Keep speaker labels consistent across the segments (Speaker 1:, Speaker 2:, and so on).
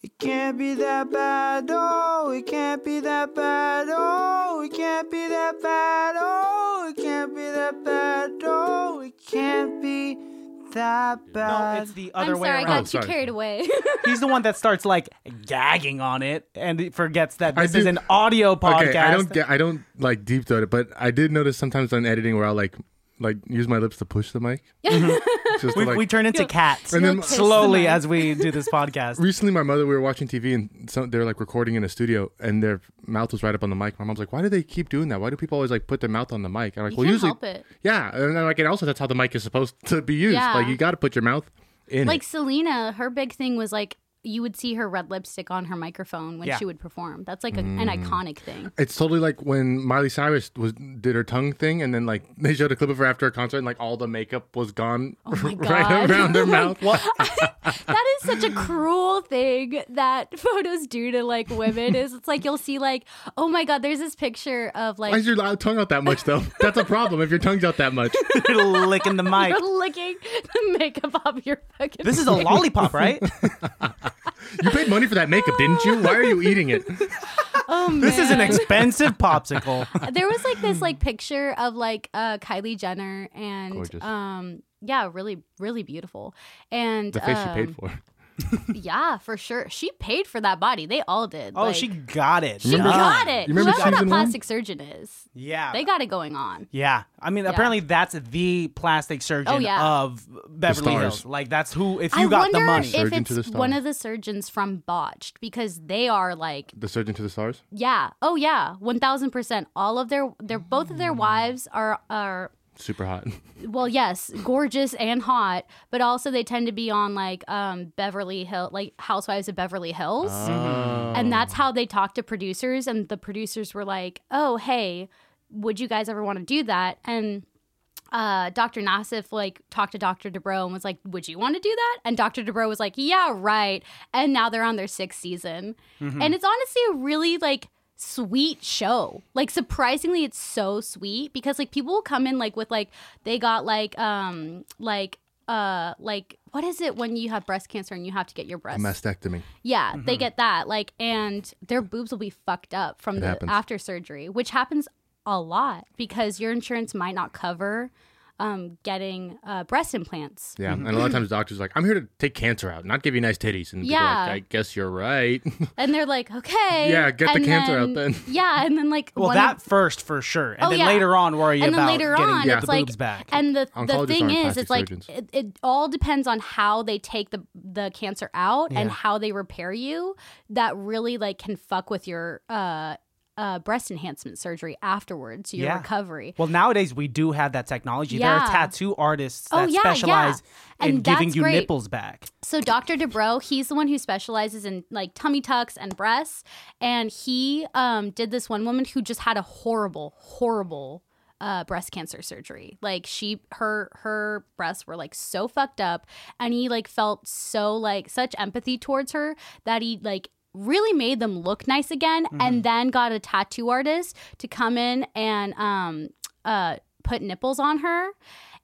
Speaker 1: It can't be that bad, oh, it can't be that bad, oh, it can't be that bad, oh, it can't be that bad, oh, it can't be that
Speaker 2: No,
Speaker 1: bad.
Speaker 2: it's the other
Speaker 3: Uh, I'm
Speaker 2: way
Speaker 3: sorry, I
Speaker 2: around.
Speaker 3: got
Speaker 4: Oh, sorry.
Speaker 3: too carried away.
Speaker 2: He's the one that starts like gagging on it and he forgets that
Speaker 4: I
Speaker 2: this
Speaker 4: do-
Speaker 2: is an audio podcast.
Speaker 4: Okay, I don't get, I don't like deep throat it, but I did notice sometimes on editing where I'll like like use my lips to push the mic. Just to,
Speaker 2: Mm-hmm. we,
Speaker 4: like-
Speaker 2: we turn into cats
Speaker 4: and then
Speaker 3: You'll kiss the
Speaker 2: slowly
Speaker 3: mic.
Speaker 2: as we do this podcast.
Speaker 4: recently my mother we were watching TV and some, they were like recording in a studio and their mouth was right up on the mic. My mom's like, why do they keep doing that? Why do people always like put their mouth on the mic? And I'm like,
Speaker 3: You
Speaker 4: well,
Speaker 3: can't
Speaker 4: usually,
Speaker 3: help it.
Speaker 4: yeah, and then, like and also that's how the mic is supposed to be used.
Speaker 3: Yeah.
Speaker 4: Like you got to put your mouth in.
Speaker 3: like
Speaker 4: it.
Speaker 3: Selena, her big thing was like you would see her red lipstick on her microphone when
Speaker 2: Yeah.
Speaker 3: she would perform. That's like a, an
Speaker 4: Mm.
Speaker 3: iconic thing.
Speaker 4: It's totally like when Miley Cyrus was did her tongue thing, and then like they showed a clip of her after a concert, and like all the makeup was gone
Speaker 3: Oh my God.
Speaker 4: right around her mouth.
Speaker 3: That is such a cruel thing that photos do to like women. Is it's like you'll see like oh my god, there's this picture of
Speaker 4: Why is
Speaker 3: like
Speaker 4: your li- tongue out that much though? That's a problem if your tongue's out that much.
Speaker 2: Licking the mic.
Speaker 3: you're licking the makeup off your fucking.
Speaker 2: This is a lollipop, right?
Speaker 4: You paid money for that makeup, didn't you? Why are you eating it?
Speaker 3: Oh, man.
Speaker 2: This is an expensive popsicle.
Speaker 3: there was like this like picture of like uh Kylie Jenner and
Speaker 4: Gorgeous.
Speaker 3: um yeah, really really beautiful. And
Speaker 4: The face
Speaker 3: um,
Speaker 4: she paid for.
Speaker 3: Yeah, for sure. She paid for that body. They all did.
Speaker 2: Oh,
Speaker 3: Like,
Speaker 2: she got it.
Speaker 3: She got
Speaker 2: Done.
Speaker 3: it.
Speaker 4: You remember
Speaker 3: Whoever that
Speaker 4: season one?
Speaker 3: plastic surgeon is,
Speaker 2: Yeah.
Speaker 3: they got it going on.
Speaker 2: yeah. I mean, apparently that's the plastic surgeon
Speaker 3: Oh, yeah.
Speaker 2: of Beverly
Speaker 4: stars.
Speaker 2: Hills. Like that's who if you
Speaker 3: I
Speaker 2: got
Speaker 3: wonder
Speaker 2: the money.
Speaker 3: if
Speaker 4: Surgeon to the
Speaker 3: it's
Speaker 4: star.
Speaker 3: one of the surgeons from Botched because they are like,
Speaker 4: The Surgeon to the Stars.
Speaker 3: yeah, oh yeah, one thousand percent. All of their, their both of their wives are are
Speaker 4: Super hot.
Speaker 3: well, yes, gorgeous and hot, but also they tend to be on like um Beverly Hill, like Housewives of Beverly Hills.
Speaker 4: Uh,
Speaker 3: And that's how they talked to producers. And the producers were like, oh, hey, would you guys ever want to do that? And uh, Dr. Nassif like talked to Dr. Debro and was like, "Would you want to do that?" And Dr. Debro was like, "Yeah, right." And now they're on their sixth season, and it's honestly a really like sweet show. Like surprisingly, it's so sweet because like people will come in like with like they got like um like uh like what is it when you have breast cancer and you have to get your breast
Speaker 4: Mastectomy.
Speaker 3: yeah, they
Speaker 4: Mm-hmm.
Speaker 3: get that. Like, and their boobs will be fucked up from the
Speaker 4: happens.
Speaker 3: after surgery, which happens a lot because your insurance might not cover um, getting uh, breast implants.
Speaker 4: Yeah. And a lot of times doctors are like, I'm here to take cancer out, not give you nice titties. And people are
Speaker 3: Yeah.
Speaker 4: like, I guess you're right.
Speaker 3: And they're like, okay.
Speaker 4: Yeah, get the
Speaker 3: and
Speaker 4: cancer out then.
Speaker 3: Yeah, and then like,
Speaker 2: well,
Speaker 3: one
Speaker 2: that
Speaker 3: of-
Speaker 2: first for sure, and
Speaker 3: Oh,
Speaker 2: then
Speaker 3: yeah.
Speaker 2: later on worry
Speaker 3: and
Speaker 2: about
Speaker 3: then later
Speaker 2: getting
Speaker 3: on,
Speaker 2: the
Speaker 3: it's
Speaker 2: boobs
Speaker 3: like,
Speaker 2: back.
Speaker 3: and the, the
Speaker 4: Oncologists
Speaker 3: thing
Speaker 4: aren't
Speaker 3: is,
Speaker 4: plastic
Speaker 3: it's like
Speaker 4: surgeons.
Speaker 3: it, it all depends on how they take the the cancer out and how they repair you. That really like can fuck with your uh, uh, breast enhancement surgery afterwards, your
Speaker 2: Yeah.
Speaker 3: recovery.
Speaker 2: Well, nowadays we do have that technology. There are
Speaker 3: Yeah.
Speaker 2: tattoo artists
Speaker 3: Oh,
Speaker 2: that
Speaker 3: yeah, yeah.
Speaker 2: specialize in
Speaker 3: And
Speaker 2: giving
Speaker 3: that's
Speaker 2: you
Speaker 3: great.
Speaker 2: nipples back.
Speaker 3: So Dr. Debro, he's the one who specializes in like tummy tucks and breasts, and he um, did this one woman who just had a horrible, horrible uh, breast cancer surgery. Like she, her, her breasts were like so fucked up, and he like felt so like such empathy towards her that he like really made them look nice again, and then got a tattoo artist to come in and um uh put nipples on her.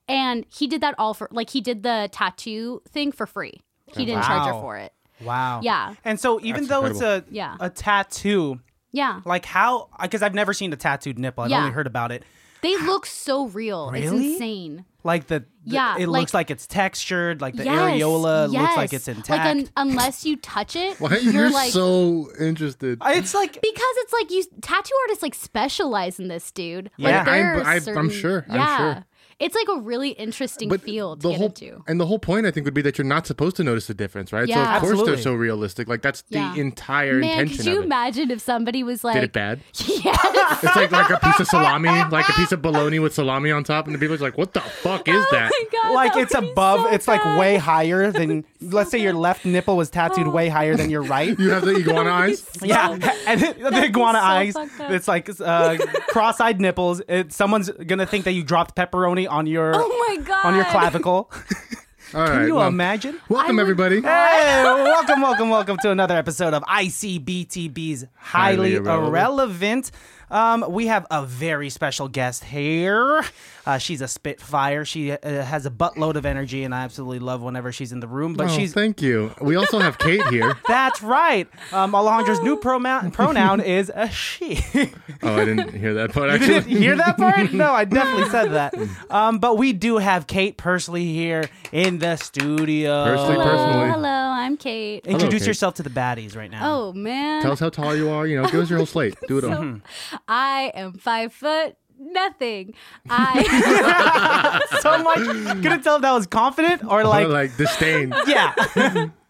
Speaker 3: And he did that all for like he did the tattoo thing for free. He didn't charge her
Speaker 2: Wow.
Speaker 3: for it.
Speaker 2: Wow.
Speaker 3: Yeah.
Speaker 2: And so even
Speaker 4: That's
Speaker 2: though it's a
Speaker 3: Yeah.
Speaker 2: a tattoo,
Speaker 3: Yeah.
Speaker 2: like how because I've never seen a tattooed nipple. I've
Speaker 3: Yeah.
Speaker 2: only heard about it.
Speaker 3: They look so real.
Speaker 2: Really?
Speaker 3: It's insane.
Speaker 2: Like the, the-
Speaker 3: Yeah,
Speaker 2: it
Speaker 3: like-
Speaker 2: looks like it's textured. Like the
Speaker 3: yes,
Speaker 2: areola looks like
Speaker 3: yes.
Speaker 2: it's intact.
Speaker 3: Like un- unless you touch it,
Speaker 4: Why are
Speaker 3: you're,
Speaker 4: you are
Speaker 3: like
Speaker 4: so interested?
Speaker 2: I- it's like
Speaker 3: because it's like you tattoo artists like specialize in this, dude.
Speaker 2: Yeah.
Speaker 3: like, there
Speaker 4: I'm-
Speaker 3: are
Speaker 4: I- I'm
Speaker 3: certain-
Speaker 4: sure. I'm
Speaker 3: Yeah,
Speaker 4: sure.
Speaker 3: it's like a really interesting field to
Speaker 4: the
Speaker 3: get
Speaker 4: whole
Speaker 3: into.
Speaker 4: and the whole point I think would be that you're not supposed to notice the difference, right? So of
Speaker 3: Yeah.
Speaker 4: course
Speaker 2: Absolutely.
Speaker 4: they're so realistic. Like that's the
Speaker 3: Yeah.
Speaker 4: entire
Speaker 3: Man,
Speaker 4: intention
Speaker 3: could you
Speaker 4: of it.
Speaker 3: imagine if somebody was like,
Speaker 4: Did it bad?
Speaker 3: yes.
Speaker 4: It's like like a piece of salami, like a piece of bologna with salami on top, and the people are like, "What the fuck is that?"
Speaker 3: Oh my God,
Speaker 2: like
Speaker 3: that
Speaker 2: it's
Speaker 3: would be
Speaker 2: above.
Speaker 3: so
Speaker 2: it's like
Speaker 3: bad.
Speaker 2: way higher than. let's say your left nipple was tattooed way higher than your right.
Speaker 4: You have the iguana eyes.
Speaker 2: Yeah, and it- the iguana
Speaker 3: so
Speaker 2: eyes.
Speaker 3: fucked up.
Speaker 2: It's like uh, cross-eyed nipples. It, someone's gonna think that you dropped pepperoni on your
Speaker 3: Oh my god.
Speaker 2: on your clavicle.
Speaker 4: All right,
Speaker 2: Can you
Speaker 4: well,
Speaker 2: imagine?
Speaker 4: Welcome everybody.
Speaker 2: Hey, welcome, welcome, welcome to another episode of ICBTB's Highly,
Speaker 4: Highly Irrelevant.
Speaker 2: Irrelevant. Um, we have a very special guest here. Uh, she's a spitfire. She uh, has a buttload of energy, and I absolutely love whenever she's in the room. But
Speaker 4: Oh,
Speaker 2: she's
Speaker 4: thank you. We also have Kate here.
Speaker 2: that's right. Um, Alejandra's new pronoun pronoun is a she.
Speaker 4: Oh, I didn't hear that part
Speaker 2: You didn't
Speaker 4: actually.
Speaker 2: hear that part? No, I definitely said that. Um, but we do have Kate Persley here in the studio.
Speaker 4: Persley,
Speaker 3: Hello,
Speaker 4: personally.
Speaker 3: hello, I'm Kate.
Speaker 2: Introduce
Speaker 4: Kate.
Speaker 2: yourself to the baddies right now.
Speaker 3: Oh man,
Speaker 4: Tell us how tall you are. You know, give us your whole slate. Do it all.
Speaker 3: I am five foot nothing. I Oh.
Speaker 2: so I'm like, couldn't tell if that was confident or like,
Speaker 4: Or, Oh, like disdain.
Speaker 2: yeah.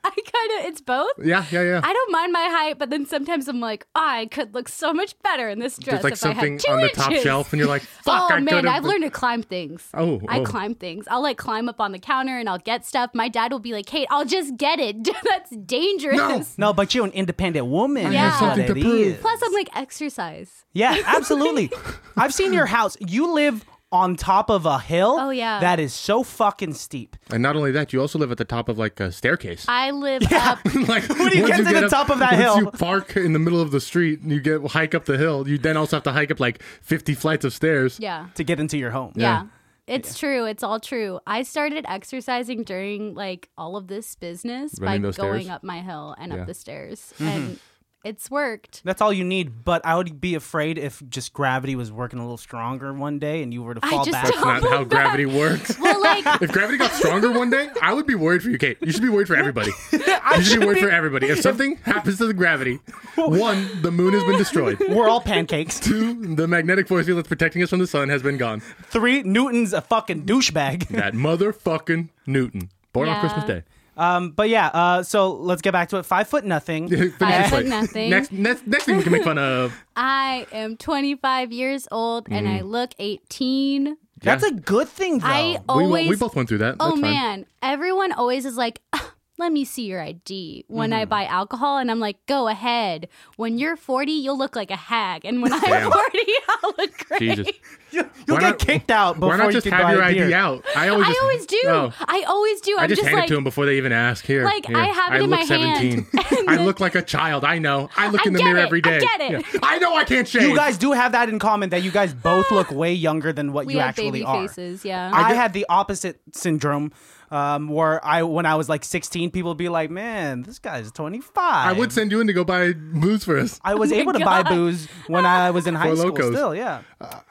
Speaker 3: I kind of it's both.
Speaker 4: Yeah, yeah, yeah.
Speaker 3: I don't mind my height, but then sometimes I'm like, I could look so much better in this dress
Speaker 4: There's like
Speaker 3: if I
Speaker 4: something
Speaker 3: had two
Speaker 4: on the
Speaker 3: inches.
Speaker 4: top shelf, and you're like, "Fuck,
Speaker 3: oh
Speaker 4: I
Speaker 3: man,
Speaker 4: could've-
Speaker 3: I've learned to climb things.
Speaker 4: Oh,
Speaker 3: I
Speaker 4: oh.
Speaker 3: climb things. I'll like climb up on the counter and I'll get stuff. My dad will be like, "Kate, I'll just get it. That's dangerous."
Speaker 2: No, but you're an independent woman.
Speaker 3: Yeah.
Speaker 2: is what
Speaker 4: Something to
Speaker 2: it
Speaker 4: prove.
Speaker 2: is.
Speaker 3: Plus, I'm like exercise.
Speaker 2: Yeah, absolutely. I've seen your house. You live on top of a hill.
Speaker 3: Oh, yeah.
Speaker 2: That is so fucking steep.
Speaker 4: And not only that, you also live at the top of like a staircase.
Speaker 3: I live up.
Speaker 4: like
Speaker 2: When you get
Speaker 4: once
Speaker 2: to the
Speaker 4: up-
Speaker 2: top of that
Speaker 4: once
Speaker 2: hill.
Speaker 4: you park in the middle of the street and you get hike up the hill. You then also have to hike up like 50 flights of stairs.
Speaker 3: Yeah.
Speaker 2: To get into your home.
Speaker 3: Yeah. It's true. It's all true. I started exercising during like all of this business
Speaker 4: Running
Speaker 3: by
Speaker 4: those
Speaker 3: going
Speaker 4: stairs?
Speaker 3: up my hill and
Speaker 4: Yeah.
Speaker 3: up the stairs. And it's worked.
Speaker 2: That's all you need. But I would be afraid if just gravity was working a little stronger one day and you were to
Speaker 3: I
Speaker 2: fall
Speaker 3: just
Speaker 2: back.
Speaker 4: That's not how
Speaker 3: That-
Speaker 4: gravity works.
Speaker 3: Well, like,
Speaker 4: If gravity got stronger one day, I would be worried for you, Kate. You should be worried for everybody. You should be worried for everybody. If something happens to the gravity, one, the moon has been destroyed.
Speaker 2: We're all pancakes.
Speaker 4: Two, the magnetic force field that's protecting us from the sun has been gone.
Speaker 2: Three, Newton's a fucking douchebag.
Speaker 4: That motherfucking Newton, born on
Speaker 3: Yeah.
Speaker 4: Christmas Day.
Speaker 2: Um, but yeah, uh, so let's get back to it. Five foot nothing.
Speaker 4: Finish
Speaker 3: I
Speaker 4: this
Speaker 3: said
Speaker 4: way.
Speaker 3: nothing.
Speaker 4: Next, next, next thing we can make fun of.
Speaker 3: I am 25 years old and
Speaker 4: Mm.
Speaker 3: I look 18.
Speaker 2: That's
Speaker 4: Yeah.
Speaker 2: a good thing, though.
Speaker 3: I
Speaker 4: We,
Speaker 3: always.
Speaker 4: we both went through that.
Speaker 3: oh
Speaker 4: That's fine.
Speaker 3: man, everyone always is like, "Ugh, let me see your ID when
Speaker 4: Mm-hmm.
Speaker 3: I buy alcohol, and I'm like, go ahead. When you're 40, you'll look like a hag, and when I'm
Speaker 4: Damn.
Speaker 3: 40, I'll look great.
Speaker 4: Jesus.
Speaker 2: You'll get
Speaker 4: Why not-
Speaker 2: kicked out before
Speaker 4: Why not
Speaker 2: you
Speaker 4: just
Speaker 2: can
Speaker 4: have
Speaker 2: buy
Speaker 4: your
Speaker 2: a beer.
Speaker 4: ID out? I always,
Speaker 3: I
Speaker 4: just,
Speaker 3: always do.
Speaker 4: No.
Speaker 3: I always do.
Speaker 4: I
Speaker 3: I'm
Speaker 4: just, hand
Speaker 3: like,
Speaker 4: it to him before they even ask. Here,
Speaker 3: Like,
Speaker 4: here.
Speaker 3: I have it
Speaker 4: I
Speaker 3: in
Speaker 4: look
Speaker 3: my hand.
Speaker 4: 17.
Speaker 3: And
Speaker 4: I look like a child. I know. I look
Speaker 3: I
Speaker 4: in the
Speaker 3: get
Speaker 4: mirror
Speaker 3: it.
Speaker 4: every
Speaker 3: I
Speaker 4: day.
Speaker 3: get it.
Speaker 4: Yeah. I know I can't shave.
Speaker 2: You guys do have that in common that you guys both look way younger than what
Speaker 3: we
Speaker 2: you
Speaker 3: have
Speaker 2: actually
Speaker 3: baby
Speaker 2: are.
Speaker 3: faces. Yeah.
Speaker 2: I, had the opposite syndrome um, where I, when I was like 16, people would be like, man, this guy's 25.
Speaker 4: I would send you in to go buy booze for us.
Speaker 2: I
Speaker 3: Oh
Speaker 2: was able to buy booze when I was in high
Speaker 4: For
Speaker 2: school.
Speaker 4: Locos.
Speaker 2: Still, yeah.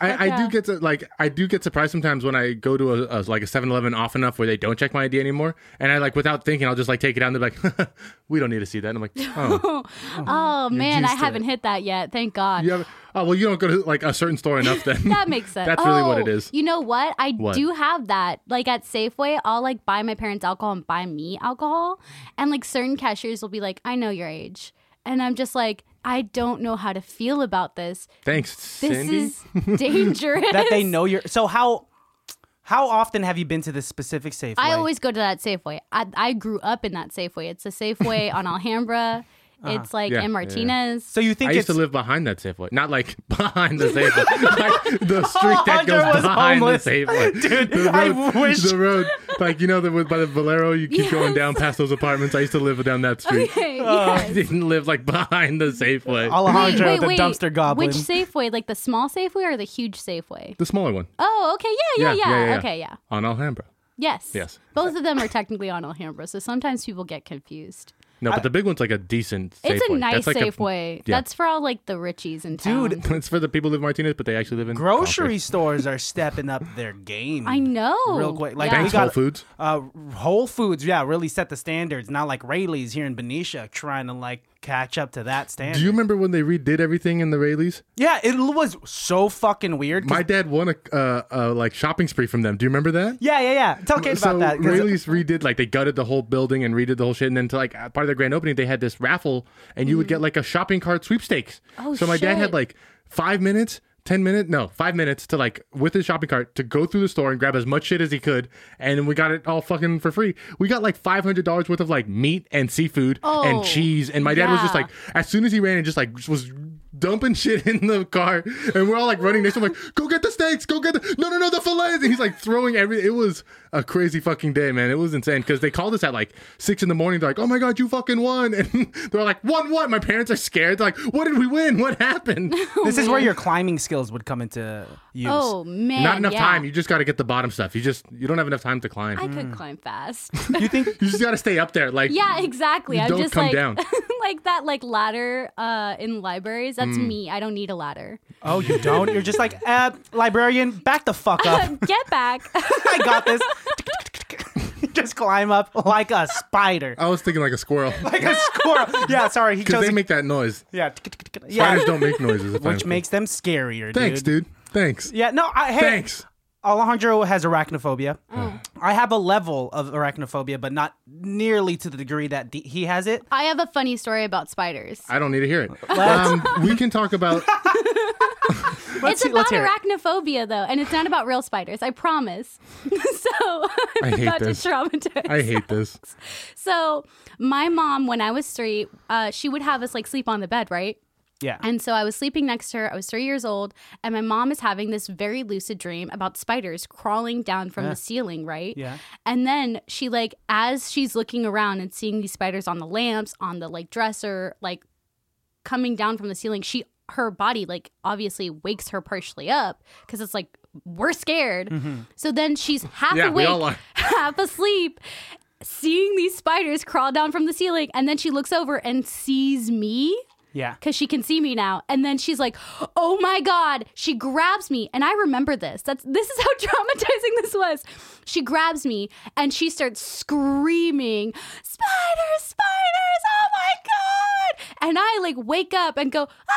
Speaker 4: I, I do get to, like I do get surprised sometimes when I go to a, a like a 7-Eleven off enough where they don't check my ID anymore, and I like without thinking I'll just like take it out and they're like, we don't need to see that. And I'm like, oh,
Speaker 3: oh man, I
Speaker 4: used to
Speaker 3: haven't hit that yet. Thank God.
Speaker 4: you have, oh well, you don't go to like a certain store enough then.
Speaker 3: That makes sense.
Speaker 4: That's really what it
Speaker 3: Oh,
Speaker 4: is.
Speaker 3: You know what? I
Speaker 4: What?
Speaker 3: do have that. Like at Safeway, I'll like buy my parents alcohol and buy me alcohol, and like certain cashiers will be like, "I know your age," and I'm just like, "I don't know how to feel about this.
Speaker 4: Thanks,
Speaker 3: This
Speaker 4: Cindy.
Speaker 3: is dangerous."
Speaker 2: That they know you're. So, how how often have you been to this specific Safeway?
Speaker 3: I always go to that Safeway. I, I grew up in that Safeway. It's a Safeway on Alhambra. It's like
Speaker 4: Uh-huh. Yeah, yeah, yeah.
Speaker 3: and Martinez.
Speaker 2: So, you think
Speaker 4: I
Speaker 2: it's.
Speaker 4: used to live behind that Safeway, not like behind the Safeway, like the street that
Speaker 2: Hunter
Speaker 4: goes
Speaker 2: was
Speaker 4: behind
Speaker 2: homeless.
Speaker 4: the Safeway.
Speaker 2: Dude,
Speaker 4: the road,
Speaker 2: I wish-
Speaker 4: the road, like you know, the by the Valero, you keep going down past those apartments. I used to live down that street.
Speaker 3: Okay,
Speaker 4: I
Speaker 3: yes.
Speaker 4: didn't live like behind Oh, the Safeway,
Speaker 2: Alejandro, the dumpster goblin.
Speaker 3: Which Safeway? Like the small Safeway or the huge Safeway?
Speaker 4: the smaller one
Speaker 3: Oh, okay. Yeah, yeah, yeah. Okay, yeah.
Speaker 4: on Alhambra.
Speaker 3: Yes.
Speaker 4: Yes.
Speaker 3: Both of them are technically on Alhambra, so sometimes people get confused.
Speaker 4: No, but the big one's like a decent. Safeway.
Speaker 3: It's a nice
Speaker 4: That's like
Speaker 3: Safeway.
Speaker 4: yeah.
Speaker 3: That's for all like the richies in town.
Speaker 2: Dude,
Speaker 4: it's for the people who live in Martinez, but they actually live in
Speaker 2: grocery
Speaker 4: Concord.
Speaker 2: stores are stepping up their game.
Speaker 3: I know.
Speaker 2: Real quick, like
Speaker 3: Yeah.
Speaker 2: we
Speaker 4: Thanks,
Speaker 2: got
Speaker 4: Whole Foods.
Speaker 2: Uh, Whole Foods, yeah, really set the standards. Not like Rayleigh's here in Benicia trying to like catch up to that standard.
Speaker 4: Do you remember when they redid everything in the Rayleighs?
Speaker 2: yeah, it was so fucking weird. 'cause-
Speaker 4: My dad won a uh, uh, like shopping spree from them. Do you remember that?
Speaker 2: yeah, yeah, yeah. Tell Kate
Speaker 4: so
Speaker 2: about that. 'cause-
Speaker 4: Rayleigh's redid like they gutted the whole building and redid the whole shit, and then to like uh, part of their grand opening, they had this raffle, and you would get like a shopping cart sweepstakes.
Speaker 3: Oh,
Speaker 4: so my dad had
Speaker 3: shit.
Speaker 4: like five minutes. 10 minutes, no, five minutes to like with his shopping cart to go through the store and grab as much shit as he could. And we got it all fucking for free. We got like $500 worth of like meat and seafood
Speaker 3: Oh,
Speaker 4: and cheese. And my dad was just
Speaker 3: yeah.
Speaker 4: like, as soon as he ran and just like was dumping shit in the car, and we're all like running next to him, like, "Go get the steaks! Go get the no, no, no, the fillets!" And he's like throwing everything. It was a crazy fucking day, man. It was insane because they called us at like six in the morning. They're like, "Oh my god, you fucking won!" And they're like, "Won what?" My parents are scared. They're like, "What did we win? What happened?"
Speaker 2: This is where your climbing skills would come into use.
Speaker 3: Oh man,
Speaker 4: Not enough
Speaker 3: yeah.
Speaker 4: time. You Mm. just got to get the bottom stuff. You just you don't have enough time to climb.
Speaker 3: I could climb fast.
Speaker 2: You think
Speaker 4: you just got to stay up there. Like,
Speaker 3: yeah, exactly.
Speaker 4: You
Speaker 3: I'm
Speaker 4: don't
Speaker 3: just
Speaker 4: come
Speaker 3: like
Speaker 4: down.
Speaker 3: like that like ladder uh in libraries. That's
Speaker 4: Mm.
Speaker 3: me. I don't need a ladder.
Speaker 2: Oh, you don't? You're just like, uh, librarian, back the fuck up.
Speaker 3: Get back.
Speaker 2: I got this. just climb up like a spider.
Speaker 4: I was thinking like a squirrel because
Speaker 2: Like a squirrel. Yeah, sorry. He chose.
Speaker 4: they make that noise.
Speaker 2: yeah.
Speaker 4: Spiders
Speaker 2: yeah.
Speaker 4: don't make noises.
Speaker 2: Which makes them scarier, dude.
Speaker 4: thanks, dude. Thanks.
Speaker 2: Yeah, no, I, hey,
Speaker 4: Thanks.
Speaker 2: Alejandro has arachnophobia.
Speaker 3: Mm.
Speaker 2: I have a level of arachnophobia, but not nearly to the degree that d he has it.
Speaker 3: I have a funny story about spiders.
Speaker 4: I don't need to hear it. Um, we can talk about.
Speaker 2: Let's,
Speaker 3: it's
Speaker 2: see- let's
Speaker 3: about
Speaker 2: hear it.
Speaker 3: arachnophobia though, and it's not about real spiders. I promise. so
Speaker 4: I
Speaker 3: I'm
Speaker 4: hate
Speaker 3: about
Speaker 4: this.
Speaker 3: to traumatize.
Speaker 4: I hate this.
Speaker 3: so my mom, when I was three, uh, she would have us like sleep on the bed, right?
Speaker 2: Yeah.
Speaker 3: And so I was sleeping next to her. I was three years old, and my mom is having this very lucid dream about spiders crawling down from
Speaker 2: Ah.
Speaker 3: the ceiling, right?
Speaker 2: Yeah.
Speaker 3: And then she like, as she's looking around and seeing these spiders on the lamps, on the like dresser, like coming down from the ceiling, she her body like obviously wakes her partially up because it's like we're scared. So then she's half
Speaker 4: Mm-hmm. Yeah, we
Speaker 3: awake,
Speaker 4: all are.
Speaker 3: half asleep, seeing these spiders crawl down from the ceiling, and then she looks over and sees me
Speaker 2: yeah.
Speaker 3: because she can see me now. And then she's like, "Oh my god!" She grabs me, and I remember this. That's this is how traumatizing this was. She grabs me and she starts screaming, "Spiders! Spiders! Oh my god!" And I like wake up and go, "Ah!"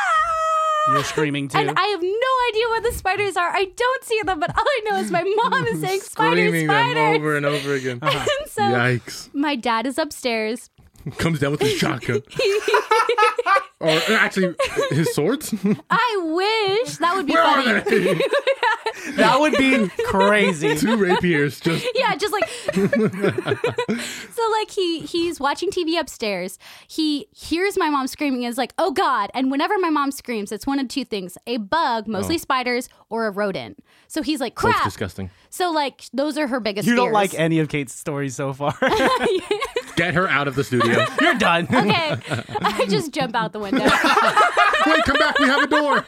Speaker 2: You're screaming too.
Speaker 3: And I have no idea where the spiders are. I don't see them, but all I know is my mom is saying, "Spiders!
Speaker 4: Screaming
Speaker 3: Spiders!"
Speaker 4: them over and over again.
Speaker 3: and so
Speaker 4: Yikes.
Speaker 3: my dad is upstairs.
Speaker 4: Comes down with his shotgun. or uh, actually, his swords?
Speaker 3: I wish that would be
Speaker 4: Where
Speaker 3: funny.
Speaker 4: are they?
Speaker 2: that would be crazy.
Speaker 4: Two rapiers just.
Speaker 3: yeah just like so like he he's watching tv upstairs he hears my mom screaming and is like oh god and whenever my mom screams it's one of two things a bug mostly spiders or a rodent so he's like
Speaker 4: Oh. That's
Speaker 3: crap
Speaker 4: Oh, disgusting.
Speaker 3: so like those are her biggest
Speaker 2: You don't
Speaker 3: fears.
Speaker 2: like any of Kate's stories so far.
Speaker 4: Get her out of the studio.
Speaker 2: You're done.
Speaker 3: okay i just jump out the window
Speaker 4: Wait, come back. We have a door.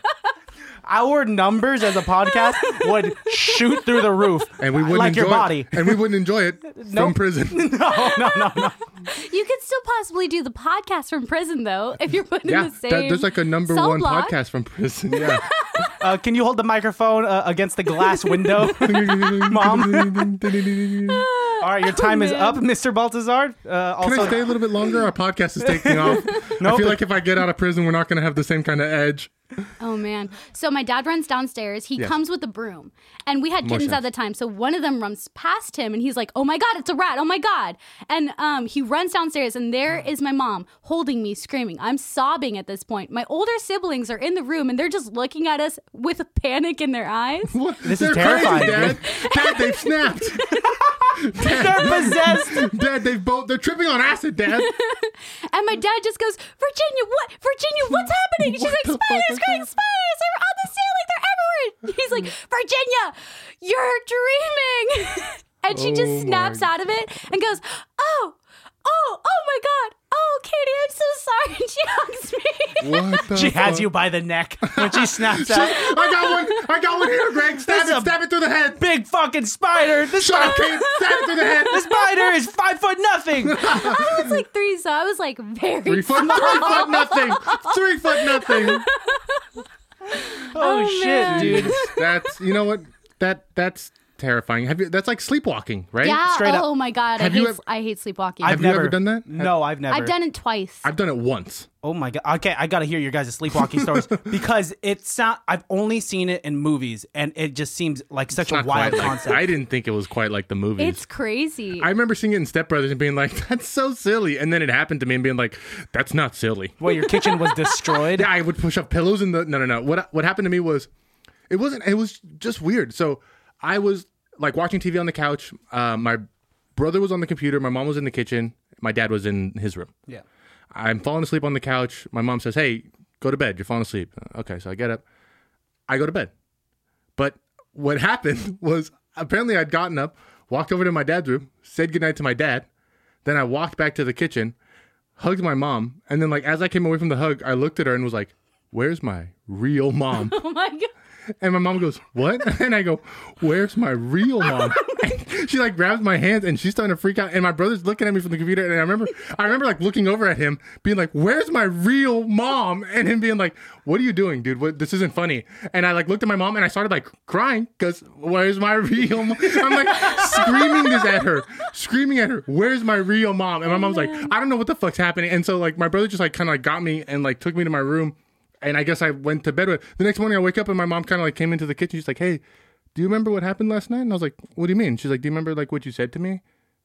Speaker 2: Our numbers as a podcast would shoot through the roof.
Speaker 4: And we wouldn't
Speaker 2: like
Speaker 4: enjoy
Speaker 2: your body.
Speaker 4: It. And we wouldn't enjoy it from
Speaker 2: Nope.
Speaker 4: prison.
Speaker 2: No, no, no, no.
Speaker 3: you could still possibly do the podcast from prison though if you're put
Speaker 4: yeah,
Speaker 3: in the same
Speaker 4: that, there's like a number
Speaker 3: cell
Speaker 4: one
Speaker 3: block.
Speaker 4: podcast from prison. Yeah.
Speaker 2: Uh, can you hold the microphone uh, against the glass window, Mom? All right, your time is
Speaker 3: Oh, man.
Speaker 2: up, Mr. Baltazar. Uh,
Speaker 4: Can I
Speaker 2: also,
Speaker 4: stay a little bit longer? Our podcast is taking off. I
Speaker 2: No,
Speaker 4: feel
Speaker 2: but-
Speaker 4: like if I get out of prison, we're not going to have the same kind of edge.
Speaker 3: Oh man. So my dad runs downstairs. He comes with a broom. And we had
Speaker 4: More
Speaker 3: kittens at
Speaker 4: sense.
Speaker 3: the time. So one of them runs past him and he's like, "Oh my god, it's a rat. Oh my god." And um he runs downstairs and there is my mom holding me screaming. I'm sobbing at this point. My older siblings are in the room and they're just looking at us with panic in their eyes.
Speaker 4: What?
Speaker 2: This
Speaker 4: They're
Speaker 2: is terrifying,
Speaker 4: Crazy, Dad. Dad, they've snapped.
Speaker 2: they're possessed.
Speaker 4: Dad, they've both they're tripping on acid, Dad.
Speaker 3: And my dad just goes, "Virginia, what? Virginia, what's happening?" She's
Speaker 4: What
Speaker 3: like,
Speaker 4: the fuck is
Speaker 3: "Spiders,
Speaker 4: that?"
Speaker 3: great spiders. They're on the ceiling. They're everywhere." He's like, "Virginia, you're dreaming." and she
Speaker 4: Oh
Speaker 3: just snaps
Speaker 4: my
Speaker 3: out of it and goes, "Oh, oh, oh my god. Oh, Katie, I'm so sorry." And she hugs me.
Speaker 4: What the
Speaker 2: She has
Speaker 4: fuck?
Speaker 2: you by the neck when she snaps out.
Speaker 4: I got one. I got one here, Greg. Stab
Speaker 2: That's
Speaker 4: it.
Speaker 2: a-
Speaker 4: Stab it through the head.
Speaker 2: Big fucking spider. This
Speaker 4: Shut up,
Speaker 2: spider,
Speaker 4: Kate. Stab it through the head.
Speaker 2: this spider is five foot nothing. Oh,
Speaker 3: I was like three, so I was like very.
Speaker 4: Three foot, three foot nothing. Three foot nothing.
Speaker 2: Oh, shit,
Speaker 3: man.
Speaker 2: dude.
Speaker 4: That's you know what that that's terrifying. Have you? That's like sleepwalking, right?
Speaker 3: yeah.
Speaker 2: Straight up.
Speaker 3: oh my god. I
Speaker 4: Have you
Speaker 3: hate,
Speaker 4: ever-
Speaker 3: I hate sleepwalking.
Speaker 4: Have
Speaker 3: I've,
Speaker 4: you ever done that?
Speaker 2: No, I've never.
Speaker 3: done it twice.
Speaker 4: I've done it once.
Speaker 2: Oh my god! Okay, I gotta hear your guys' sleepwalking stories because it's not. I've only seen it in movies, and it just seems like such a
Speaker 4: Not
Speaker 2: wild
Speaker 4: quite like-
Speaker 2: concept.
Speaker 4: I didn't think it was quite like the movies.
Speaker 3: it's crazy.
Speaker 4: I remember seeing it in Step Brothers and being like, "That's so silly," and then it happened to me and being like, "That's not silly."
Speaker 2: Well, your kitchen was destroyed.
Speaker 4: Yeah, I would push up pillows in the no no no. What what happened to me was it wasn't it was just weird. So I was like watching TV on the couch. Uh, my brother was on the computer. My mom was in the kitchen. My dad was in his room.
Speaker 2: yeah.
Speaker 4: I'm falling asleep on the couch. My mom says, "Hey, Go to bed. You're falling asleep. Okay, so I get up. I go to bed. But what happened was apparently I'd gotten up, walked over to my dad's room, said goodnight to my dad. Then I walked back to the kitchen, hugged my mom. And then, like, as I came away from the hug, I looked at her and was like, Where's my real mom?
Speaker 3: Oh my god.
Speaker 4: And my mom goes, What? And I go, Where's my real mom? she like grabs my hands and she's starting to freak out. And my brother's looking at me from the computer. And I remember I remember like looking over at him, being like, Where's my real mom? And him being like, What are you doing, dude? What this isn't funny. And I like looked at my mom and I started like crying because where's my real mom? I'm like screaming this at her, screaming at her, Where's my real mom? And my mom's like, I don't know what the fuck's happening. And so like my brother just like kinda like got me and like took me to my room and I guess I went to bed with the next morning I wake up and my mom kind of like came into the kitchen she's like hey do you remember what happened last night and I was like what do you mean she's like do you remember like what you said to me and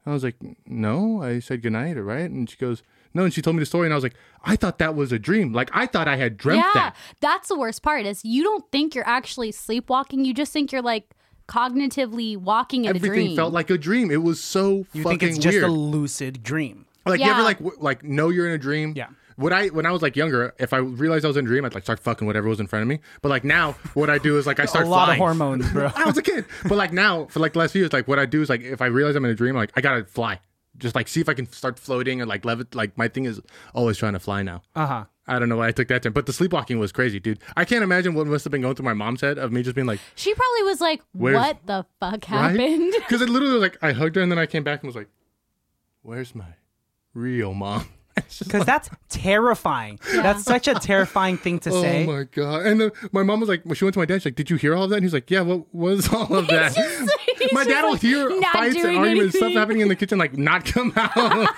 Speaker 4: I was like no I said goodnight all right and she goes no and she told me the story and I was like I thought that was a dream like I thought I had dreamt
Speaker 3: Yeah.
Speaker 4: that
Speaker 3: That's the worst part is you don't think you're actually sleepwalking. You just think you're like cognitively walking in a
Speaker 4: everything
Speaker 3: dream.
Speaker 4: felt like a dream it was so
Speaker 2: You
Speaker 4: fucking
Speaker 2: think it's just
Speaker 4: weird
Speaker 2: a lucid dream.
Speaker 4: Like you ever
Speaker 3: Yeah.
Speaker 4: like w- like know you're in a dream?
Speaker 2: Yeah.
Speaker 4: Would I when I was like younger, if I realized I was in a dream, I'd like start fucking whatever was in front of me. But like now, what I do is like I
Speaker 2: A
Speaker 4: start
Speaker 2: lot of
Speaker 4: flying.
Speaker 2: hormones, bro.
Speaker 4: I was a kid, but like now for like the last few years, like what I do is like if I realize I'm in a dream, like I gotta fly, just like see if I can start floating and like levit. Like my thing is always trying to fly now.
Speaker 2: Uh huh.
Speaker 4: I don't know why I took that turn, but the sleepwalking was crazy, dude. I can't imagine what must have been going through my mom's head of me just being like,
Speaker 3: she probably was like,
Speaker 4: Where's-
Speaker 3: "What the fuck
Speaker 4: right?
Speaker 3: happened?"
Speaker 4: Because it literally was like I hugged her and then I came back and was like, "Where's my real mom?" It's just
Speaker 2: Because that's terrifying. That's such a terrifying thing to say.
Speaker 4: Oh my god! And then my mom was like, when she went to my dad, she's like, "Did you hear all of that?" And he's like, "Yeah, what was all of that?"
Speaker 3: he's
Speaker 4: my
Speaker 3: just,
Speaker 4: dad will
Speaker 3: like,
Speaker 4: hear
Speaker 3: not
Speaker 4: fights and
Speaker 3: doing
Speaker 4: arguments and stuff
Speaker 3: anything.
Speaker 4: happening in the kitchen, like not come out.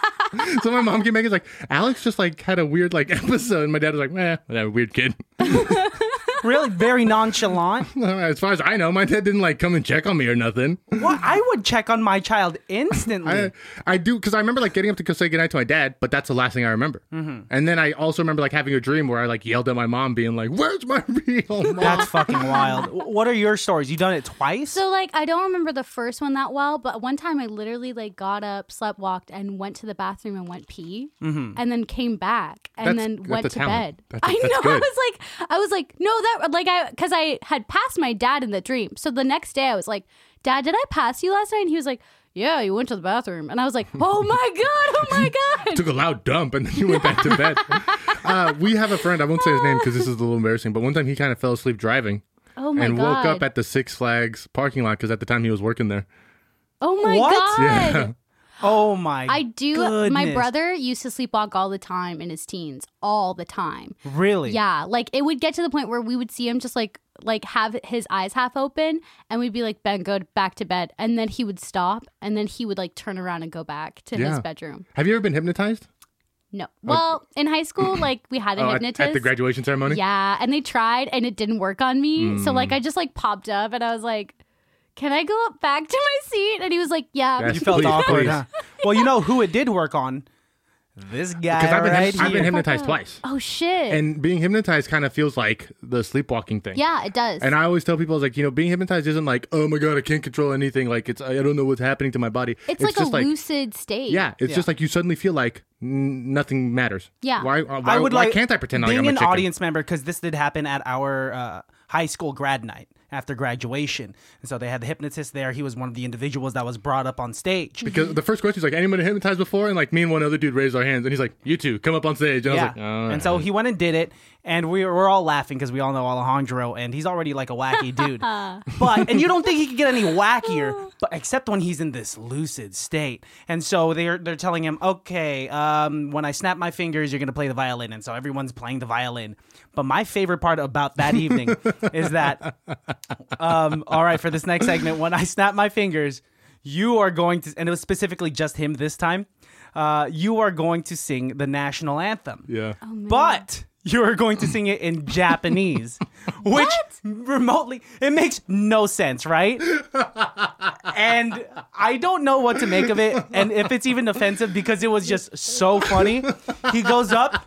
Speaker 4: so my mom came back and is like, "Alex just like had a weird like episode." And my dad was like, "Eh, that weird kid."
Speaker 2: Really, very nonchalant.
Speaker 4: as far as I know, my dad didn't like come and check on me or nothing.
Speaker 3: Hmm.
Speaker 2: What? I would check on my child instantly.
Speaker 4: I, I do because I remember like getting up to go say goodnight to my dad, but that's the last thing I remember.
Speaker 3: Mm-hmm.
Speaker 4: And then I also remember like having a dream where I like yelled at my mom, being like, "Where's my real mom?"
Speaker 2: That's fucking wild. W- What are your stories? You done it twice?
Speaker 3: So like I don't remember the first one that well, but one time I literally like got up, slept, walked, and went to the bathroom and went pee, and then came back and
Speaker 4: Mm-hmm. That's-
Speaker 3: then
Speaker 4: that's
Speaker 3: went
Speaker 4: a
Speaker 3: to
Speaker 4: talent.
Speaker 3: bed.
Speaker 4: That's a-
Speaker 3: I
Speaker 4: that's
Speaker 3: know. I
Speaker 4: good.
Speaker 3: was like, I was like, no, that like I because I had passed my dad in the dream. So the next day I was like, Dad, did I pass you last night? And he was like, Yeah, you went to the bathroom, and I was like, Oh my god, oh my god.
Speaker 4: took a loud dump and then you went back to bed. uh, we have a friend. I won't say his name because this is a little embarrassing. But one time he kind of fell asleep driving
Speaker 3: Oh my
Speaker 4: and
Speaker 3: god.
Speaker 4: woke up at the Six Flags parking lot because at the time he was working there.
Speaker 3: oh my
Speaker 2: What?
Speaker 3: god.
Speaker 2: oh my.
Speaker 3: I do. uh, My
Speaker 2: goodness.
Speaker 3: brother used to sleepwalk all the time in his teens, all the time.
Speaker 2: Really?
Speaker 3: Yeah, like it would get to the point where we would see him just like like have his eyes half open, and we'd be like, "Ben, go back to bed," and then he would stop, and then he would like turn around and go back to
Speaker 4: Yeah.
Speaker 3: his bedroom.
Speaker 4: Have you ever been hypnotized?
Speaker 3: No, well, in high school, like we had a
Speaker 4: Oh, at-
Speaker 3: hypnotist.
Speaker 4: At, the graduation ceremony?
Speaker 3: yeah, and they tried, and it didn't work on me. So like,
Speaker 4: Mm.
Speaker 3: I just like popped up, and I was like, "Can I go up back to my seat?" And he was like, "Yeah."
Speaker 4: Yes.
Speaker 2: You felt
Speaker 4: Please,
Speaker 2: awkward,
Speaker 4: please.
Speaker 2: huh? Well, you know who it did work on? This guy
Speaker 4: Because I've been,
Speaker 2: right
Speaker 4: hyp- I've
Speaker 2: here.
Speaker 4: been hypnotized twice.
Speaker 3: Oh shit.
Speaker 4: And being hypnotized kind of feels like the sleepwalking thing.
Speaker 3: yeah, it does.
Speaker 4: And I always tell people, I was like, you know, being hypnotized isn't like, oh my God, I can't control anything. Like, it's, I don't know what's happening to my body.
Speaker 3: It's, like a lucid state.
Speaker 4: Yeah, it's
Speaker 2: Yeah.
Speaker 4: just like you suddenly feel like n- nothing matters.
Speaker 3: Yeah.
Speaker 4: Why, uh, why,
Speaker 2: I would
Speaker 4: why
Speaker 2: like.
Speaker 4: can't I pretend like
Speaker 2: being
Speaker 4: I'm a
Speaker 2: an
Speaker 4: chicken?
Speaker 2: audience member because this did happen at our uh, high school grad night after graduation, and so they had the hypnotist there. He was one of the individuals that was brought up on stage.
Speaker 4: Because the first question is like, anybody hypnotized before? And like me and one other dude raised our hands, and he's like, "You two, come up on stage." And I was like, "Oh, "All
Speaker 2: and so
Speaker 4: right."
Speaker 2: he went and did it, and we were all laughing because we all know Alejandro, and he's already like a wacky dude. but and you don't think he could get any wackier, but except when he's in this lucid state. And so they're they're telling him, okay, um, when I snap my fingers, you're gonna play the violin, and so everyone's playing the violin. But my favorite part about that evening is that, um, all right, for this next segment, when I snap my fingers, you are going to, and it was specifically just him this time. Uh, you are going to sing the national anthem
Speaker 4: yeah,
Speaker 2: Oh but you are going to sing it in Japanese, which remotely it makes no sense, right? and I don't know what to make of it, and if it's even offensive because it was just so funny. He goes up,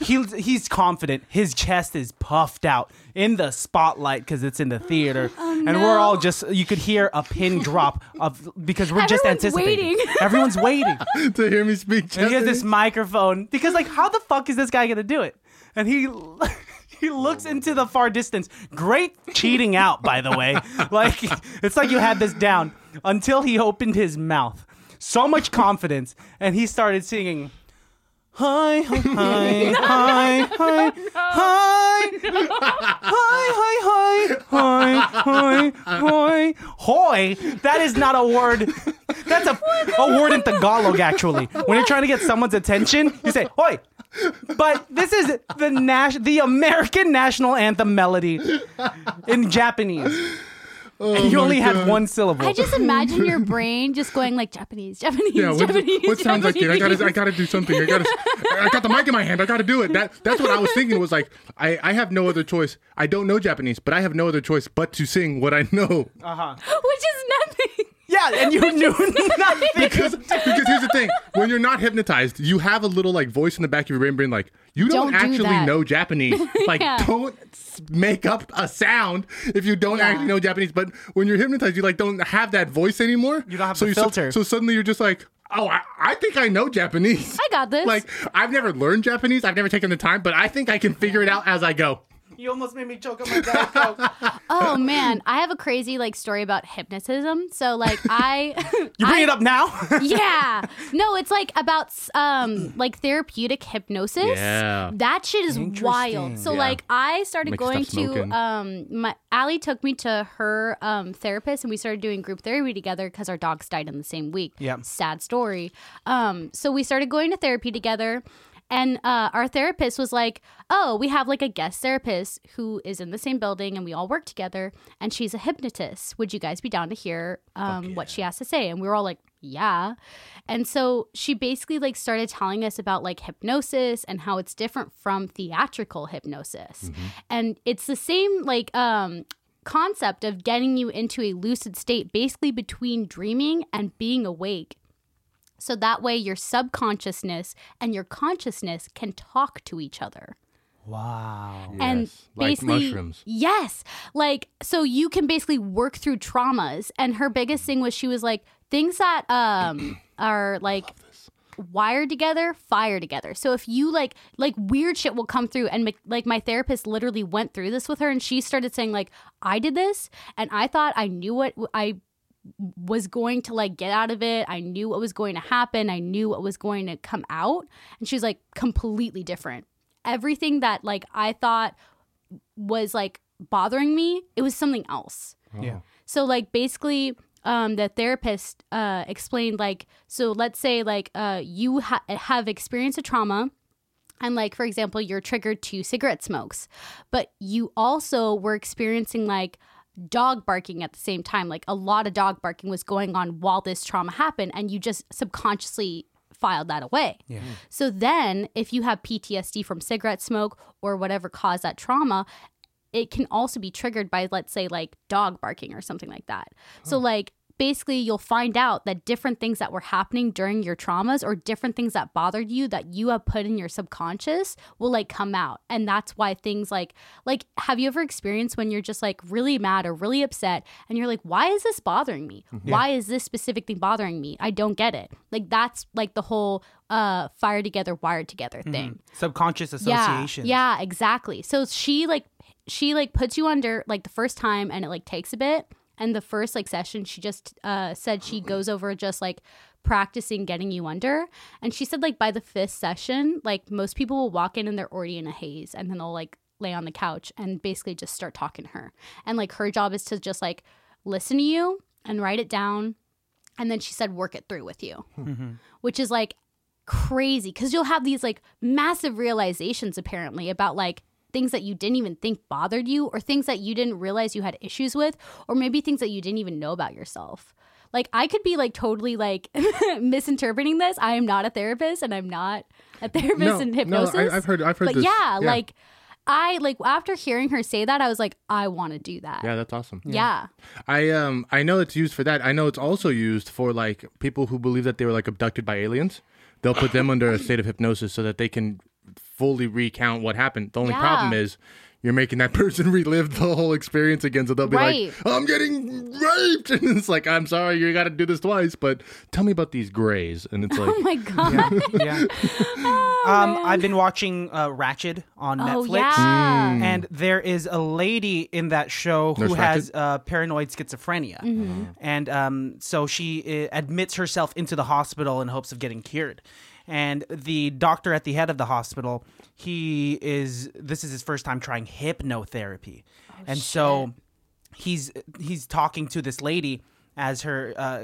Speaker 2: he he's confident. His chest is puffed out in the spotlight because it's in the theater,
Speaker 3: Oh,
Speaker 2: and we're all just you could hear a pin drop of because we're just
Speaker 3: Everyone's
Speaker 2: anticipating.
Speaker 3: waiting.
Speaker 2: Everyone's waiting.
Speaker 4: to hear me speak.
Speaker 2: And he has
Speaker 4: Japanese.
Speaker 2: this microphone because like how the fuck is this guy gonna do it? And he he looks into the far distance. Great cheating out, by the way. Like it's like you had this down until he opened his mouth. So much confidence, and he started singing. Hi, hi, hi, hi, hi, hi, hi, hi, hi, hi, hoy. That is not a word. That's a, a word in Tagalog, actually. When you're trying to get someone's attention, you say hoy. But this is the nas- the American national anthem melody in Japanese. and you
Speaker 4: Oh my
Speaker 2: only had
Speaker 4: God.
Speaker 2: one syllable.
Speaker 3: Oh I just imagine your brain just going like Japanese, Japanese,
Speaker 4: Yeah, what,
Speaker 3: Japanese.
Speaker 4: what sounds like it? I
Speaker 3: Japanese.
Speaker 4: gotta, I gotta do something. I gotta, I got the mic in my hand. I gotta do it. That, that's what I was thinking. Was like, I, I have no other choice. I don't know Japanese, but I have no other choice but to sing what I know.
Speaker 3: Which is nothing.
Speaker 2: yeah, and you knew nothing.
Speaker 4: Because, because here's the thing: when you're not hypnotized, you have a little like voice in the back of your brain, being like, you don't,
Speaker 3: Don't do
Speaker 4: actually
Speaker 3: that.
Speaker 4: know Japanese. Like,
Speaker 3: Yeah.
Speaker 4: don't s- make up a sound if you don't
Speaker 3: Yeah.
Speaker 4: actually know Japanese. But when you're hypnotized, you like don't have that voice anymore.
Speaker 2: You don't have
Speaker 4: so
Speaker 2: the
Speaker 4: you su-
Speaker 2: filter.
Speaker 4: so suddenly you're just like. Oh, I, I think I know Japanese.
Speaker 3: I got this.
Speaker 4: Like I've never learned Japanese. I've never taken the time, but I think I can figure it out as I go.
Speaker 2: You almost made me choke on my Diet Coke.
Speaker 3: Oh man, I have a crazy like story about hypnotism. So like I
Speaker 2: You bring it up now?
Speaker 3: yeah. No, it's like about um like therapeutic hypnosis.
Speaker 4: Yeah.
Speaker 3: That shit is
Speaker 2: Interesting.
Speaker 3: wild. So
Speaker 4: Yeah.
Speaker 3: like I started
Speaker 4: Make you
Speaker 3: going
Speaker 4: stop
Speaker 3: to
Speaker 4: smoking.
Speaker 3: um my Allie took me to her um therapist and we started doing group therapy together because our dogs died in the same week.
Speaker 2: Yep.
Speaker 3: Sad story. Um so we started going to therapy together. And uh, our therapist was like, "Oh, we have like a guest therapist who is in the same building, and we all work together. And she's a hypnotist. Would you guys be down to hear um, what she has to say?" And we were all like, "Yeah." And so she basically like started telling us about like hypnosis and how it's different from theatrical hypnosis, and it's the same like um, concept of getting you into a lucid state, basically between dreaming and being awake. So that way, your subconsciousness and your consciousness can talk to each other.
Speaker 2: Wow.
Speaker 3: and basically, Yes. Like, so you can basically work through traumas. And her biggest thing was she was like, things that um, are like wired together fire together so if you like like weird shit will come through and like my therapist literally went through this with her and she started saying like i did this and i thought i knew what i was going to like get out of it. I knew what was going to happen. I knew what was going to come out. And she's like completely different. Everything that like I thought was like bothering me, it was something else.
Speaker 2: Yeah.
Speaker 3: So like basically um, the therapist uh, explained like so let's say like uh, you ha- have experienced a trauma and like for example you're triggered to cigarette smokes but you also were experiencing like dog barking at the same time like a lot of dog barking was going on while this trauma happened and you just subconsciously filed that away
Speaker 2: Yeah.
Speaker 3: so then if you have ptsd from cigarette smoke or whatever caused that trauma it can also be triggered by let's say like dog barking or something like that so like basically you'll find out that different things that were happening during your traumas or different things that bothered you that you have put in your subconscious will like come out and that's why things like like have you ever experienced when you're just like really mad or really upset and you're like why is this bothering me why is this specific thing bothering me i don't get it like that's like the whole uh fire together wired together thing
Speaker 2: Subconscious association.
Speaker 3: yeah, yeah, exactly. So she like she like puts you under like the first time and it like takes a bit. And the first like session, she just uh, said she goes over just like practicing getting you under. And she said like by the fifth session, like most people will walk in and they're already in a haze, and then they'll like lay on the couch and basically just start talking to her. And like her job is to just like listen to you and write it down. And then she said work it through with you, which is like crazy because you'll have these like massive realizations apparently about like things that you didn't even think bothered you or things that you didn't realize you had issues with or maybe things that you didn't even know about yourself like i could be like totally like misinterpreting this i am not a therapist and i'm not a therapist in hypnosis
Speaker 4: I, have heard. I've heard
Speaker 3: but
Speaker 4: this.
Speaker 3: yeah, like i like after hearing her say that i was like i want to do that
Speaker 4: yeah, that's awesome.
Speaker 3: yeah. Oh
Speaker 4: I um I know it's used for that. I know it's also used for like people who believe that they were like abducted by aliens. They'll put them under a state of hypnosis so that they can fully recount what happened. The only
Speaker 3: Yeah.
Speaker 4: problem is you're making that person relive the whole experience again. So they'll be
Speaker 3: Right.
Speaker 4: like, I'm getting raped. And it's like, I'm sorry, you got to do this twice, but tell me about these grays. And it's like,
Speaker 3: Oh my god.
Speaker 2: yeah. um, I've been watching uh, Ratchet on
Speaker 3: Oh
Speaker 2: Netflix.
Speaker 3: yeah.
Speaker 2: And there is a lady in that show who
Speaker 4: Hmm. Nurse
Speaker 2: has
Speaker 4: Ratched? Mm-hmm.
Speaker 2: uh, paranoid schizophrenia,
Speaker 3: Mm-hmm.
Speaker 2: and um, so she uh, admits herself into the hospital in hopes of getting cured. And the doctor at the head of the hospital, he is this is his first time trying hypnotherapy,
Speaker 3: Oh,
Speaker 2: and so he's he's talking to this lady as her. Uh,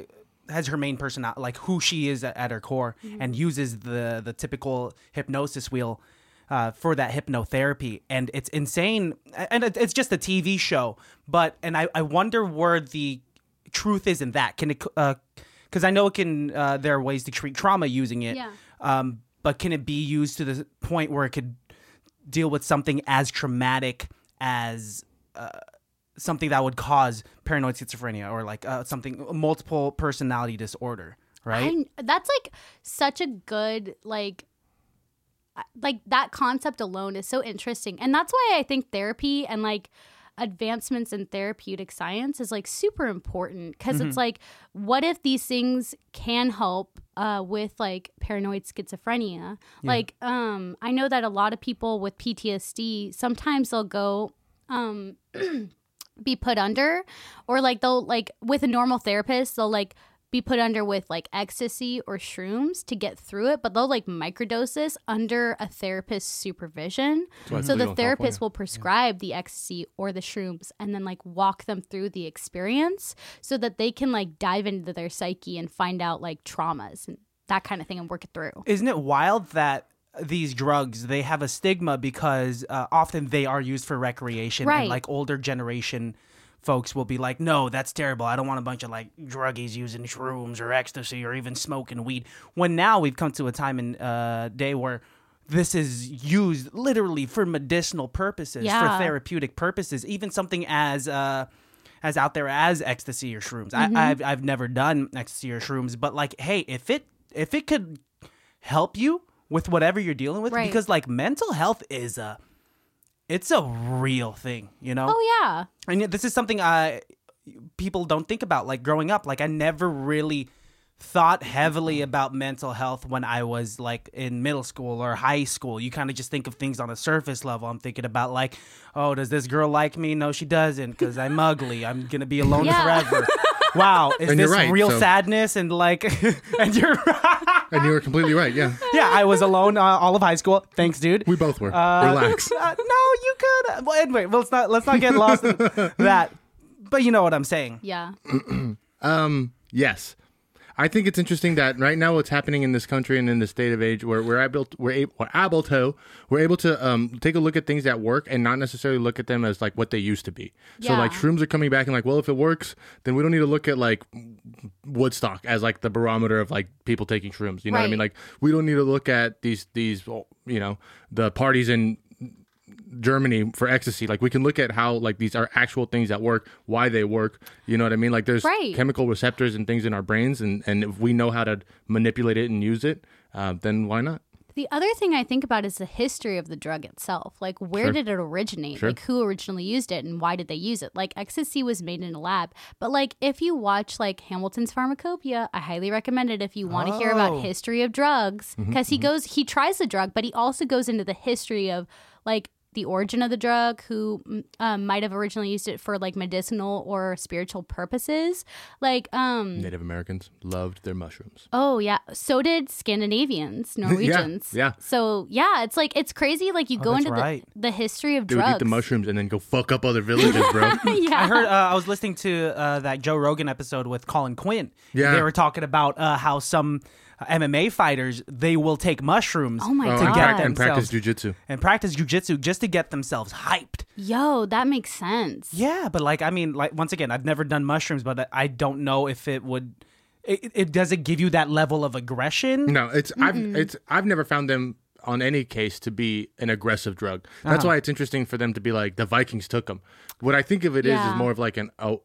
Speaker 2: as her main person uh, like who she is at, at her core, and uses the the typical hypnosis wheel uh, for that hypnotherapy, and it's insane. A- And it- it's just a TV show, but and I, I wonder where the truth is in that. Can it? Because I know it can. Uh, there are ways to treat trauma using it.
Speaker 3: Yeah.
Speaker 2: Um, but can it be used to the point where it could deal with something as traumatic as uh, something that would cause paranoid schizophrenia or like uh, something multiple personality disorder? Right.
Speaker 3: I, that's like such a good like I- like that concept alone is so interesting and that's why i think therapy and like advancements in therapeutic science is like super important because it's like what if these things can help uh, with like paranoid schizophrenia like um i know that a lot of people with ptsd sometimes they'll go um be put under or like they'll like with a normal therapist they'll like be put under with like ecstasy or shrooms to get through it but they'll like microdose this under a therapist's supervision
Speaker 4: why it's
Speaker 3: so the
Speaker 4: illegal in
Speaker 3: therapist
Speaker 4: California.
Speaker 3: will prescribe the ecstasy or the shrooms and then like walk them through the experience so that they can like dive into their psyche and find out like traumas and that kind of thing and work it through
Speaker 2: Isn't it wild that these drugs they have a stigma because uh, often they are used for recreation
Speaker 3: Right.
Speaker 2: and like older generation folks will be like no that's terrible i don't want a bunch of like druggies using shrooms or ecstasy or even smoking weed when now we've come to a time and uh, day where this is used literally for medicinal purposes
Speaker 3: Yeah.
Speaker 2: for therapeutic purposes even something as uh, as out there as ecstasy or shrooms
Speaker 3: Mm-hmm.
Speaker 2: I, I've, I've never done ecstasy or shrooms but like hey if it if it could help you with whatever you're dealing with
Speaker 3: Right.
Speaker 2: because like mental health is a it's a real thing you know
Speaker 3: oh yeah
Speaker 2: and yet this is something i people don't think about like growing up like i never really thought heavily about mental health when i was like in middle school or high school you kind of just think of things on a surface level i'm thinking about like oh does this girl like me no she doesn't because i'm ugly i'm gonna be alone
Speaker 3: Yeah.
Speaker 2: forever wow is
Speaker 4: And you're
Speaker 2: this
Speaker 4: right,
Speaker 2: real
Speaker 4: so-
Speaker 2: sadness and like and you're
Speaker 4: and you were completely right. Yeah.
Speaker 2: yeah, I was alone uh, all of high school. Thanks, dude.
Speaker 4: We both were. Relax.
Speaker 2: Uh, no, you could. uh, Well, anyway, well, let's not let's not get lost in that. But you know what I'm saying.
Speaker 3: yeah
Speaker 4: Yes. I think it's interesting that right now what's happening in this country and in this state of age where we're able to, we're able, we're able to we're able to um, take a look at things that work and not necessarily look at them as like what they used to be. So like
Speaker 3: Yeah.
Speaker 4: shrooms are coming back and like well if it works then we don't need to look at like Woodstock as like the barometer of like people taking shrooms. You know what I mean?
Speaker 3: Right.
Speaker 4: Like we don't need to look at these these you know the parties in Germany for ecstasy. Like we can look at how like these are actual things that work, why they work. You know what I mean? Like there's
Speaker 3: Right.
Speaker 4: chemical receptors and things in our brains, and and if we know how to manipulate it and use it, uh, then why not?
Speaker 3: The other thing I think about is the history of the drug itself. Like, where did it originate? Like, who originally used it and why did they use it? Like, ecstasy was made in a lab. But, like, if you watch, like, Hamilton's Pharmacopoeia, I highly recommend it if you want to hear
Speaker 2: Oh.
Speaker 3: about history of drugs. Because he goes, he tries the drug, but he also goes into the history of, like, the origin of the drug, who mm, um, might have originally used it for like medicinal or spiritual purposes. Like, um,
Speaker 4: Native Americans loved their mushrooms.
Speaker 3: Oh yeah, so did Scandinavians, Norwegians.
Speaker 4: yeah.
Speaker 3: So yeah, it's like it's crazy. Like you go
Speaker 2: Oh, that's
Speaker 3: into
Speaker 2: right.
Speaker 3: the, the history of
Speaker 4: They would
Speaker 3: drugs.
Speaker 4: eat the mushrooms and then go fuck up other villages, bro.
Speaker 2: I
Speaker 3: yeah.
Speaker 2: heard. Uh, I was listening to uh, that Joe Rogan episode with Colin Quinn.
Speaker 4: Yeah.
Speaker 2: they were talking about uh, how some MMA fighters they will take mushrooms.
Speaker 3: Oh my
Speaker 2: to get
Speaker 4: Oh, and, prac-
Speaker 3: God.
Speaker 4: and practice
Speaker 2: themselves
Speaker 4: jujitsu.
Speaker 2: and practice jujitsu just to get themselves hyped.
Speaker 3: Yo, that makes sense.
Speaker 2: Yeah, but like I mean, like once again, I've never done mushrooms, but I, I don't know if it would. It, it does it give you that level of aggression?
Speaker 4: No, it's I've it's I've never found them on any case to be an aggressive drug. That's
Speaker 3: Uh-huh.
Speaker 4: why it's interesting for them to be like the Vikings took them. What I think of it is is
Speaker 3: Yeah.
Speaker 4: more of like an a-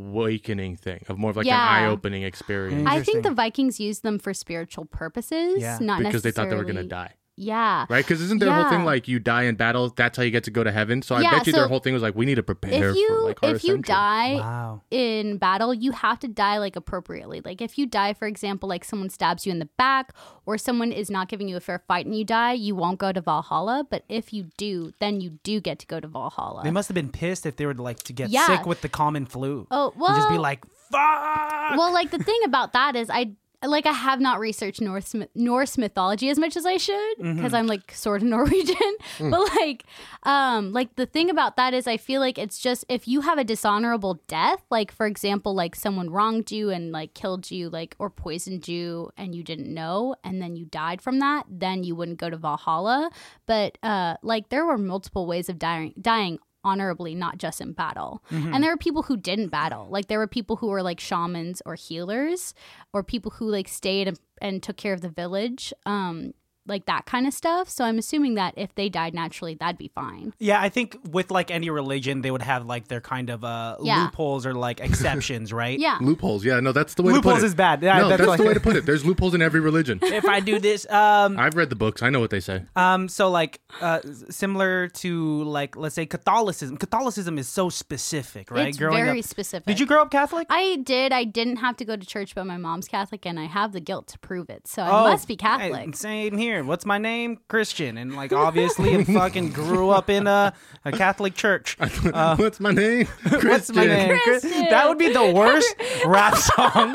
Speaker 4: awakening thing, of more of like
Speaker 3: Yeah.
Speaker 4: an eye opening experience
Speaker 3: I think the Vikings used them for spiritual purposes,
Speaker 2: Yeah.
Speaker 3: not
Speaker 4: because
Speaker 3: necessarily.
Speaker 4: they thought they were gonna die.
Speaker 3: Yeah.
Speaker 4: Right? Because isn't their whole thing
Speaker 3: Yeah.
Speaker 4: like you die in battle? That's how you get to go to heaven. So I
Speaker 3: Yeah,
Speaker 4: bet you their
Speaker 3: so
Speaker 4: whole thing was like we need to prepare
Speaker 3: If you
Speaker 4: for like our
Speaker 3: if you
Speaker 4: ascension.
Speaker 3: die
Speaker 2: Wow.
Speaker 3: in battle, you have to die like appropriately. Like if you die, for example, like someone stabs you in the back or someone is not giving you a fair fight and you die, you won't go to Valhalla. But if you do, then you do get to go to Valhalla.
Speaker 2: They must have been pissed if they were like to get
Speaker 3: Yeah.
Speaker 2: sick with the common flu.
Speaker 3: oh well,
Speaker 2: and just be like, fuck.
Speaker 3: well, like the thing about that is I like I have not researched Norse myth- Norse mythology as much as I should because I'm like sort of Norwegian. But like, um, like the thing about that is I feel like it's just if you have a dishonorable death, like for example, like someone wronged you and like killed you, like or poisoned you, and you didn't know, and then you died from that, then you wouldn't go to Valhalla. But uh, like there were multiple ways of dying, dying honorably, not just in battle.
Speaker 2: Mm-hmm.
Speaker 3: And there were people who didn't battle. Like there were people who were like shamans or healers or people who like stayed and, and took care of the village. Um like that kind of stuff. So I'm assuming that if they died naturally, that'd be fine.
Speaker 2: Yeah, I think with like any religion, they would have like their kind of uh,
Speaker 3: Yeah.
Speaker 2: loopholes or like exceptions, right?
Speaker 3: Yeah.
Speaker 4: Loopholes, yeah, no, that's the way to
Speaker 2: Loopholes
Speaker 4: put it.
Speaker 2: is bad. Yeah,
Speaker 4: no,
Speaker 2: that's
Speaker 4: that's,
Speaker 2: like-
Speaker 4: the way to put it. There's loopholes in every religion.
Speaker 2: If I do this, um,
Speaker 4: I've read the books. I know what they say.
Speaker 2: Um, so like uh, s- similar to like let's say Catholicism. Catholicism is so specific, right?
Speaker 3: It's
Speaker 2: Growing
Speaker 3: very
Speaker 2: up,
Speaker 3: specific.
Speaker 2: did you grow up Catholic?
Speaker 3: I did. I didn't have to go to church, but my mom's Catholic and I have the guilt to prove it. So
Speaker 2: Oh,
Speaker 3: I must be
Speaker 2: hey,
Speaker 3: Catholic.
Speaker 2: same here. What's my name? Christian, and like obviously, I fucking grew up in a, a Catholic church.
Speaker 4: What's my name? Christian.
Speaker 2: uh, What's my name? Chris- That would be the worst rap song.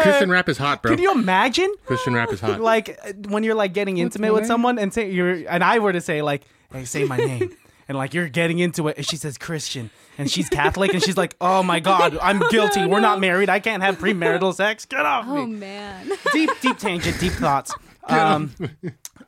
Speaker 4: Christian rap is hot, bro.
Speaker 2: Can you imagine?
Speaker 4: Christian rap is hot.
Speaker 2: Like uh, when you're like getting intimate with someone and say you're, and I were to say like, hey, say my name. And like you're getting into it, and she says Christian, and she's Catholic, and she's like, "Oh my God, I'm guilty. We're not married. I can't have premarital sex. Get off
Speaker 3: Oh
Speaker 2: me!"
Speaker 3: man.
Speaker 2: Deep, deep tangent, deep thoughts. Um,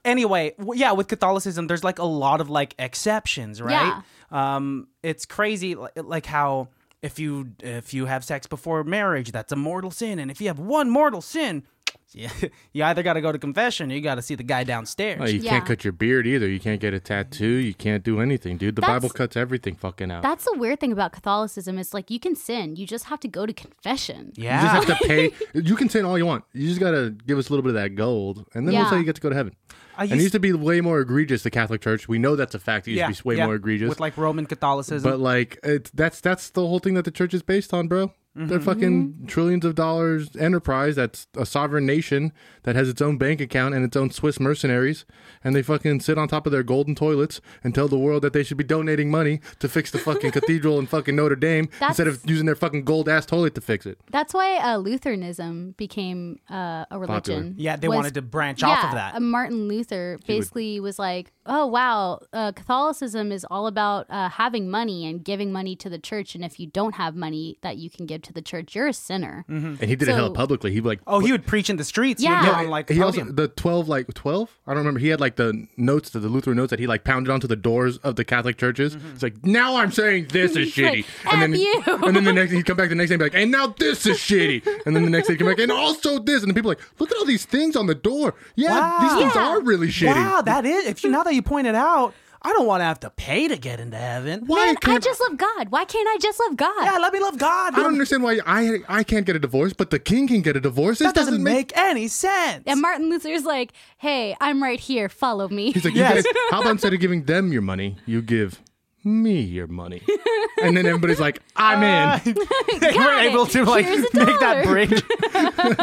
Speaker 2: anyway, w- yeah, with Catholicism, there's like a lot of like exceptions, right? Um, it's crazy, li- like how if you if you have sex before marriage, that's a mortal sin, and if you have one mortal sin, yeah, you either got to go to confession or you got to see the guy downstairs.
Speaker 4: Oh, you
Speaker 3: Yeah.
Speaker 4: can't cut your beard either. You can't get a tattoo. You can't do anything, dude. The
Speaker 3: That's-
Speaker 4: Bible cuts everything fucking out.
Speaker 3: That's the weird thing about Catholicism is like you can sin. You just have to go to confession.
Speaker 4: You just
Speaker 2: yeah,
Speaker 4: have to pay. You can sin all you want. You just gotta give us a little bit of that gold, and then we'll
Speaker 3: Yeah.
Speaker 4: say you get to go to heaven.
Speaker 2: I
Speaker 4: and it used to be way more egregious. The Catholic Church. We know that's a fact. It used
Speaker 2: yeah,
Speaker 4: to be way
Speaker 2: yeah,
Speaker 4: more egregious.
Speaker 2: with like Roman Catholicism.
Speaker 4: but like, it's that's that's the whole thing that the church is based on, bro.
Speaker 3: Mm-hmm.
Speaker 4: They're fucking trillions of dollars enterprise. That's a sovereign nation that has its own bank account and its own Swiss mercenaries, and they fucking sit on top of their golden toilets and tell the world that they should be donating money to fix the fucking cathedral in fucking Notre Dame instead
Speaker 3: That's-
Speaker 4: of using their fucking gold ass toilet to fix it.
Speaker 3: That's why uh, Lutheranism became uh, a religion.
Speaker 2: yeah, they
Speaker 3: Was-
Speaker 2: wanted to branch
Speaker 3: yeah,
Speaker 2: off of that.
Speaker 3: uh, Martin Luther basically was like, "Oh wow, uh, Catholicism is all about uh, having money and giving money to the church, and if you don't have money that you can give to the church, you're a sinner."
Speaker 2: Mm-hmm.
Speaker 4: And he did it
Speaker 3: So-
Speaker 4: hell publicly. He like
Speaker 2: oh, he would preach in the streets.
Speaker 3: Yeah.
Speaker 2: he would
Speaker 3: No,
Speaker 2: go on, like
Speaker 4: he also
Speaker 2: podium.
Speaker 4: the twelve like twelve. I don't remember. He had like the notes, the, the Lutheran notes that he like pounded onto the doors of the Catholic churches.
Speaker 2: Mm-hmm.
Speaker 4: It's like now I'm saying this is shitty,
Speaker 3: like,
Speaker 4: and then
Speaker 3: "F you."
Speaker 4: and then the next he'd come back the next day and be like, and now this is shitty, and then the next day he'd come back and also this, and the people are like, look at all these things on the door. Yeah,
Speaker 2: Wow.
Speaker 4: these things
Speaker 3: Yeah.
Speaker 4: are really shitty.
Speaker 2: Wow, that is. If you now that you point it out, I don't want to have to pay to get into heaven.
Speaker 4: Why
Speaker 3: Man, I
Speaker 4: can't
Speaker 3: just love God. Why can't I just love God?
Speaker 2: Yeah, let me love God.
Speaker 4: I don't understand why I I can't get a divorce, but the king can get a divorce. This
Speaker 2: that doesn't make any sense.
Speaker 3: and Martin Luther's like, "Hey, I'm right here. Follow me."
Speaker 4: He's like, you
Speaker 2: Yes.
Speaker 4: guys, how about instead of giving them your money, you give me your money? And then everybody's like, I'm in.
Speaker 2: they were
Speaker 3: it.
Speaker 2: able to like
Speaker 3: Here's a
Speaker 2: make that
Speaker 3: dollar.
Speaker 2: bridge.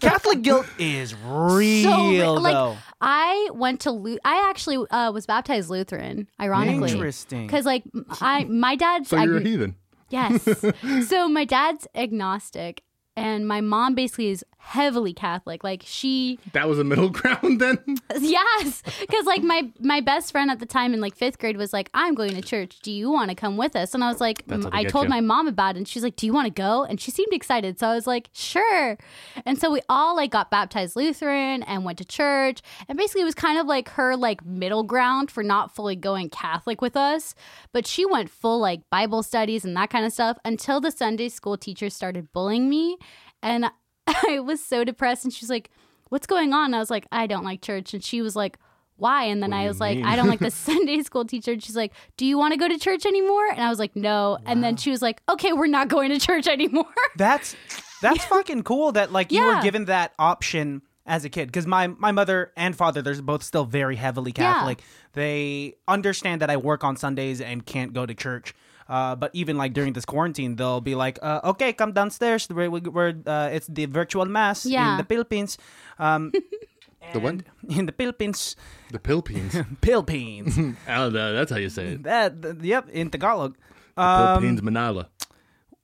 Speaker 2: Catholic guilt is real,
Speaker 3: so re- like
Speaker 2: though.
Speaker 3: I went to Lu- I actually uh, was baptized Lutheran, ironically.
Speaker 2: Interesting.
Speaker 3: Because like m- I my dad's
Speaker 4: So you're a
Speaker 3: ag-
Speaker 4: heathen.
Speaker 3: yes. so my dad's agnostic, and my mom basically is heavily Catholic. Like she
Speaker 4: That was a middle ground then?
Speaker 3: yes because like my my best friend at the time in like fifth grade was like i'm going to church do you want to come with us and i was like
Speaker 4: That's how
Speaker 3: mm,
Speaker 4: they
Speaker 3: i
Speaker 4: get
Speaker 3: told
Speaker 4: you.
Speaker 3: my mom about it and she's like do you want to go and she seemed excited so i was like sure and so we all like got baptized lutheran and went to church and basically it was kind of like her like middle ground for not fully going catholic with us but she went full like bible studies and that kind of stuff until the sunday school teacher started bullying me and I was so depressed, and she's like, "What's going on?" And I was like, "I don't like church," and she was like, "Why?" And then I was like, "I don't like the Sunday school teacher." And she's like, "Do you want to go to church anymore?" And I was like, "No." And then she was like, "Okay, we're not going to church anymore."
Speaker 2: That's that's fucking cool. That like you were
Speaker 3: Yeah.
Speaker 2: given that option as a kid because my my mother and father they're both still very heavily
Speaker 3: Yeah.
Speaker 2: Catholic. They understand that I work on Sundays and can't go to church. Uh, but even like during this quarantine, they'll be like, uh, "Okay, come downstairs. We're, we're uh, it's the virtual mass
Speaker 3: Yeah.
Speaker 2: in the Philippines." Um,
Speaker 4: The what?
Speaker 2: in the Philippines,
Speaker 4: The Philippines.
Speaker 2: Philippines.
Speaker 4: oh, no, that's how you say it.
Speaker 2: that th- yep, in Tagalog.
Speaker 4: Philippines, Manila.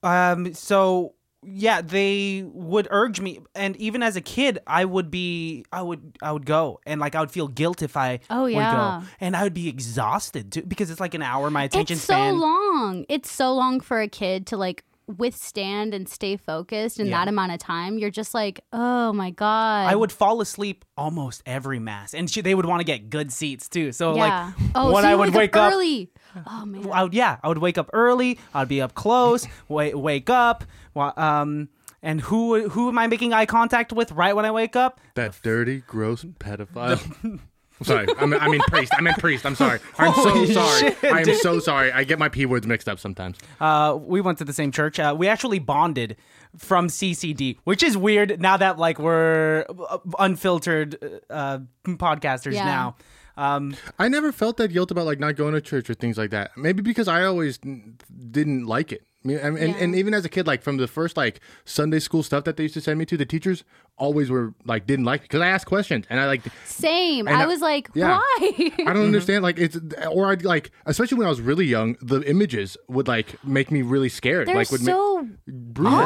Speaker 2: Um, so yeah, they would urge me, and even as a kid, I would be, I would, I would go, and like I would feel guilt if I
Speaker 3: Oh,
Speaker 2: would
Speaker 3: yeah.
Speaker 2: go, and I would be exhausted too because it's like an hour. My attention
Speaker 3: it's
Speaker 2: span.
Speaker 3: so long. It's so long for a kid to like withstand and stay focused in
Speaker 2: Yeah.
Speaker 3: that amount of time. You're just like, oh my god.
Speaker 2: I would fall asleep almost every mass, and she, they would want to get good seats too. So
Speaker 3: yeah.
Speaker 2: like
Speaker 3: oh,
Speaker 2: when
Speaker 3: so
Speaker 2: I
Speaker 3: you
Speaker 2: would
Speaker 3: wake,
Speaker 2: wake
Speaker 3: up
Speaker 2: up,
Speaker 3: early. Oh man.
Speaker 2: I would, yeah, I would wake up early. I'd be up close. wake wake up. wa- Um, and who who am I making eye contact with right when I wake up?
Speaker 4: That dirty, gross pedophile. I'm sorry. I mean, I mean priest. I meant priest. I'm sorry. I'm so
Speaker 2: Holy
Speaker 4: sorry.
Speaker 2: shit,
Speaker 4: I am
Speaker 2: dude.
Speaker 4: so sorry. I get my p words mixed up sometimes.
Speaker 2: Uh, we went to the same church. Uh, we actually bonded from CCD, which is weird now that like we're uh, unfiltered uh, podcasters
Speaker 3: Yeah.
Speaker 2: now. Um,
Speaker 4: I never felt that guilt about like not going to church or things like that. Maybe because I always n- didn't like it. I mean, and, and,
Speaker 3: Yeah.
Speaker 4: and even as a kid, like from the first like Sunday school stuff that they used to send me to, the teachers always were like didn't like because I asked questions and I like
Speaker 3: Same.
Speaker 4: And
Speaker 3: I
Speaker 4: I-
Speaker 3: was like,
Speaker 4: yeah.
Speaker 3: why?
Speaker 4: I don't understand. Like it's or I'd like especially when I was really young, the images would like make me really scared.
Speaker 3: They're
Speaker 4: like would make
Speaker 3: so
Speaker 4: brutal,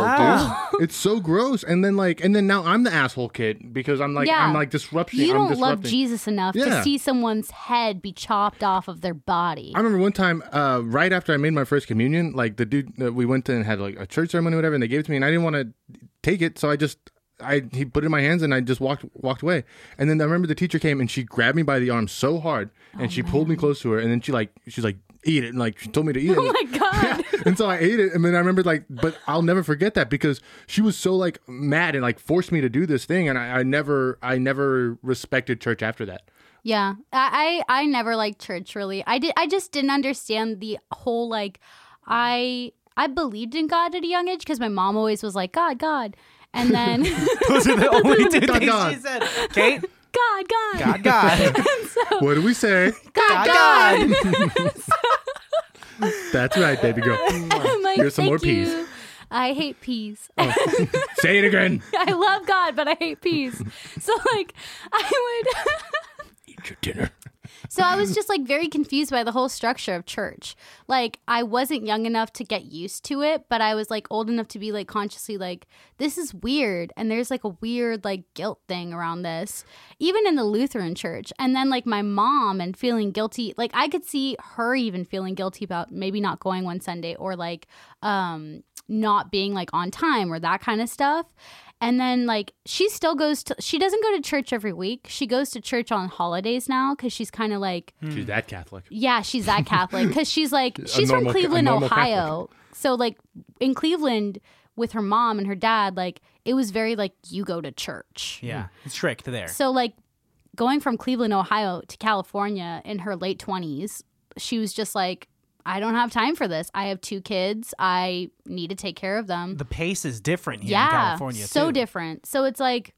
Speaker 4: dude. It's so gross. And then like and then now I'm the asshole kid because I'm like
Speaker 3: Yeah.
Speaker 4: I'm like disrupting.
Speaker 3: you
Speaker 4: I'm
Speaker 3: don't
Speaker 4: disrupting.
Speaker 3: love Jesus enough to
Speaker 4: Yeah.
Speaker 3: see someone's head be chopped off of their body.
Speaker 4: I remember one time, uh, right after I made my first communion, like the dude uh, we went to and had like a church ceremony, or whatever, and they gave it to me, and I didn't want to take it, so I just, I he put it in my hands, and I just walked walked away. And then I remember the teacher came and she grabbed me by the arm so hard, and
Speaker 3: Oh,
Speaker 4: she pulled me close to her, and then she like she's like eat it, and like she told me to eat it.
Speaker 3: oh my god.
Speaker 4: and so I ate it, and then I remembered like, but I'll never forget that because she was so like mad and like forced me to do this thing, and I, I never, I never respected church after that.
Speaker 3: Yeah, I, I I never liked church really. I did. I just didn't understand the whole like, I I believed in God at a young age because my mom always was like God, God, and then
Speaker 2: those are the only two things
Speaker 4: God.
Speaker 2: she said. Kate,
Speaker 3: God, God, God,
Speaker 2: God, God,
Speaker 4: What do we say?
Speaker 3: God.
Speaker 2: God, God.
Speaker 4: That's right, baby girl.
Speaker 3: I'm like,
Speaker 4: Here's some more Oh.
Speaker 3: "Thank you.
Speaker 4: peas."
Speaker 3: I hate peas.
Speaker 4: Say it again.
Speaker 3: I love God, but I hate peas. So like, I would.
Speaker 4: your dinner.
Speaker 3: So I was just like very confused by the whole structure of church. Like I wasn't young enough to get used to it, but I was like old enough to be like consciously like this is weird and there's like a weird like guilt thing around this even in the Lutheran church. And then like my mom and feeling guilty, like I could see her even feeling guilty about maybe not going one Sunday or like um not being like on time or that kind of stuff. And then like she still goes to she doesn't go to church every week. She goes to church on holidays now cuz she's kind of like
Speaker 2: Hmm.
Speaker 4: She's that Catholic.
Speaker 3: yeah, she's that Catholic cuz she's like she's from
Speaker 4: normal ca- a
Speaker 3: Cleveland,
Speaker 4: normal
Speaker 3: Ohio. So like in Cleveland with her mom and her dad like it was very like you go to church.
Speaker 2: yeah, it's tricked there.
Speaker 3: So like going from Cleveland, Ohio to California in her late 20s, she was just like I don't have time for this. I have two kids. I need to take care of them
Speaker 2: The pace is different here
Speaker 3: yeah,
Speaker 2: in California.
Speaker 3: So
Speaker 2: too.
Speaker 3: different. So it's like,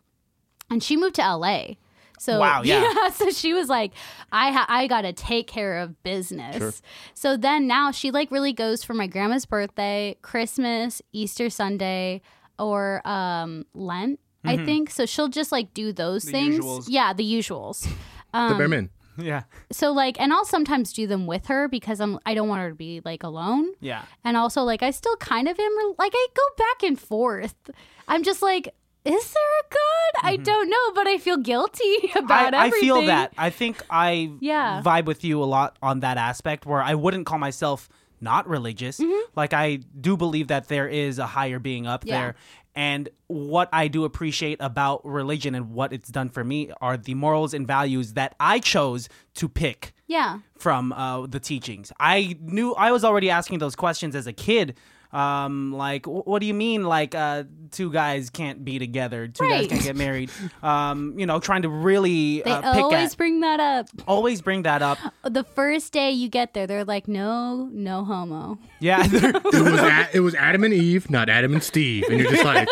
Speaker 3: and she moved to LA. So
Speaker 2: Wow, yeah.
Speaker 3: so she was like, I ha- I gotta take care of business. So then now she like really goes for my grandma's birthday, Christmas, Easter Sunday, or um Lent. I think so. She'll just like do those things.
Speaker 2: Mm-hmm. usuals.
Speaker 3: Yeah, the usuals.
Speaker 4: the
Speaker 2: Um,
Speaker 4: bare min.
Speaker 2: Yeah,
Speaker 3: So like, and I'll sometimes do them with her because I'm I don't want her to be like alone.
Speaker 2: yeah.
Speaker 3: And also, like, I still kind of am, like, I go back and forth. I'm just like, is there a God?
Speaker 4: Mm-hmm.
Speaker 3: I don't know, but I feel guilty about
Speaker 2: I, I
Speaker 3: everything.
Speaker 2: feel that. I think I
Speaker 3: Yeah.
Speaker 2: vibe with you a lot on that aspect where I wouldn't call myself not religious. Like I do believe that there is a higher being up
Speaker 3: Mm-hmm. Yeah.
Speaker 2: there. And what I do appreciate about religion and what it's done for me are the morals and values that I chose to pick
Speaker 3: Yeah.
Speaker 2: from uh, the teachings. I knew I was already asking those questions as a kid. Um, like, "Wh- what do you mean? Like, uh, two guys can't be together. Two guys
Speaker 3: Right.
Speaker 2: can't get married. Um, you know, trying to really
Speaker 3: They
Speaker 2: uh, pick
Speaker 3: always
Speaker 2: at,
Speaker 3: bring that up.
Speaker 2: always bring that up.
Speaker 3: The first day you get there, they're like, no, no homo.
Speaker 2: Yeah,
Speaker 4: It was, a, it was Adam and Eve, not Adam and Steve. And you're just like,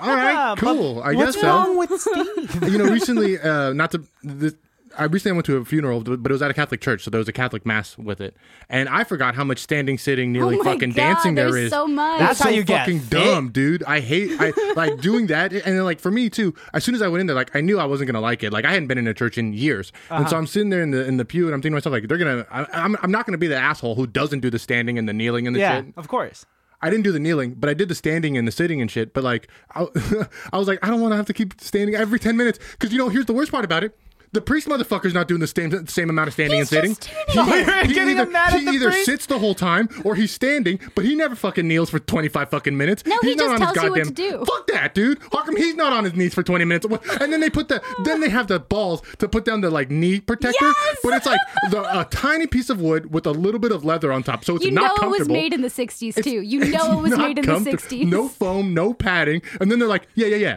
Speaker 4: All right,
Speaker 2: but
Speaker 4: cool. I
Speaker 2: What's
Speaker 4: guess so.
Speaker 2: wrong with Steve?
Speaker 4: you know, recently, uh, not to. This, I recently went to a funeral, but it was at a Catholic church, so there was a Catholic mass with it, and I forgot how much standing, sitting, kneeling,
Speaker 3: Oh my
Speaker 4: fucking
Speaker 3: God,
Speaker 4: dancing there
Speaker 3: there's
Speaker 4: is.
Speaker 3: so much.
Speaker 4: It's
Speaker 2: That's how
Speaker 4: so
Speaker 2: you get
Speaker 4: fucking
Speaker 2: fit.
Speaker 4: dumb, dude. I hate I like doing that, and then like for me too. As soon as I went in there, like I knew I wasn't gonna like it. Like I hadn't been in a church in years, and
Speaker 2: Uh-huh.
Speaker 4: so I'm sitting there in the in the pew, and I'm thinking to myself like, they're gonna. I, I'm I'm not gonna be the asshole who doesn't do the standing and the kneeling and the
Speaker 2: yeah,
Speaker 4: shit.
Speaker 2: of course.
Speaker 4: I didn't do the kneeling, but I did the standing and the sitting and shit. But like, I, I was like, I don't want to have to keep standing every ten minutes because you know here's the worst part about it. The priest motherfucker's not doing the same same amount of standing
Speaker 3: He's
Speaker 4: and sitting.
Speaker 3: just standing
Speaker 4: He-
Speaker 2: there.
Speaker 4: he
Speaker 2: Getting
Speaker 4: either,
Speaker 2: mad at
Speaker 4: he
Speaker 2: the
Speaker 4: either
Speaker 2: priest?
Speaker 4: sits the whole time or he's standing, but he never fucking kneels for twenty five fucking minutes.
Speaker 3: No, he
Speaker 4: he's
Speaker 3: just
Speaker 4: not on his
Speaker 3: tells you what to
Speaker 4: goddamn-
Speaker 3: do.
Speaker 4: Fuck that, dude. How come he's not on his knees for twenty minutes? And then they put the then they have the balls to put down the like knee protector,
Speaker 3: Yes!
Speaker 4: but it's like the, a tiny piece of wood with a little bit of leather on top, so it's
Speaker 3: You
Speaker 4: not
Speaker 3: know it
Speaker 4: comfortable.
Speaker 3: was made in the 60s, too. You
Speaker 4: It's
Speaker 3: know it was
Speaker 4: not
Speaker 3: made in the
Speaker 4: comfortable.
Speaker 3: 60s.
Speaker 4: No foam, no padding. And then they're like, yeah, yeah, yeah.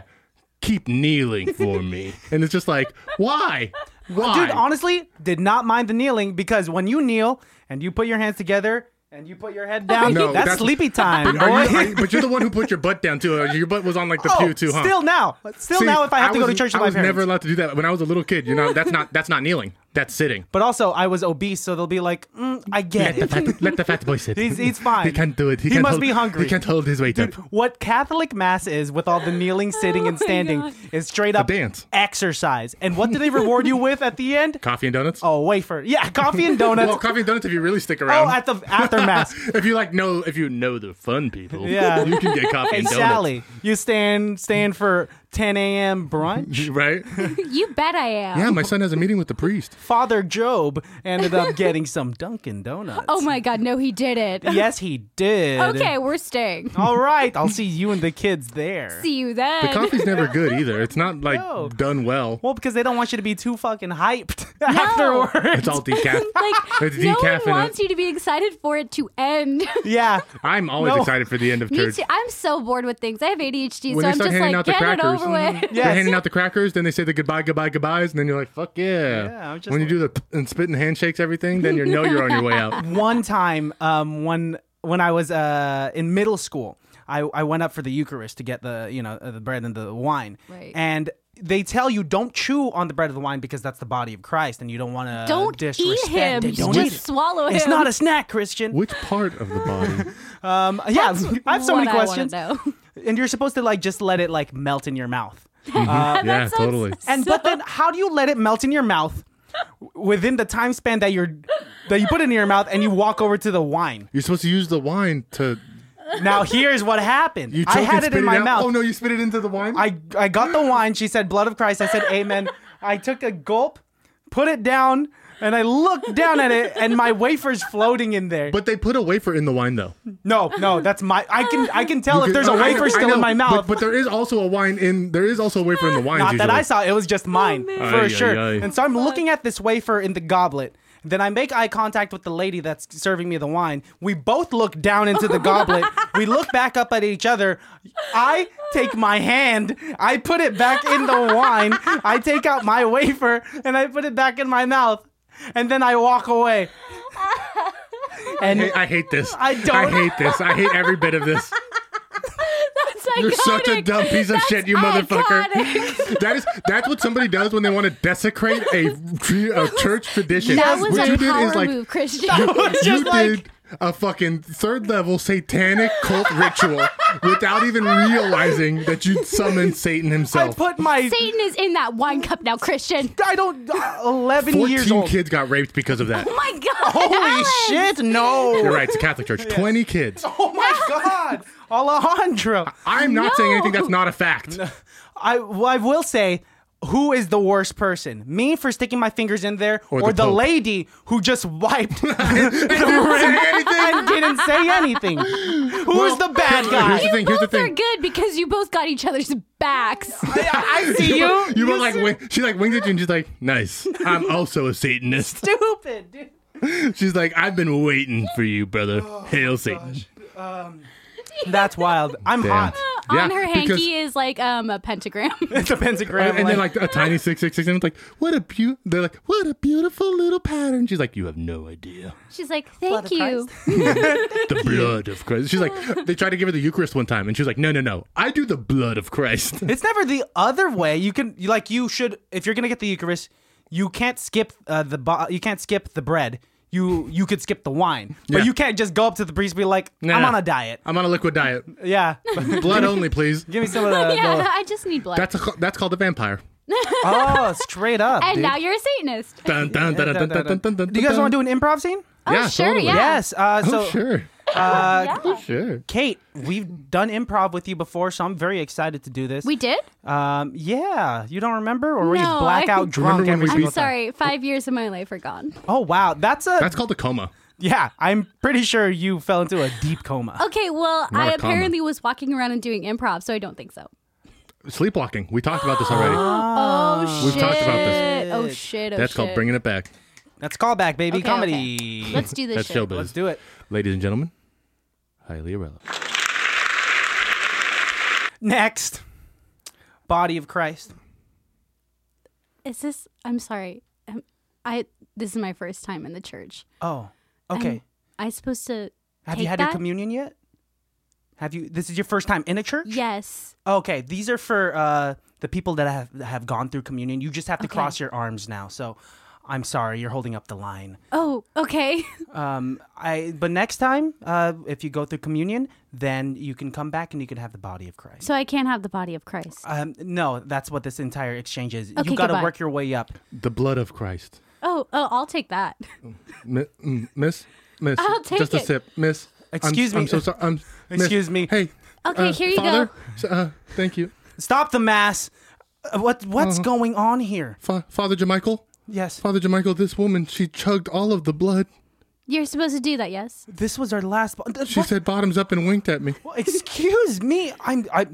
Speaker 4: Keep kneeling for me. And it's just like, why? Why?
Speaker 2: Dude, honestly, did not mind the kneeling because when you kneel and you put your hands together and you put your head down,
Speaker 4: No,
Speaker 2: that's,
Speaker 4: that's-
Speaker 2: sleepy time.
Speaker 4: Are you-
Speaker 2: boy.
Speaker 4: are you- but you're the one who put your butt down too. Your butt was on like the
Speaker 2: Oh,
Speaker 4: pew too, huh?
Speaker 2: Still now, still
Speaker 4: See,
Speaker 2: now, if I have to go to
Speaker 4: was-
Speaker 2: church
Speaker 4: I
Speaker 2: with my
Speaker 4: was
Speaker 2: parents.
Speaker 4: never allowed to do that when I was a little kid. You know, that's not that's not kneeling. That's sitting.
Speaker 2: But also, I was obese, so they'll be like, mm, I get
Speaker 4: Let the
Speaker 2: it.
Speaker 4: fat, let the fat boy sit.
Speaker 2: He's- he's fine.
Speaker 4: He can't do it. He,
Speaker 2: He
Speaker 4: can't
Speaker 2: must
Speaker 4: hold-
Speaker 2: be hungry.
Speaker 4: He can't hold his weight
Speaker 2: Dude,
Speaker 4: up.
Speaker 2: what Catholic Mass is with all the kneeling, sitting, and
Speaker 3: Oh my
Speaker 2: standing
Speaker 3: God.
Speaker 2: is straight up
Speaker 4: dance.
Speaker 2: exercise. And what do they reward you with at the end?
Speaker 4: Coffee and donuts.
Speaker 2: Oh, wafer. Yeah, coffee and
Speaker 4: well,
Speaker 2: donuts.
Speaker 4: coffee and donuts if you really stick around.
Speaker 3: um,
Speaker 2: oh, at the after Mass.
Speaker 4: if you like know if you know the fun people,
Speaker 2: Yeah.
Speaker 4: you can get coffee
Speaker 2: Hey,
Speaker 4: and donuts.
Speaker 2: Sally, you stand stand for 10 a.m. brunch.
Speaker 4: Right?
Speaker 3: You bet I am.
Speaker 4: Yeah, my son has a meeting with the priest.
Speaker 2: Father Job ended up getting some Dunkin' Donuts.
Speaker 3: Oh my God, no, he didn't.
Speaker 2: Yes, he did.
Speaker 3: Okay, we're staying.
Speaker 2: All right, I'll see you and the kids there.
Speaker 3: See you then.
Speaker 4: The coffee's never good either. It's not like
Speaker 2: No.
Speaker 4: done well.
Speaker 2: Well, because they don't want you to be too fucking hyped afterwards.
Speaker 4: It's all decaf.
Speaker 3: like
Speaker 4: It's
Speaker 3: no one
Speaker 4: decaf in
Speaker 3: wants
Speaker 4: it.
Speaker 3: you to be excited for it to end.
Speaker 2: Yeah.
Speaker 4: I'm always
Speaker 2: No.
Speaker 4: excited for the end of
Speaker 3: Me
Speaker 4: church.
Speaker 3: too. I'm so bored with things. I have ADHD, so
Speaker 4: When they
Speaker 3: I'm
Speaker 4: start
Speaker 3: just
Speaker 4: handing
Speaker 3: like,
Speaker 4: out the
Speaker 3: get it
Speaker 4: crackers, Mm-hmm.
Speaker 3: over with.
Speaker 2: Yes.
Speaker 4: They're handing out the crackers, then they say the goodbye, goodbye, goodbyes, and then you're like, fuck yeah.
Speaker 2: Yeah, I'm just
Speaker 4: when you do the p- and spit and handshakes, everything, then you know you're on your way out.
Speaker 2: One time, um, when when I was uh, in middle school, I, I went up for the Eucharist to get the you know uh, the bread and the wine,
Speaker 3: Right.
Speaker 2: and they tell you don't chew on the bread or the wine because that's the body of Christ, and you don't want to
Speaker 3: Don't eat
Speaker 2: disrespect
Speaker 3: him.
Speaker 2: It. Don't
Speaker 3: just
Speaker 2: eat it.
Speaker 3: swallow him.
Speaker 2: It's not a snack, Christian.
Speaker 4: Which part of the body?
Speaker 2: Um, yeah, I have so many
Speaker 3: What I wanna
Speaker 2: questions.
Speaker 3: know.
Speaker 2: and you're supposed to like just let it like melt in your mouth.
Speaker 4: yeah,
Speaker 3: sounds-
Speaker 4: totally.
Speaker 2: And but then how do you let it melt in your mouth w- within the time span that you're that you put it in your mouth and you walk over to the wine?
Speaker 4: You're supposed to use the wine to.
Speaker 2: Now here's what happened.
Speaker 4: You choke
Speaker 2: I had
Speaker 4: and
Speaker 2: it
Speaker 4: spit
Speaker 2: in my
Speaker 4: out.
Speaker 2: mouth.
Speaker 4: Oh, no, you spit it into the wine?
Speaker 2: I I got the wine. She said blood of Christ. I said amen. I took a gulp, put it down, and I looked down at it and my wafer's floating in there.
Speaker 4: but they put a wafer in the wine, though.
Speaker 2: no, no, that's my I can I can tell if
Speaker 4: Good-
Speaker 2: there's a
Speaker 4: I know,
Speaker 2: wafer
Speaker 4: I
Speaker 2: still
Speaker 4: know,
Speaker 2: in my
Speaker 4: but-
Speaker 2: mouth.
Speaker 4: But, there is also a wine in there is also a wafer in the wine.
Speaker 2: Not that I
Speaker 4: usually.
Speaker 2: saw. It was just mine
Speaker 3: man.
Speaker 2: for
Speaker 4: Ay,
Speaker 2: sure.
Speaker 4: ay, ay.
Speaker 2: And so I'm looking at this wafer in the goblet. Then I make eye contact with the lady that's serving me the wine. We both look down into the goblet. We look back up at each other. I take my hand, I put it back in the wine. I take out my wafer and I put it back in my mouth. And then I walk away. And
Speaker 4: I hate this.
Speaker 2: I don't-
Speaker 4: I hate this. I hate every bit of this.
Speaker 3: That's iconic.
Speaker 4: You're such a dumb piece of
Speaker 3: That's
Speaker 4: shit, you
Speaker 3: iconic.
Speaker 4: motherfucker. That is that's what somebody does when they want to desecrate a, tree- a church tradition.
Speaker 3: That was
Speaker 4: what
Speaker 3: a
Speaker 4: you did
Speaker 3: power
Speaker 4: is like
Speaker 3: move, Christian.
Speaker 4: you
Speaker 2: just like-
Speaker 4: did a fucking third level satanic cult ritual without even realizing that you summoned Satan
Speaker 2: I
Speaker 4: himself.
Speaker 2: put my
Speaker 3: Satan is in that wine cup now, Christian.
Speaker 2: I don't 11 years
Speaker 4: 14
Speaker 2: old.
Speaker 4: kids got raped because of that.
Speaker 3: Oh my God.
Speaker 2: Holy
Speaker 3: Alan.
Speaker 2: shit, no.
Speaker 4: You're right, it's a Catholic church. 20 kids.
Speaker 2: Oh my god, Alejandro!
Speaker 4: I'm not saying anything
Speaker 3: No.
Speaker 4: that's not a fact.
Speaker 2: I well, I will say, who is the worst person? Me for sticking my fingers in there, or,
Speaker 4: the
Speaker 2: the,
Speaker 4: Pope.
Speaker 2: lady who just wiped
Speaker 4: Didn't say anything.
Speaker 2: and didn't say anything? Who's the bad
Speaker 4: Here's the
Speaker 2: guy?
Speaker 4: thing. Here's the
Speaker 3: Both are
Speaker 4: thing.
Speaker 3: good because you both got each other's backs.
Speaker 2: I see you.
Speaker 4: You were like, wing, she like wings at you and she's like, nice. I'm also a Satanist.
Speaker 2: stupid. Dude.
Speaker 4: She's like, I've been waiting for you, brother. Hail Satan.
Speaker 2: That's wild. I'm
Speaker 4: Damn.
Speaker 2: hot.
Speaker 4: Yeah,
Speaker 3: on her
Speaker 4: because-
Speaker 3: hanky is like um a pentagram.
Speaker 2: it's a pentagram.
Speaker 4: And, and then
Speaker 2: like-
Speaker 4: like a tiny six six six, and it's like, what a beau. They're like, what a beautiful little pattern. She's like, you have no idea.
Speaker 3: She's like, thank
Speaker 2: of
Speaker 3: you.
Speaker 4: The blood of Christ. She's like, they tried to give her the Eucharist one time, and she was like, no, no, no, I do the blood of Christ.
Speaker 2: it's never the other way. You can you- like you should if you're gonna get the Eucharist, you can't skip uh, the bo- you can't skip the bread. You you could skip the wine,
Speaker 4: Yeah.
Speaker 2: but you can't just go up to the priest and be like,
Speaker 4: Nah.
Speaker 2: "I'm on a diet."
Speaker 4: I'm on a liquid diet.
Speaker 2: Yeah,
Speaker 4: Blood only, please.
Speaker 2: give me some of the.
Speaker 3: yeah,
Speaker 2: the-
Speaker 3: I just need blood.
Speaker 4: That's a, that's called a vampire.
Speaker 2: oh, straight up.
Speaker 3: and
Speaker 2: dude.
Speaker 3: now you're a Satanist.
Speaker 4: Dun, dun, dun, dun, dun, dun, dun, dun,
Speaker 2: do you guys
Speaker 4: dun.
Speaker 2: want to do an improv scene?
Speaker 3: Oh,
Speaker 4: Yeah,
Speaker 3: sure,
Speaker 4: totally.
Speaker 3: yeah.
Speaker 2: Yes. Uh, so,
Speaker 4: Oh, sure. Oh,
Speaker 2: uh,
Speaker 4: Sure.
Speaker 2: Kate, we've done improv with you before, so I'm very excited to do this.
Speaker 3: We did?
Speaker 2: Um, yeah, you don't remember, or were you
Speaker 3: No, I-
Speaker 2: blackout drunk
Speaker 4: Remember when
Speaker 2: every
Speaker 4: we
Speaker 2: single
Speaker 3: I'm
Speaker 4: both-
Speaker 2: time?
Speaker 3: sorry, five years of my life are gone.
Speaker 2: Oh wow, that's a
Speaker 4: That's called a coma.
Speaker 2: yeah. I'm pretty sure you fell into a deep coma.
Speaker 3: Okay, well,
Speaker 4: Not
Speaker 3: I
Speaker 4: a comma.
Speaker 3: apparently was walking around and doing improv, so I don't think so.
Speaker 4: Sleepwalking. We talked about this already.
Speaker 3: Oh,
Speaker 4: We've
Speaker 3: shit.
Speaker 4: talked about this.
Speaker 3: Oh shit. Oh,
Speaker 4: That's called
Speaker 3: shit.
Speaker 4: bringing it back.
Speaker 2: That's callback, baby.
Speaker 3: Okay,
Speaker 2: Comedy.
Speaker 3: Let's do this
Speaker 4: That's
Speaker 3: shit.
Speaker 4: showbiz.
Speaker 2: Let's do it.
Speaker 4: Ladies and gentlemen, highly irrelevant.
Speaker 2: Next, body of Christ.
Speaker 3: Is this I'm sorry. Um, I this is my first time in the church.
Speaker 2: Oh, okay.
Speaker 3: Am I supposed to
Speaker 2: Have
Speaker 3: take
Speaker 2: you had
Speaker 3: that?
Speaker 2: your communion yet? Have you? This is your first time in a church.
Speaker 3: Yes.
Speaker 2: Okay, these are for uh, the people that have that have gone through communion. You just have to
Speaker 3: Okay.
Speaker 2: cross your arms now. So, I'm sorry, you're holding up the line.
Speaker 3: Oh, okay.
Speaker 2: Um, I but next time, uh, if you go through communion, then you can come back and you can have the body of Christ.
Speaker 3: So I can't have the body of Christ.
Speaker 2: Um, no, that's what this entire exchange is.
Speaker 3: Okay,
Speaker 2: you got to
Speaker 3: goodbye.
Speaker 2: work your way up.
Speaker 4: The blood of Christ.
Speaker 3: Oh, oh, I'll take that.
Speaker 4: Mi- mm, miss, miss.
Speaker 3: I'll take
Speaker 4: just a
Speaker 3: it.
Speaker 4: sip, miss. I'm-
Speaker 2: Excuse me.
Speaker 4: I'm so sorry. I'm, miss.
Speaker 2: Excuse me.
Speaker 4: Hey.
Speaker 3: Okay,
Speaker 4: uh,
Speaker 3: here you
Speaker 4: father?
Speaker 3: go.
Speaker 4: S- Uh, thank you,
Speaker 2: Stop the mass. Uh, what what's
Speaker 3: Mm-hmm.
Speaker 2: going on here?
Speaker 4: Fa- Father Jamichael.
Speaker 2: Yes,
Speaker 4: Father Jamichael, this woman, she chugged all of the blood.
Speaker 3: You're supposed to do that, yes?
Speaker 2: this was our last. Bo- uh,
Speaker 4: She
Speaker 2: what?
Speaker 4: said bottoms up and winked at me.
Speaker 2: Excuse me. I'm I.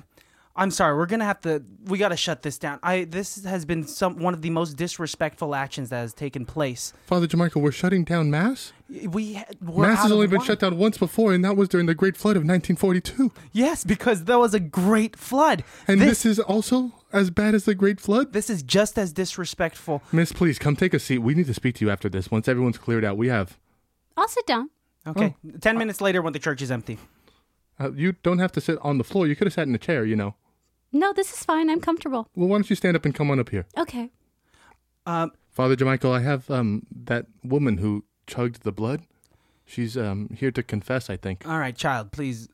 Speaker 2: I'm sorry. We're gonna have to. We gotta shut this down. I. This has been some one of the most disrespectful actions that has taken place.
Speaker 4: Father Jamichael, we're shutting down Mass?
Speaker 2: We. We're
Speaker 4: Mass
Speaker 2: out
Speaker 4: has
Speaker 2: of
Speaker 4: only been
Speaker 2: wine.
Speaker 4: shut down once before, and that was during the Great Flood of 1942.
Speaker 2: Yes, because there was a great flood.
Speaker 4: And
Speaker 2: this
Speaker 4: this, is also as bad as the Great Flood?
Speaker 2: This is just as disrespectful.
Speaker 4: Miss, please come take a seat. We need to speak to you after this. Once everyone's cleared out, we have.
Speaker 3: I'll sit down.
Speaker 2: Okay.
Speaker 4: Oh.
Speaker 2: Ten minutes later, when the church is empty.
Speaker 4: Uh, you don't have to sit on the floor. You could have sat in a chair, you know.
Speaker 3: No, this is fine. I'm comfortable.
Speaker 4: Well, why don't you stand up and come on up here?
Speaker 3: Okay.
Speaker 2: Um,
Speaker 4: Father Jamichael, I have um that woman who chugged the blood. She's um here to confess, I think.
Speaker 2: all right, child, please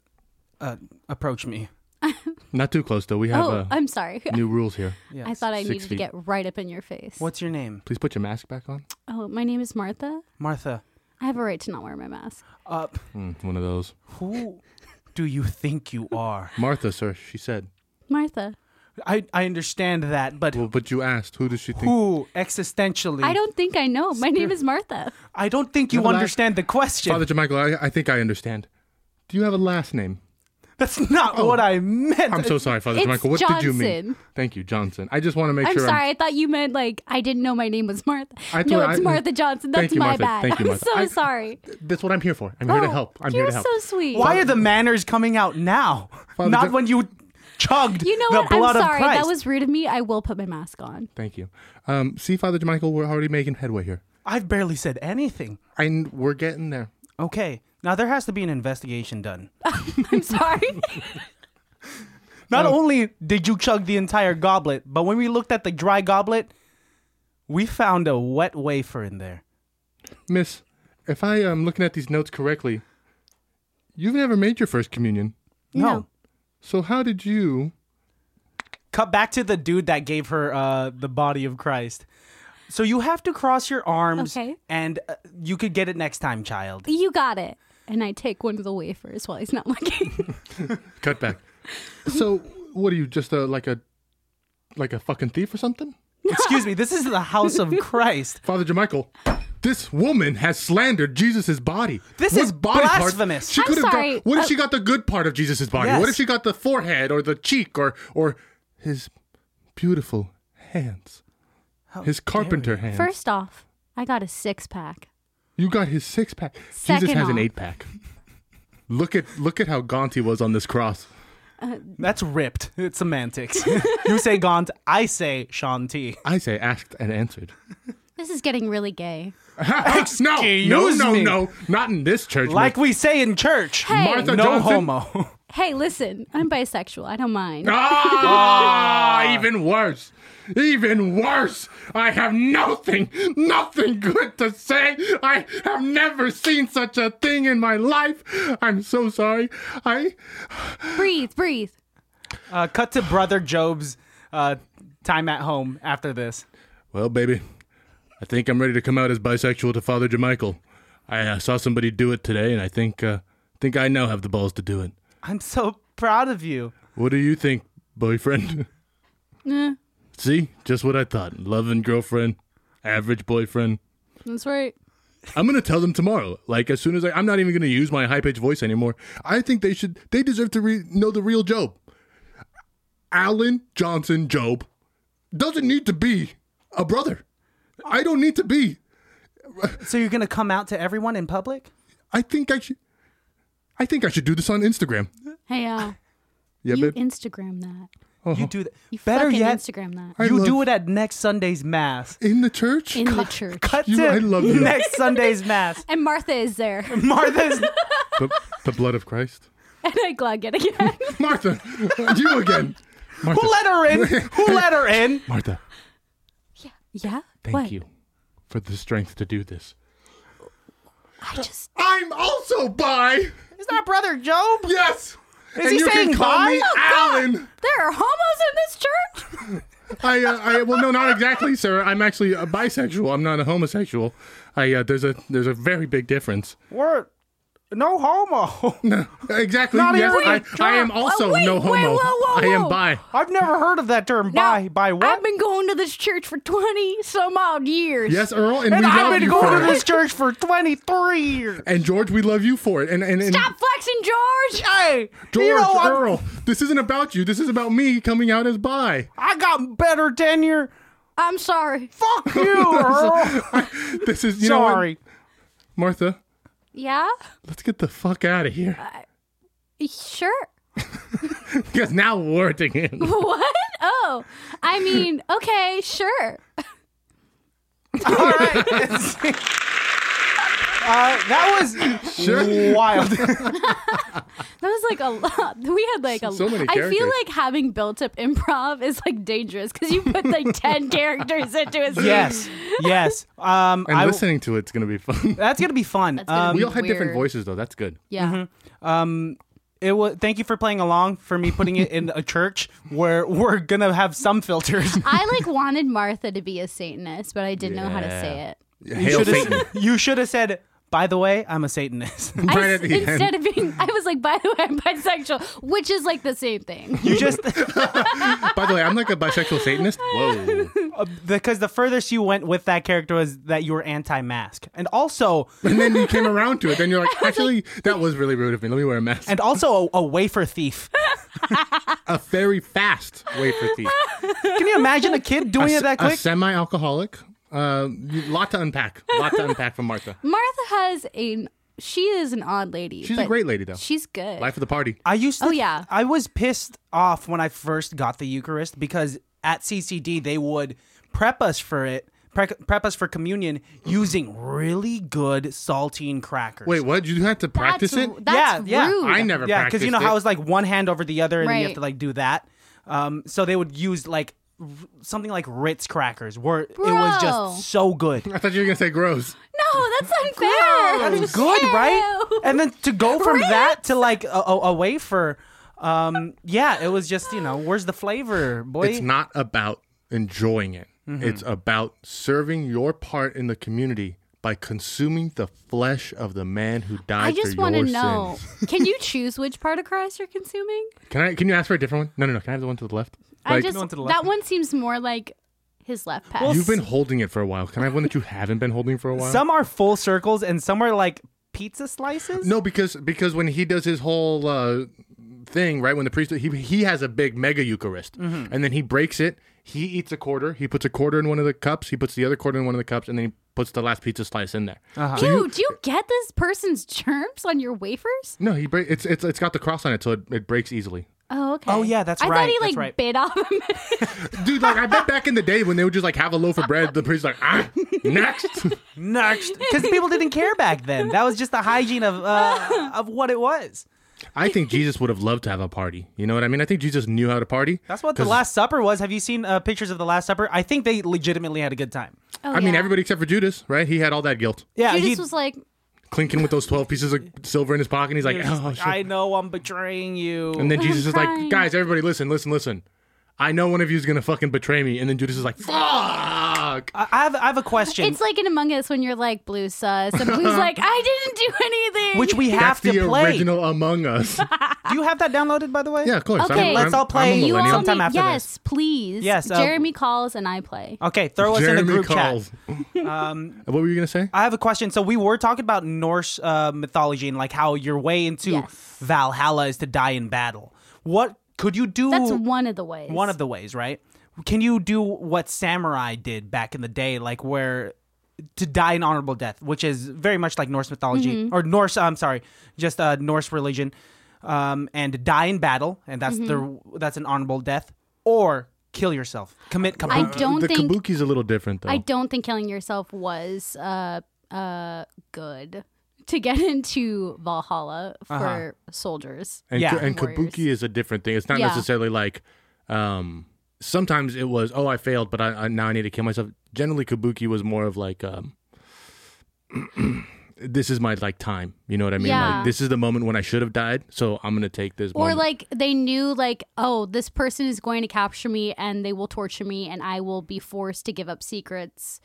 Speaker 2: uh, approach me.
Speaker 4: Not too close though. We have
Speaker 3: Oh,
Speaker 4: uh,
Speaker 3: I'm sorry.
Speaker 4: new rules here.
Speaker 2: Yes.
Speaker 3: I thought I
Speaker 4: Six
Speaker 3: needed to
Speaker 4: feet.
Speaker 3: get right up in your face.
Speaker 2: What's your name?
Speaker 4: Please put your mask back on.
Speaker 3: Oh, my name is Martha.
Speaker 2: Martha.
Speaker 3: I have a right to not wear my mask.
Speaker 2: Uh,
Speaker 4: Mm, one of those.
Speaker 2: who do you think you are?
Speaker 4: Martha, sir, she said.
Speaker 3: Martha.
Speaker 2: I, I understand that, but
Speaker 4: Well, but you asked, who does she think?
Speaker 2: who existentially?
Speaker 3: I don't think I know. My name is Martha.
Speaker 2: I don't think you
Speaker 4: Never mind.
Speaker 2: understand the question.
Speaker 4: Father Jamichael, I, I think I understand. Do you have a last name?
Speaker 2: That's not what I meant.
Speaker 4: Oh. I'm so sorry, Father
Speaker 3: It's
Speaker 4: Jamichael. What did you mean?
Speaker 3: Johnson.
Speaker 4: Thank you, Johnson. I just want to make
Speaker 3: I'm
Speaker 4: sure.
Speaker 3: sorry. i thought you meant like I didn't know my name was Martha.
Speaker 4: I
Speaker 3: no,
Speaker 4: thought
Speaker 3: it's
Speaker 4: I-
Speaker 3: Martha Johnson.
Speaker 4: Thank
Speaker 3: That's
Speaker 4: you,
Speaker 3: my
Speaker 4: Martha.
Speaker 3: bad.
Speaker 4: Thank you,
Speaker 3: I'm
Speaker 4: Martha.
Speaker 3: so
Speaker 4: I-
Speaker 3: sorry.
Speaker 4: That's what I'm here for. I'm here to
Speaker 3: Oh,
Speaker 4: help. I'm
Speaker 3: you're
Speaker 4: here to help.
Speaker 3: so sweet.
Speaker 2: Why are the manners coming out now?
Speaker 4: Father
Speaker 2: not
Speaker 4: Jeff-
Speaker 2: when you chugged
Speaker 3: You know
Speaker 2: the
Speaker 3: what?
Speaker 2: blood
Speaker 3: I'm
Speaker 2: of
Speaker 3: sorry.
Speaker 2: Christ.
Speaker 3: That was rude of me. I will put my mask on.
Speaker 4: Thank you. Um, see, Father Jamichael, we're already making headway here.
Speaker 2: I've barely said anything.
Speaker 4: And we're getting there.
Speaker 2: Okay. Now there has to be an investigation done.
Speaker 3: I'm sorry.
Speaker 2: Not
Speaker 4: Oh.
Speaker 2: only did you chug the entire goblet, but when we looked at the dry goblet, we found a wet wafer in there.
Speaker 4: Miss, if I am looking at these notes correctly, you've never made your first communion.
Speaker 2: No.
Speaker 3: No.
Speaker 4: So how did you?
Speaker 2: Cut back to the dude that gave her uh, the body of Christ. So you have to cross your arms,
Speaker 3: Okay.
Speaker 2: and uh, you could get it next time, child.
Speaker 3: you got it. And I take one of the wafers while he's not looking.
Speaker 4: Cut back. so what are you just a like a like a fucking thief or something?
Speaker 2: Excuse me, this is the house of Christ.
Speaker 4: Father Jamichael, this woman has slandered Jesus' body.
Speaker 2: This
Speaker 4: What
Speaker 2: is
Speaker 4: part-
Speaker 2: blasphemous.
Speaker 4: she
Speaker 3: I'm
Speaker 4: could have
Speaker 3: sorry.
Speaker 4: Got, what if
Speaker 3: Uh,
Speaker 4: she got the good part of Jesus' body?
Speaker 2: Yes.
Speaker 4: What if she got the forehead or the cheek or or his beautiful hands? his carpenter hands.
Speaker 3: First off, I got a six pack.
Speaker 4: You got his six pack. Jesus
Speaker 3: Second
Speaker 4: has an
Speaker 3: off.
Speaker 4: eight pack. Look at look at how gaunt he was on this cross.
Speaker 2: That's ripped. It's semantics. you say Gaunt, I say Sean T.
Speaker 4: I say asked and answered.
Speaker 3: This is getting really gay.
Speaker 4: no, no,
Speaker 2: Excuse
Speaker 4: no,
Speaker 2: me.
Speaker 4: no, not in this church.
Speaker 2: Like we say in church.
Speaker 3: Hey.
Speaker 4: Martha
Speaker 2: no
Speaker 4: Johnson.
Speaker 2: homo.
Speaker 3: Hey, listen, I'm bisexual. I don't mind.
Speaker 4: Ah, even worse. Even worse. I have nothing, nothing good to say. I have never seen such a thing in my life. I'm so sorry. I
Speaker 3: breathe, breathe.
Speaker 2: Uh, cut to brother Job's uh, time at home after this.
Speaker 4: Well, baby, I think I'm ready to come out as bisexual to Father Jermichael. I uh, saw somebody do it today and I think uh think I now have the balls to do it.
Speaker 2: I'm so proud of you.
Speaker 4: What do you think, boyfriend?
Speaker 3: Eh,
Speaker 4: See? Just what I thought. Loving girlfriend, average boyfriend.
Speaker 3: that's right.
Speaker 4: I'm gonna tell them tomorrow. Like as soon as I, I'm not even gonna use my high pitched voice anymore. I think they should. They deserve to re- know the real Job. Alan Johnson Job doesn't need to be a brother. I don't need to be.
Speaker 2: So you're gonna come out to everyone in public?
Speaker 4: I think I should. I think I should do this on Instagram.
Speaker 3: Hey, Al,
Speaker 4: Yeah,
Speaker 3: you
Speaker 4: babe.
Speaker 3: Instagram that.
Speaker 2: You do that.
Speaker 3: You
Speaker 2: Better
Speaker 3: fucking
Speaker 2: yet,
Speaker 3: Instagram that
Speaker 4: Uh-huh. I
Speaker 2: you
Speaker 4: love-
Speaker 2: do it at next Sunday's mass.
Speaker 4: in the church.
Speaker 3: in the church.
Speaker 2: Cut
Speaker 4: You-
Speaker 2: to
Speaker 4: I love you.
Speaker 2: next Sunday's mass.
Speaker 3: And Martha is there. and
Speaker 2: Martha's.
Speaker 4: the, the blood of Christ.
Speaker 3: I glug it again.
Speaker 4: Martha, you again. Martha,
Speaker 2: Who let her in? Who let her in?
Speaker 4: Martha,
Speaker 3: yeah?
Speaker 4: thank
Speaker 3: what?
Speaker 4: you for the strength to do this.
Speaker 3: I just.
Speaker 4: I'm also bi.
Speaker 2: It's not brother Job.
Speaker 4: Yes. and
Speaker 2: he
Speaker 4: you
Speaker 2: saying
Speaker 4: can call
Speaker 2: bi?
Speaker 4: me
Speaker 2: Oh,
Speaker 4: Alan.
Speaker 3: There are homos in this church?
Speaker 4: I, uh, I well, no, not exactly, sir. I'm actually a bisexual. I'm not a homosexual. I uh, there's a there's a very big difference.
Speaker 2: We're no homo.
Speaker 4: Exactly.
Speaker 2: Not
Speaker 4: yes,
Speaker 2: even
Speaker 4: I,
Speaker 2: drunk.
Speaker 4: I am also
Speaker 3: Oh, wait,
Speaker 4: no
Speaker 3: wait, whoa,
Speaker 4: homo.
Speaker 3: whoa,
Speaker 4: I am
Speaker 3: whoa.
Speaker 4: bi.
Speaker 2: I've never heard of that term. by by what?
Speaker 3: I've been going to this church for 20 some odd years.
Speaker 4: Yes, Earl, and,
Speaker 2: and
Speaker 4: we
Speaker 2: I've
Speaker 4: love
Speaker 2: been
Speaker 4: you
Speaker 2: going
Speaker 4: for
Speaker 2: to
Speaker 4: it.
Speaker 2: this church for 23 years.
Speaker 4: And George, we love you for it. And and, and
Speaker 3: Stop flexing, George!
Speaker 2: Hey,
Speaker 4: George,
Speaker 2: you know, I'm-
Speaker 4: Earl, this isn't about you. This is about me coming out as bi.
Speaker 2: I got better tenure.
Speaker 3: I'm sorry.
Speaker 2: Fuck you, Earl.
Speaker 4: This is you know what?
Speaker 2: Sorry.
Speaker 4: Martha.
Speaker 3: Yeah?
Speaker 4: Let's get the fuck out of here
Speaker 3: Sure.
Speaker 4: because now we're digging. in.
Speaker 3: What? Oh, I mean, okay, sure.
Speaker 2: All right. Uh, that was wild.
Speaker 3: That was like a lot. We had like a.
Speaker 4: So many
Speaker 3: I feel
Speaker 4: characters.
Speaker 3: like having built up improv is like dangerous because you put like ten characters into a scene.
Speaker 2: yes, yes. Um,
Speaker 4: And
Speaker 2: I,
Speaker 4: listening to it's gonna be fun.
Speaker 2: that's gonna be fun.
Speaker 3: gonna
Speaker 2: um,
Speaker 4: we all had different
Speaker 3: Weird.
Speaker 4: voices though. That's good.
Speaker 3: Yeah.
Speaker 2: Mm-hmm. it was. Thank you for playing along. For me putting it in a church where we're gonna have some filters.
Speaker 3: I like wanted Martha to be a Satanist, but I didn't know how to say it.
Speaker 4: Hail
Speaker 2: Shoulda-
Speaker 4: Satan.
Speaker 2: you should have said. By the way, I'm a Satanist.
Speaker 3: I
Speaker 4: Right
Speaker 3: s-
Speaker 4: at the end.
Speaker 3: instead of being, I was like, by the way, I'm bisexual, which is like the same thing.
Speaker 2: You just
Speaker 4: By the way, I'm like a bisexual Satanist. Whoa.
Speaker 2: because the furthest you went with that character was that you were anti-mask, and also
Speaker 4: And then you came around to it. Then you're like, actually, that was really rude of me. Let me wear a mask.
Speaker 2: and also a, a wafer thief.
Speaker 4: a very fast wafer thief.
Speaker 2: Can you imagine a kid doing
Speaker 4: a,
Speaker 2: it that quick?
Speaker 4: semi alcoholic. Uh, you- lot to unpack. Lot to unpack from Martha.
Speaker 3: Martha has a. She is an odd lady.
Speaker 4: She's a
Speaker 3: but
Speaker 4: great lady, though.
Speaker 3: She's good.
Speaker 4: Life of the party.
Speaker 2: I used to.
Speaker 3: Oh, yeah.
Speaker 2: I was pissed off when I first got the Eucharist because at CCD they would prep us for it, pre- prep us for communion using really good saltine crackers.
Speaker 4: Wait, what? You had to
Speaker 3: that's,
Speaker 4: practice it?
Speaker 3: That's
Speaker 2: Yeah, yeah.
Speaker 3: rude.
Speaker 4: I never
Speaker 2: Yeah,
Speaker 4: practiced
Speaker 2: you know
Speaker 4: it.
Speaker 2: how it's like one hand over the other, and then you have
Speaker 3: Right.
Speaker 2: to like do that. Um, so they would use like r- something like Ritz crackers, where it was
Speaker 3: Bro.
Speaker 2: just so good.
Speaker 4: I thought you were going to say gross.
Speaker 3: No, that's unfair.
Speaker 2: That is good, right?
Speaker 3: Ew.
Speaker 2: And then to go from that to like a, a, a wafer, um, yeah, it was just you know, where's the flavor, boy?
Speaker 4: It's not about enjoying it,
Speaker 3: Mm-hmm.
Speaker 4: it's about serving your part in the community. By consuming the flesh of the man who died
Speaker 3: I just
Speaker 4: for
Speaker 3: want to
Speaker 4: your
Speaker 3: know.
Speaker 4: sins.
Speaker 3: Can you choose which part of Christ you're consuming?
Speaker 4: Can I? Can you ask for a different one? No, no, no. Can I have the one to the left?
Speaker 3: I
Speaker 4: Like-
Speaker 3: just
Speaker 2: one to the
Speaker 3: that
Speaker 2: left.
Speaker 3: one seems more like his left pass.
Speaker 2: Well,
Speaker 4: You've been holding it for a while. Can I have one that you haven't been holding for a while?
Speaker 2: Some are full circles and some are like pizza slices.
Speaker 4: no, because because when he does his whole uh, thing, right when the priest he he has a big mega Eucharist,
Speaker 3: Mm-hmm.
Speaker 4: and then he breaks it. He eats a quarter. He puts a quarter in one of the cups. He puts the other quarter in one of the cups, and then he puts the last pizza slice in there.
Speaker 3: Dude, do you get this person's germs on your wafers?
Speaker 4: No, he break. It's it's it's got the cross on it, so it, it breaks easily.
Speaker 3: Oh, okay.
Speaker 2: Oh, yeah, that's
Speaker 3: I
Speaker 2: right,
Speaker 3: thought he
Speaker 2: that's
Speaker 3: like
Speaker 2: right.
Speaker 3: bit off. a minute.
Speaker 4: Dude, like I bet back in the day when they would just like have a loaf of bread, the priest's like, ah, next.
Speaker 2: Next, because people didn't care back then. That was just the hygiene of uh, of what it was.
Speaker 4: I think Jesus would have loved to have a party. You know what I mean? I think Jesus knew how to party.
Speaker 2: That's what the
Speaker 4: 'Cause,
Speaker 2: Last Supper was. Have you seen uh, pictures of the Last Supper? I think they legitimately had a good time.
Speaker 3: Oh,
Speaker 4: I mean,
Speaker 3: yeah.
Speaker 4: everybody except for Judas, right? He had all that guilt,
Speaker 2: Yeah,
Speaker 3: Judas
Speaker 2: he-
Speaker 3: was like,
Speaker 4: clinking with those twelve pieces of silver in his pocket. And he's like,
Speaker 2: he was just
Speaker 4: oh
Speaker 2: like,
Speaker 4: shit.
Speaker 2: I know I'm betraying you.
Speaker 4: And then Jesus is
Speaker 3: crying.
Speaker 4: like, guys, everybody, listen, listen, listen. I know one of you is gonna fucking betray me. And then Judas is like, fuck.
Speaker 2: I I have, I have a question.
Speaker 3: it's like in Among Us when you're like blue sus, and blue's like, I didn't do anything.
Speaker 2: which we have
Speaker 4: That's
Speaker 2: to
Speaker 4: the
Speaker 2: play.
Speaker 4: original Among Us.
Speaker 2: Do you have that downloaded, by the way?
Speaker 4: yeah, of course.
Speaker 3: Okay. Let's
Speaker 2: all play.
Speaker 4: I'm a
Speaker 2: You
Speaker 3: you all
Speaker 4: millennial.
Speaker 2: sometime
Speaker 3: need-
Speaker 2: after
Speaker 3: yes, please.
Speaker 2: Yes, uh,
Speaker 3: Jeremy calls and I play.
Speaker 2: Okay, throw us in a
Speaker 4: Jeremy
Speaker 2: group
Speaker 4: calls.
Speaker 2: chat. Um,
Speaker 4: what were you gonna say?
Speaker 2: I have a question. So we were talking about Norse uh, mythology and like how your way into
Speaker 3: Yes.
Speaker 2: Valhalla is to die in battle. What could you do?
Speaker 3: That's one of the ways.
Speaker 2: one of the ways, right? Can you do what samurai did back in the day, like where to die an honorable death, which is very much like Norse mythology
Speaker 3: Mm-hmm.
Speaker 2: or Norse? I'm sorry, just uh, Norse religion, um, and die in battle, and that's the that's an honorable death, or kill yourself, commit
Speaker 3: Mm-hmm. I
Speaker 2: kabuki.
Speaker 3: don't
Speaker 4: the
Speaker 3: think
Speaker 4: kabuki's a little different though.
Speaker 3: I
Speaker 2: Oh.
Speaker 3: don't think killing yourself was uh uh good to get into Valhalla for
Speaker 2: Uh-huh.
Speaker 3: soldiers.
Speaker 4: and,
Speaker 2: Yeah.
Speaker 4: and kabuki
Speaker 3: Warriors.
Speaker 4: is a different thing. It's not
Speaker 3: Yeah.
Speaker 4: necessarily like um sometimes it was oh I failed but I, I now I need to kill myself. Generally kabuki was more of like um this is my like time. You know what I mean?
Speaker 3: Yeah.
Speaker 4: Like this is the moment when I should have died, so I'm going to take this
Speaker 3: Or
Speaker 4: moment.
Speaker 3: like they knew like, oh, this person is going to capture me and they will torture me and I will be forced to give up secrets.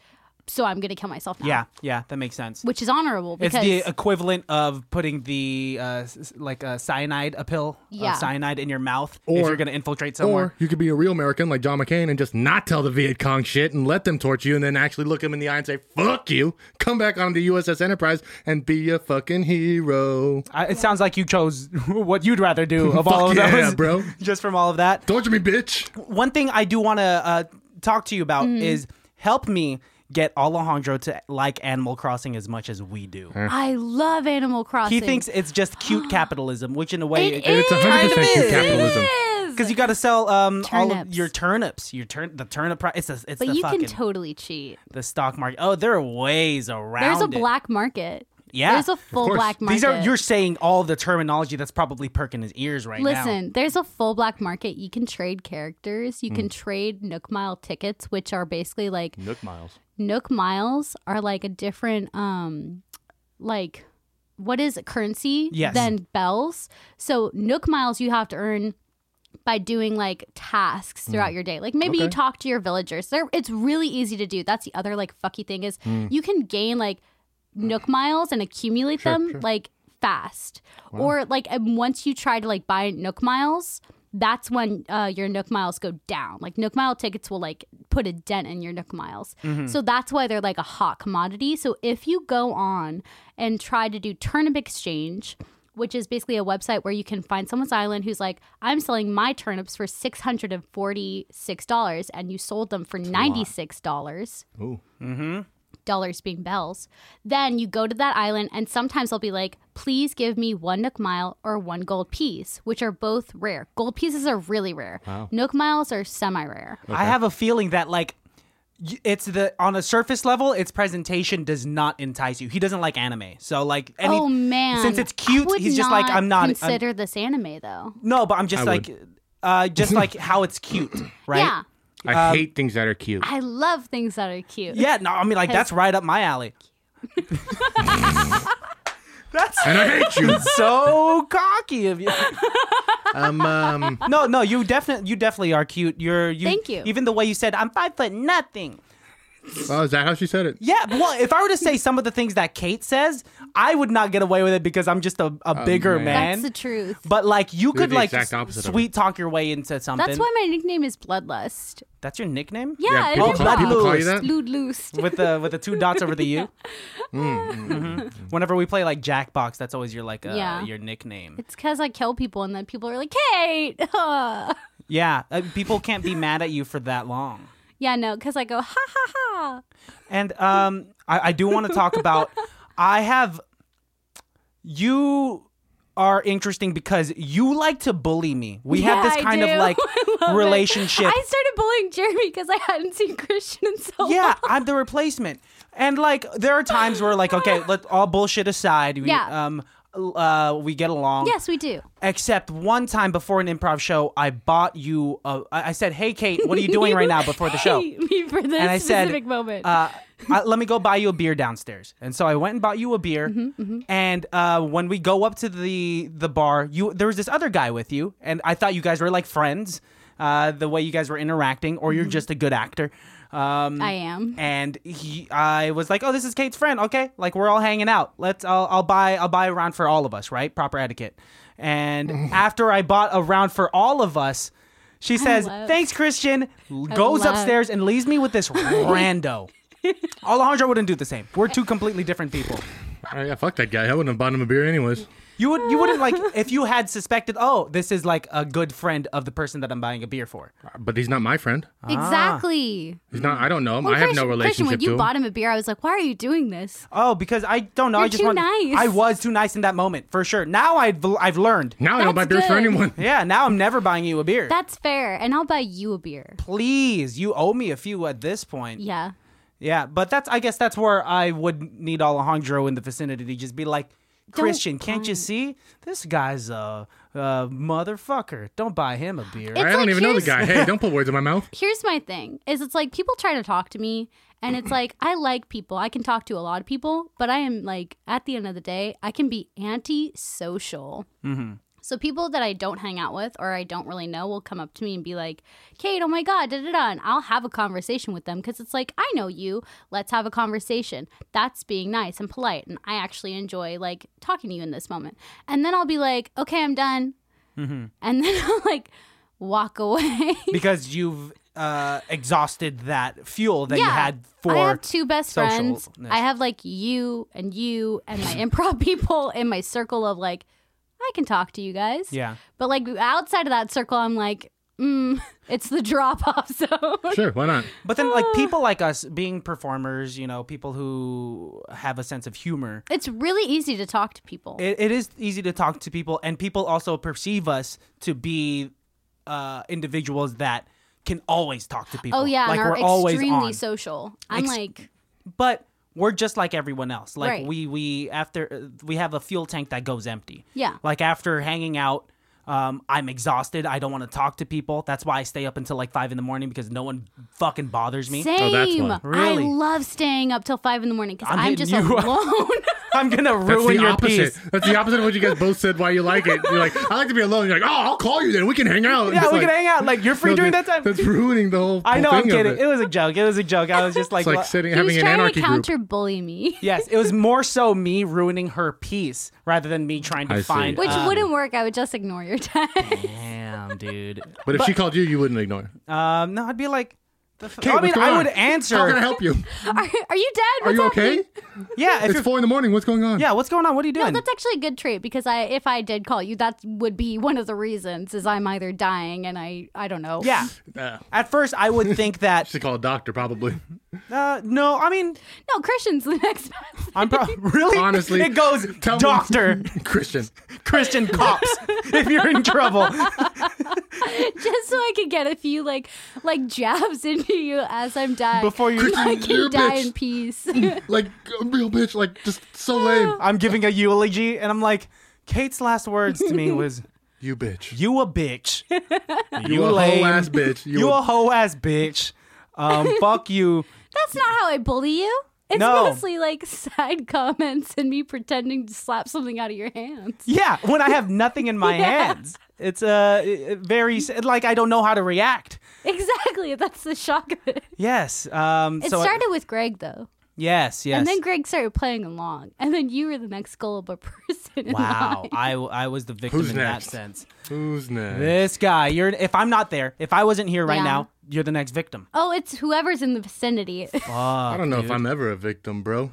Speaker 3: So I'm going to kill myself now.
Speaker 2: Yeah, yeah, that makes sense.
Speaker 3: Which is honorable
Speaker 2: It's
Speaker 3: because
Speaker 2: the equivalent of putting the uh, s- like a cyanide, a pill
Speaker 3: Yeah.
Speaker 2: of cyanide in your mouth if
Speaker 4: Or-
Speaker 2: you're gonna infiltrate somewhere.
Speaker 4: or you could be a real American like John McCain and just not tell the Viet Cong shit and let them torture you and then actually look them in the eye and say, fuck you. Come back on the USS Enterprise and be a fucking hero.
Speaker 2: I, it sounds like you chose what you'd rather do of all of
Speaker 4: Fuck yeah,
Speaker 2: those,
Speaker 4: bro.
Speaker 2: Just from all of that.
Speaker 4: Torture me, bitch.
Speaker 2: one thing I do want to uh, talk to you about
Speaker 3: Mm-hmm.
Speaker 2: is help me get Alejandro to like Animal Crossing as much as we do.
Speaker 3: I love Animal Crossing.
Speaker 2: uh, He thinks it's just cute capitalism, which in a way
Speaker 3: It
Speaker 4: It's 100%
Speaker 2: Kind of
Speaker 4: cute
Speaker 2: is.
Speaker 4: capitalism.
Speaker 2: because you got to sell um, all of
Speaker 3: Turnips.
Speaker 2: your turnips, your turn the turnip. Pri- it's a, it's
Speaker 3: But
Speaker 2: the
Speaker 3: you
Speaker 2: fucking
Speaker 3: can totally cheat.
Speaker 2: the stock market. Oh, there are ways around.
Speaker 3: There's a
Speaker 2: it.
Speaker 3: black market.
Speaker 2: Yeah,
Speaker 3: There's a
Speaker 2: of
Speaker 3: full
Speaker 4: course.
Speaker 3: black market.
Speaker 2: These are you're saying all the terminology that's probably perking his ears right now.
Speaker 3: Listen, there's a full black market. You can trade characters. You
Speaker 2: Mm.
Speaker 3: can trade Nook Mile tickets, which are basically like
Speaker 4: Nook Miles.
Speaker 3: Nook Miles are like a different um like what is it, currency
Speaker 2: Yes.
Speaker 3: than bells. So Nook Miles you have to earn by doing like tasks
Speaker 2: Mm.
Speaker 3: throughout your day. Like maybe you
Speaker 4: Okay.
Speaker 3: talk to your villagers. There it's really easy to do. That's the other like fucky thing is
Speaker 2: Mm.
Speaker 3: you can gain like Nook Miles and accumulate them like fast. Or like and once you try to like buy Nook Miles, that's when uh, your Nook Miles go down. Like Nook Mile tickets will like put a dent in your Nook Miles. So that's why they're like a hot commodity. So if you go on and try to do turnip exchange, which is basically a website where you can find someone's island who's like, I'm selling my turnips for six hundred and forty six dollars and you sold them for ninety six dollars
Speaker 4: Ooh.
Speaker 3: dollars being bells. Then you go to that island, and sometimes they'll be like, please give me one Nook Mile or one gold piece, which are both rare. Gold pieces are really rare. Nook Miles are semi rare.
Speaker 2: I have a feeling that like y- it's the on a surface level, its presentation does not entice you. He doesn't like anime, so like any,
Speaker 3: oh man!
Speaker 2: since it's
Speaker 3: I
Speaker 2: cute,
Speaker 3: would
Speaker 2: he's just like I'm not. I'm-
Speaker 3: consider this anime though.
Speaker 2: no, but I'm just
Speaker 4: I
Speaker 2: like, uh, just like how it's cute, right?
Speaker 3: Yeah, Um,
Speaker 4: I hate things that are cute.
Speaker 3: I love things that are cute.
Speaker 2: Yeah, no, I mean like that's right up my alley. that's
Speaker 4: and I hate you.
Speaker 2: so cocky of you.
Speaker 4: um, um,
Speaker 2: No, no, you definitely, you definitely are cute. You're, you,
Speaker 3: Thank you.
Speaker 2: Even the way you said, "I'm five foot nothing."
Speaker 4: oh, is that how she said it?
Speaker 2: Yeah, but, well, if I were to say some of the things that Kate says, I would not get away with it because I'm just a, a bigger
Speaker 4: Oh, man.
Speaker 2: man.
Speaker 3: that's the truth.
Speaker 2: But like you could
Speaker 4: the
Speaker 2: like
Speaker 4: exact opposite of
Speaker 2: sweet talk your way into something.
Speaker 3: That's why my nickname is Bloodlust.
Speaker 2: That's your nickname.
Speaker 3: Yeah, it
Speaker 4: people,
Speaker 3: is
Speaker 4: call,
Speaker 2: that.
Speaker 4: people call you
Speaker 2: Bloodlust.
Speaker 4: that?
Speaker 3: Bloodlust.
Speaker 2: With the with the two dots over the U. Mm, Mhm. Whenever we play like Jackbox, that's always your like uh,
Speaker 3: Yeah.
Speaker 2: your nickname.
Speaker 3: It's because I kill people, and then people are like, "Kate."
Speaker 2: Yeah, uh, people can't be mad at you for that long.
Speaker 3: yeah, no, because I go, "Ha ha ha."
Speaker 2: And um, I, I do want to talk about. I have you. are interesting because you like to bully me. We have
Speaker 3: Yeah,
Speaker 2: this
Speaker 3: I
Speaker 2: kind of
Speaker 3: do.
Speaker 2: like
Speaker 3: I love it.
Speaker 2: relationship.
Speaker 3: I started bullying Jeremy because I hadn't seen Christian in so long.
Speaker 2: yeah, I'm the replacement. And like there are times where like okay, let all bullshit aside, we
Speaker 3: Yeah.
Speaker 2: um uh we get along.
Speaker 3: Yes, we do.
Speaker 2: Except one time before an improv show, I bought you a I I said, "Hey Kate, what are you doing right now before the show?"
Speaker 3: Hate me for this
Speaker 2: And I said,
Speaker 3: specific moment.
Speaker 2: uh, I, let me go buy you a beer downstairs. And so I went and bought you a beer.
Speaker 3: Mm-hmm,
Speaker 2: And uh, when we go up to the the bar, you there was this other guy with you, and I thought you guys were like friends, uh, the way you guys were interacting, or you're
Speaker 3: Mm-hmm.
Speaker 2: just a good actor. Um,
Speaker 3: I am.
Speaker 2: And he, I was like, oh, this is Kate's friend. Okay, like we're all hanging out. Let's, I'll, I'll buy, I'll buy a round for all of us, right? Proper etiquette. And after I bought a round for all of us. She says,
Speaker 3: love-
Speaker 2: "Thanks, Christian." Goes
Speaker 3: love-
Speaker 2: upstairs and leaves me with this rando. Alejandro wouldn't do the same. We're two completely different people.
Speaker 4: Oh, yeah, fuck that guy. I wouldn't have bought him a beer anyways.
Speaker 2: You would you wouldn't like if you had suspected, oh, this is like a good friend of the person that I'm buying a beer for.
Speaker 4: But he's not my friend.
Speaker 2: ah.
Speaker 3: exactly.
Speaker 4: He's not. I don't know him.
Speaker 3: Well,
Speaker 4: I have
Speaker 3: Christian, Christian,
Speaker 4: no relationship
Speaker 3: when you
Speaker 4: to him.
Speaker 3: bought him a beer, I was like, why are you doing this?
Speaker 2: Oh, because I don't know. I
Speaker 3: You're
Speaker 2: just
Speaker 3: too
Speaker 2: want-
Speaker 3: nice.
Speaker 2: I was too nice in that moment for sure. Now I've I've learned.
Speaker 4: now I don't buy
Speaker 3: That's
Speaker 4: beers for
Speaker 3: good.
Speaker 4: anyone.
Speaker 2: Yeah, now I'm never buying you a beer.
Speaker 3: That's fair. And I'll buy you a beer.
Speaker 2: Please, you owe me a few at this point.
Speaker 3: Yeah.
Speaker 2: Yeah, but that's I guess that's where I would need Alejandro in the vicinity to just be like, Christian, can't you see this guy's a, a motherfucker? Don't buy him a beer.
Speaker 4: I
Speaker 3: It's
Speaker 4: don't
Speaker 3: like,
Speaker 4: even know the guy.
Speaker 3: here's-
Speaker 4: Hey, don't put words in my mouth.
Speaker 3: Here's my thing is it's like people try to talk to me and it's like I like people. I can talk to a lot of people, but I am like at the end of the day, I can be antisocial. Mm-hmm. So people that I don't hang out with or I don't really know will come up to me and be like, "Kate, oh my god, da da da," and I'll have a conversation with them because it's like I know you. Let's have a conversation. That's being nice and polite, and I actually enjoy like talking to you in this moment. And then I'll be like, "Okay, I'm done," and then I'll like walk away.
Speaker 2: because you've uh, exhausted that fuel that you had for.
Speaker 3: I have two best friends.
Speaker 2: socialness.
Speaker 3: I have like you and you and my improv people in my circle of like, I can talk to you guys.
Speaker 2: Yeah.
Speaker 3: But like outside of that circle, I'm like, mm, it's the drop off zone.
Speaker 4: Sure, why not?
Speaker 2: But then, like
Speaker 3: Uh.
Speaker 2: people like us being performers, you know, people who have a sense of humor,
Speaker 3: it's really easy to talk to people.
Speaker 2: it, it is easy to talk to people, and people also perceive us to be uh, individuals that can always talk to people.
Speaker 3: oh yeah,
Speaker 2: like
Speaker 3: and are
Speaker 2: we're always
Speaker 3: extremely
Speaker 2: on.
Speaker 3: social. I'm
Speaker 2: Ex-
Speaker 3: like,
Speaker 2: but we're just like everyone else. Like
Speaker 3: Right.
Speaker 2: we we after uh, we have a fuel tank that goes empty.
Speaker 3: Yeah.
Speaker 2: Like after hanging out, um, I'm exhausted. I don't want to talk to people. That's why I stay up until like five in the morning because no one fucking bothers me.
Speaker 3: same.
Speaker 4: that's one.
Speaker 2: Oh, Really?
Speaker 3: I love staying up till five in the morning because
Speaker 2: I'm
Speaker 3: I'm,
Speaker 2: hitting
Speaker 3: just
Speaker 2: you up.
Speaker 3: alone.
Speaker 2: I'm gonna
Speaker 4: That's
Speaker 2: ruin
Speaker 4: the
Speaker 2: your
Speaker 4: opposite.
Speaker 2: peace.
Speaker 4: That's the opposite of what you guys both said. Why you like it? You're like, I like to be alone. You're like, oh, I'll call you then. We can hang out.
Speaker 2: Yeah,
Speaker 4: It's
Speaker 2: we
Speaker 4: like-
Speaker 2: can hang out. Like you're free
Speaker 4: No,
Speaker 2: during
Speaker 4: that-
Speaker 2: that time.
Speaker 4: That's ruining the whole.
Speaker 2: I know.
Speaker 4: whole
Speaker 2: I'm
Speaker 4: thing of
Speaker 2: kidding.
Speaker 4: It.
Speaker 2: It. was a joke. It was a joke. I was just like.
Speaker 4: It's like
Speaker 2: "Well-"
Speaker 4: sitting
Speaker 3: he was
Speaker 4: having an
Speaker 3: trying to
Speaker 4: anarchy group.
Speaker 3: counter bully me.
Speaker 2: Yes, it was more so me ruining her peace rather than me trying to
Speaker 4: I see.
Speaker 2: find.
Speaker 3: Which
Speaker 2: uh,
Speaker 3: wouldn't work. I would just ignore your text.
Speaker 2: Damn, dude.
Speaker 4: But if she called you, you wouldn't ignore. her.
Speaker 2: Um, no, I'd be like. The f-
Speaker 4: Kate,
Speaker 2: I mean,
Speaker 4: what's going
Speaker 2: I
Speaker 4: on?
Speaker 2: would answer.
Speaker 4: How can I help you?
Speaker 3: Are, are you dead?
Speaker 4: Are
Speaker 3: What's
Speaker 4: you
Speaker 3: happening?
Speaker 4: okay?
Speaker 2: Yeah, if
Speaker 4: It's
Speaker 2: you're-
Speaker 4: four in the morning. What's going on?
Speaker 2: yeah. What's going on? What are you
Speaker 3: No,
Speaker 2: doing?
Speaker 3: that's actually a good trait because I, if I did call you, that would be one of the reasons is I'm either dying and I, I don't know.
Speaker 2: yeah.
Speaker 4: Uh,
Speaker 2: At first, I would think that.
Speaker 4: she called a doctor probably.
Speaker 2: Uh, no, I mean,
Speaker 3: No, Christian's the next best.
Speaker 2: I'm probably really
Speaker 4: Honestly,
Speaker 2: It goes
Speaker 4: tell me-
Speaker 2: doctor
Speaker 4: Christian.
Speaker 2: Christian cops. if you're in trouble,
Speaker 3: just so I could get a few like, like jabs into you as I'm dying.
Speaker 2: Before you-
Speaker 3: so I
Speaker 4: Christian, you're a
Speaker 3: can die
Speaker 4: bitch.
Speaker 3: in peace.
Speaker 4: Like a real bitch. Like just so lame.
Speaker 2: I'm giving a eulogy, and I'm like, Kate's last words to me was,
Speaker 4: You bitch.
Speaker 2: "You a bitch. You,
Speaker 4: You a
Speaker 2: lame.
Speaker 4: whole ass bitch.
Speaker 2: You, a hoe ass bitch. Um, fuck you."
Speaker 3: That's not how I bully you. It's
Speaker 2: No.
Speaker 3: mostly like side comments and me pretending to slap something out of your hands.
Speaker 2: Yeah, when I have nothing in my hands, it's uh, very s- like I don't know how to react.
Speaker 3: Exactly. That's the shock of it.
Speaker 2: Yes. Um.
Speaker 3: It
Speaker 2: so
Speaker 3: started with Greg though.
Speaker 2: yes. Yes.
Speaker 3: And then Greg started playing along, and then you were the next gullible person. In
Speaker 2: Wow,
Speaker 3: line.
Speaker 2: I, I was the victim
Speaker 4: Who's
Speaker 2: in
Speaker 4: next?
Speaker 2: that sense.
Speaker 4: Who's next?
Speaker 2: This guy, you're if I'm not there, if I wasn't here right
Speaker 3: Yeah.
Speaker 2: now, you're the next victim.
Speaker 3: Oh, it's whoever's in the vicinity.
Speaker 4: I don't know if I'm ever a victim, bro.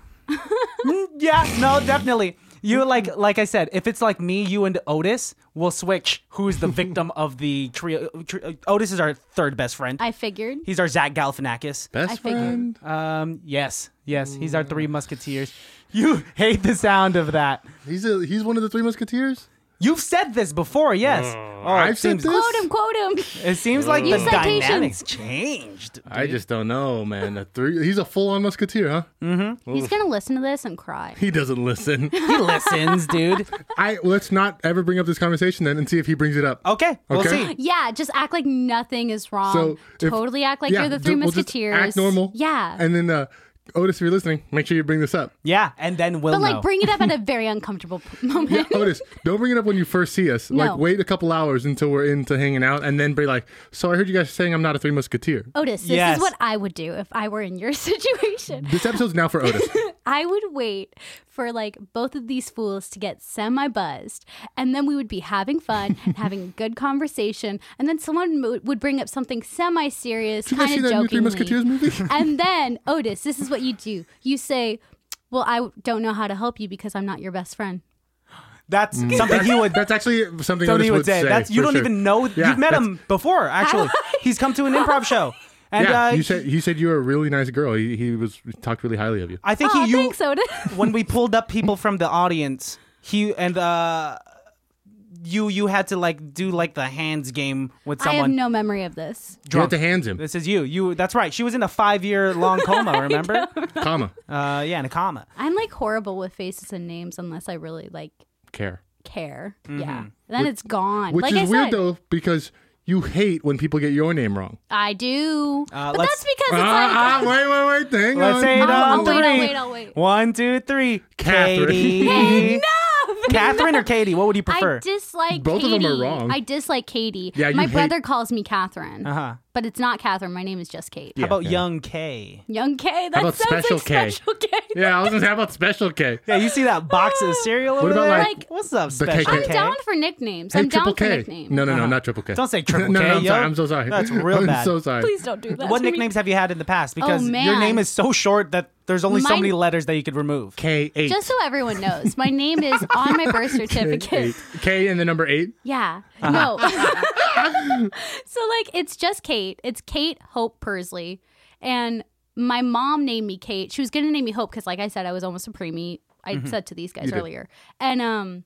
Speaker 2: Yeah, no, definitely. You like like I said, if it's like me, you and Otis, we'll switch who's the victim of the trio. Tri- Otis is our third best friend.
Speaker 3: I figured.
Speaker 2: He's our Zach Galifianakis.
Speaker 4: Best
Speaker 3: I figured.
Speaker 4: friend. Uh,
Speaker 2: Um, yes, yes, he's our three musketeers. You hate the sound of that.
Speaker 4: He's a, he's one of the three musketeers.
Speaker 2: You've said this before, yes. oh, it
Speaker 4: I've said
Speaker 2: seems,
Speaker 4: this?
Speaker 3: Quote him, quote him.
Speaker 2: It seems like
Speaker 3: You
Speaker 2: the
Speaker 3: citations.
Speaker 2: dynamics changed.
Speaker 4: I
Speaker 2: dude.
Speaker 4: just don't know, man. A three, he's a full-on musketeer, huh?
Speaker 3: He's gonna listen to this and cry.
Speaker 4: He doesn't listen.
Speaker 2: he listens, dude.
Speaker 4: I let's not ever bring up this conversation then, and see if he brings it up.
Speaker 2: Okay, we'll
Speaker 4: Okay.
Speaker 2: see.
Speaker 3: Yeah, just act like nothing is wrong.
Speaker 4: So if-
Speaker 3: totally act like
Speaker 4: yeah,
Speaker 3: you're the
Speaker 4: d-
Speaker 3: three
Speaker 4: we'll just
Speaker 3: musketeers.
Speaker 4: act normal.
Speaker 3: Yeah.
Speaker 4: And then, uh, Otis, if you're listening, make sure you bring this up.
Speaker 2: Yeah, and then we'll
Speaker 3: but like
Speaker 2: know.
Speaker 3: bring it up at a very uncomfortable p- moment.
Speaker 4: Yeah, Otis, don't bring it up when you first see us.
Speaker 3: No.
Speaker 4: Like, wait a couple hours until we're into hanging out, and then be like, "So I heard you guys saying I'm not a three musketeer."
Speaker 3: Otis, this
Speaker 2: Yes.
Speaker 3: is what I would do if I were in your situation.
Speaker 4: This episode's now for Otis.
Speaker 3: I would wait for like both of these fools to get semi buzzed, and then we would be having fun, and having a good conversation, and then someone mo- would bring up something semi serious,
Speaker 4: Did you guys see
Speaker 3: kind of
Speaker 4: that new Three
Speaker 3: jokingly.
Speaker 4: Musketeers movie?
Speaker 3: and then Otis, this is what you do: you say, "Well, I don't know how to help you because I'm not your best friend."
Speaker 2: That's something he would.
Speaker 4: That's actually something
Speaker 2: something
Speaker 4: Otis
Speaker 2: he would say. That's you
Speaker 4: for
Speaker 2: don't
Speaker 4: sure.
Speaker 2: even know.
Speaker 4: Yeah,
Speaker 2: You've met
Speaker 4: that's-
Speaker 2: him before, actually. He's come to an improv show, and
Speaker 4: yeah,
Speaker 2: uh,
Speaker 4: you said you said you were a really nice girl. He, he was he talked really highly of you.
Speaker 2: I think
Speaker 3: Oh,
Speaker 2: he you
Speaker 3: thanks, Otis.
Speaker 2: when we pulled up people from the audience, he and uh you you had to like do like the hands game with
Speaker 3: I have
Speaker 2: someone.
Speaker 3: no memory of this.
Speaker 4: You had to hands him,
Speaker 2: this is you. You that's right. She was in a five year long coma, remember?
Speaker 4: comma,
Speaker 2: Uh yeah, in a coma.
Speaker 3: I'm like horrible with faces and names unless I really like
Speaker 4: care.
Speaker 3: care.
Speaker 2: Mm-hmm.
Speaker 3: Yeah, then it's gone.
Speaker 4: Which
Speaker 3: like
Speaker 4: is
Speaker 3: I
Speaker 4: weird
Speaker 3: said,
Speaker 4: though, because you hate when people get your name wrong.
Speaker 3: I do,
Speaker 2: Uh,
Speaker 3: but
Speaker 2: let's-
Speaker 3: that's because it's
Speaker 4: Ah,
Speaker 3: like.
Speaker 4: ah, wait, wait, wait, hang
Speaker 2: Let's
Speaker 4: on. Ah,
Speaker 2: say it
Speaker 3: I'll-
Speaker 2: on
Speaker 3: I'll Oh, wait, I'll
Speaker 2: 3
Speaker 3: wait, I'll wait.
Speaker 2: One, two, three.
Speaker 4: Catherine.
Speaker 2: Katie. Catherine or Katie? What would you prefer?
Speaker 3: I dislike
Speaker 4: Both of
Speaker 3: Katie.
Speaker 4: them are wrong.
Speaker 3: I dislike Katie.
Speaker 4: Yeah, you
Speaker 3: my
Speaker 4: hate-
Speaker 3: brother calls me Catherine,
Speaker 2: Uh-huh.
Speaker 3: but it's not Catherine. My name is just Kate.
Speaker 2: How about
Speaker 4: yeah.
Speaker 2: young K?
Speaker 3: Young K. That
Speaker 4: about
Speaker 3: sounds
Speaker 4: Special
Speaker 3: like
Speaker 4: K?
Speaker 3: Special K.
Speaker 4: Yeah, I was gonna say how about Special K.
Speaker 2: Yeah, you see that box of cereal over
Speaker 4: What about,
Speaker 2: there?
Speaker 4: like,
Speaker 2: What's up,
Speaker 4: the
Speaker 2: special
Speaker 4: KKK?
Speaker 3: I'm down for nicknames.
Speaker 4: Hey,
Speaker 3: I'm down
Speaker 4: Triple
Speaker 3: for
Speaker 4: K.
Speaker 3: nicknames.
Speaker 4: No, no, no, not Triple K.
Speaker 2: Ah. Don't say Triple
Speaker 4: no,
Speaker 2: K,
Speaker 4: No, I'm
Speaker 2: yo.
Speaker 4: sorry. I'm so sorry.
Speaker 2: That's real
Speaker 4: I'm
Speaker 2: bad.
Speaker 4: so sorry.
Speaker 3: Please don't do that.
Speaker 2: What
Speaker 3: to me.
Speaker 2: nicknames have you had in the past? Because your
Speaker 3: Oh, man.
Speaker 2: name is so short that there's only so
Speaker 3: Mine-
Speaker 2: many letters that you could remove.
Speaker 4: K eight.
Speaker 3: Just so everyone knows, my name is on my birth certificate.
Speaker 4: Eight. K and the number eight.
Speaker 3: Yeah. No. so like it's just Kate. It's Kate Hope Persley. And my mom named me Kate. She was gonna name me Hope because like I said, I was almost a preemie. I said to these guys
Speaker 4: did.
Speaker 3: earlier. And um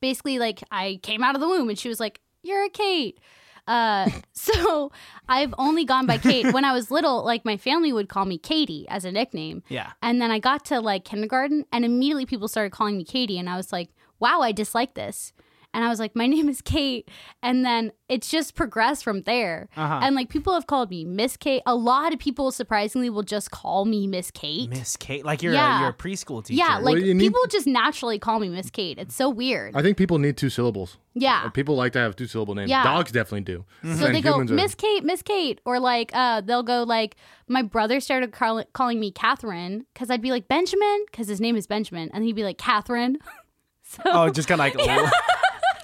Speaker 3: basically like I came out of the womb and she was like, You're a Kate. Uh, so I've only gone by Kate. When I was little, like my family would call me Katie as a nickname.
Speaker 2: Yeah.
Speaker 3: And then I got to like kindergarten and immediately people started calling me Katie and I was like, wow, I dislike this. And I was like, my name is Kate. And then it's just progressed from there.
Speaker 2: Uh-huh.
Speaker 3: And like people have called me Miss Kate. A lot of people surprisingly will just call me Miss Kate.
Speaker 2: Miss Kate, like you're a,
Speaker 3: Yeah.
Speaker 2: you're a preschool teacher.
Speaker 3: yeah, like
Speaker 4: do you need-
Speaker 3: people just naturally call me Miss Kate. It's so weird.
Speaker 4: I think people need two syllables.
Speaker 3: yeah.
Speaker 4: People like to have two syllable names.
Speaker 3: Yeah.
Speaker 4: Dogs definitely do.
Speaker 3: So
Speaker 4: And
Speaker 3: they go
Speaker 4: humans are-
Speaker 3: Miss Kate, Miss Kate, or like uh, they'll go like my brother started call- calling me Catherine because I'd be like Benjamin because his name is Benjamin, and he'd be like Catherine. So
Speaker 2: oh, just kind of like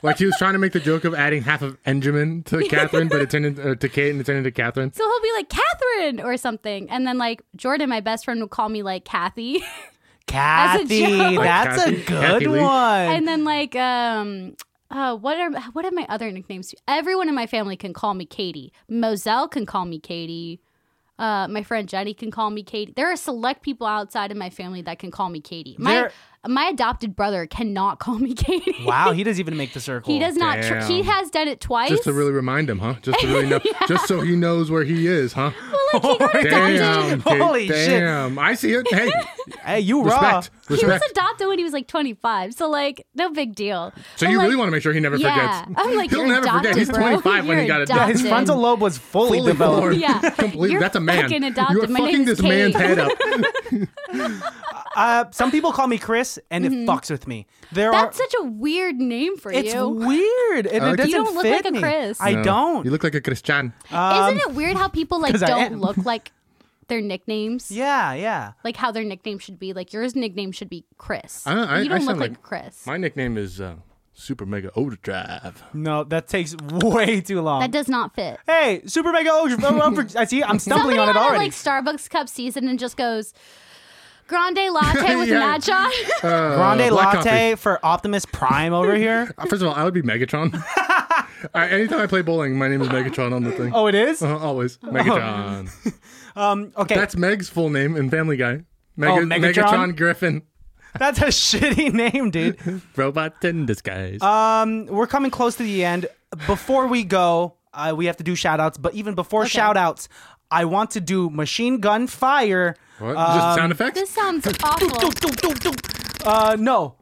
Speaker 4: Like he was trying to make the joke of adding half of Benjamin to Catherine, but it turned into, or to Kate and it turned into Catherine.
Speaker 3: so he'll be like Catherine or something, and then like Jordan, my best friend, would call me like Kathy,
Speaker 2: Kathy.
Speaker 3: joke.
Speaker 4: Like
Speaker 2: that's
Speaker 4: Kathy-
Speaker 2: a
Speaker 4: Kathy
Speaker 2: good
Speaker 4: Lee.
Speaker 2: one.
Speaker 3: and then like um. Uh, what are what are my other nicknames? Everyone in my family can call me Katie. Moselle can call me Katie. Uh, my friend Jenny can call me Katie. There are select people outside of my family that can call me Katie. My
Speaker 2: There-
Speaker 3: my adopted brother cannot call me Katie.
Speaker 2: wow, he doesn't even make the circle.
Speaker 3: He does not. Tr-
Speaker 4: Damn.
Speaker 3: he has done it twice.
Speaker 4: Just to really remind him, huh? Just to really know, just so he knows where he is, huh? Oh,
Speaker 3: Like, he got adopted.
Speaker 4: Damn, Kate,
Speaker 2: Holy shit.
Speaker 4: damn! I see it. Hey,
Speaker 2: Hey, you raw.
Speaker 4: respect,
Speaker 3: He was
Speaker 4: respect.
Speaker 3: adopted when he was like 25, so like no big deal.
Speaker 4: So
Speaker 3: I'm
Speaker 4: you
Speaker 3: like,
Speaker 4: really want to make sure he never
Speaker 3: yeah.
Speaker 4: forgets.
Speaker 3: I'm like,
Speaker 4: He'll
Speaker 3: you're
Speaker 4: never
Speaker 3: adopted,
Speaker 4: forget. He's
Speaker 3: bro.
Speaker 4: 25 when he
Speaker 3: You're
Speaker 4: got adopted.
Speaker 2: His
Speaker 3: adopted.
Speaker 2: frontal lobe was fully,
Speaker 4: Fully
Speaker 2: developed.
Speaker 4: formed.
Speaker 3: Yeah.
Speaker 4: Completely.
Speaker 3: You're
Speaker 4: That's a man.
Speaker 3: fucking adopted.
Speaker 4: You're
Speaker 3: My name
Speaker 4: fucking
Speaker 3: is
Speaker 4: this man's
Speaker 3: Kate.
Speaker 4: head up.
Speaker 2: Uh, some people call me Chris, and
Speaker 3: Mm-hmm.
Speaker 2: it fucks with me. There
Speaker 3: That's
Speaker 2: are.
Speaker 3: such a weird name for
Speaker 2: it's
Speaker 3: you.
Speaker 2: weird. It, it
Speaker 4: like it.
Speaker 2: doesn't
Speaker 4: You
Speaker 3: don't look
Speaker 2: fit
Speaker 3: like a
Speaker 2: me.
Speaker 3: Chris.
Speaker 2: I
Speaker 4: No,
Speaker 2: don't.
Speaker 4: You look like a Christian.
Speaker 2: Uh,
Speaker 3: Isn't it weird how people like
Speaker 2: um, 'cause I
Speaker 3: don't
Speaker 2: am.
Speaker 3: look like their nicknames?
Speaker 2: yeah, yeah.
Speaker 3: Like how their nickname should be. Like yours nickname should be Chris.
Speaker 4: I- I-
Speaker 3: you
Speaker 4: I
Speaker 3: don't look
Speaker 4: sound
Speaker 3: like,
Speaker 4: like-
Speaker 3: Chris.
Speaker 4: My nickname is uh, Super Mega Overdrive.
Speaker 2: No, that takes way too long.
Speaker 3: that does not fit.
Speaker 2: hey, super mega. Oh, I see. I'm
Speaker 3: Somebody
Speaker 2: stumbling Eh, on it
Speaker 3: wanted,
Speaker 2: already.
Speaker 3: like Starbucks cup season and just goes grande latte with
Speaker 4: Yeah.
Speaker 3: matcha.
Speaker 4: Uh,
Speaker 2: Grande
Speaker 4: black
Speaker 2: latte for Optimus Prime over here.
Speaker 4: coffee. Uh, First of all, I would be Megatron. I, anytime I play bowling, my name is Megatron on the thing.
Speaker 2: Oh, it is.
Speaker 4: Uh, always Megatron.
Speaker 2: Um, okay.
Speaker 4: That's Meg's full name in Family Guy. Mega,
Speaker 2: Oh, Megatron?
Speaker 4: Griffin.
Speaker 2: That's a shitty name, dude.
Speaker 4: Robot in disguise.
Speaker 2: Um, we're coming close to the end. Before we go, uh, we have to do shout outs. But even before shout outs, I want to do Machine Gun Fire.
Speaker 4: what?
Speaker 2: um,
Speaker 4: Just sound effects?
Speaker 3: This sounds awful.
Speaker 2: Doop, doop, doop, doop. Uh, no.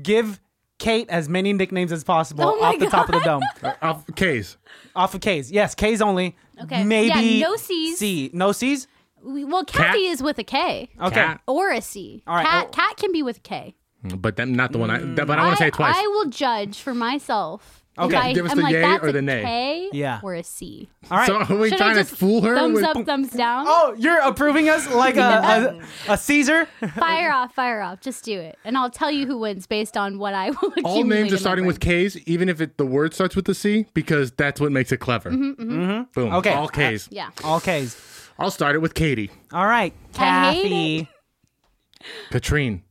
Speaker 2: Give Kate as many nicknames as possible
Speaker 3: Oh my
Speaker 2: off the top of the dome.
Speaker 4: Uh, Off K's.
Speaker 2: off of K's. Yes, K's only.
Speaker 3: Okay.
Speaker 2: Maybe
Speaker 3: Yeah, no Cs.
Speaker 2: C. No C's?
Speaker 3: We- Well, Kathy is with a K
Speaker 2: Okay.
Speaker 4: Cat.
Speaker 3: or a C.
Speaker 2: All right,
Speaker 3: Cat,
Speaker 2: oh.
Speaker 3: cat can be with a K.
Speaker 4: But then not the one I. That, but I, want to say it twice.
Speaker 3: Mm, I will judge for myself. if
Speaker 2: Okay.
Speaker 3: I,
Speaker 4: Give us
Speaker 3: am
Speaker 4: the
Speaker 3: like,
Speaker 4: yay
Speaker 3: that's
Speaker 4: or
Speaker 3: a
Speaker 4: the nay.
Speaker 3: K
Speaker 2: Yeah.
Speaker 3: or a C.
Speaker 2: All right.
Speaker 4: so are we
Speaker 3: Should I
Speaker 4: trying to
Speaker 3: just
Speaker 4: fool her?
Speaker 3: Thumbs
Speaker 4: with,
Speaker 3: up, thumbs down.
Speaker 2: oh, you're approving us like a, a, a Caesar?
Speaker 3: Fire off, fire off. Just do it, and I'll tell you who wins based on what I will.
Speaker 4: All names are starting with K's, even if it, the word starts with the C, because that's what makes it clever. Mm-hmm, Boom.
Speaker 2: Okay.
Speaker 4: All K's.
Speaker 3: Yeah.
Speaker 2: All K's.
Speaker 4: I'll start it with Katie.
Speaker 2: All right.
Speaker 3: I
Speaker 2: Kathy.
Speaker 3: hate
Speaker 4: Katrine.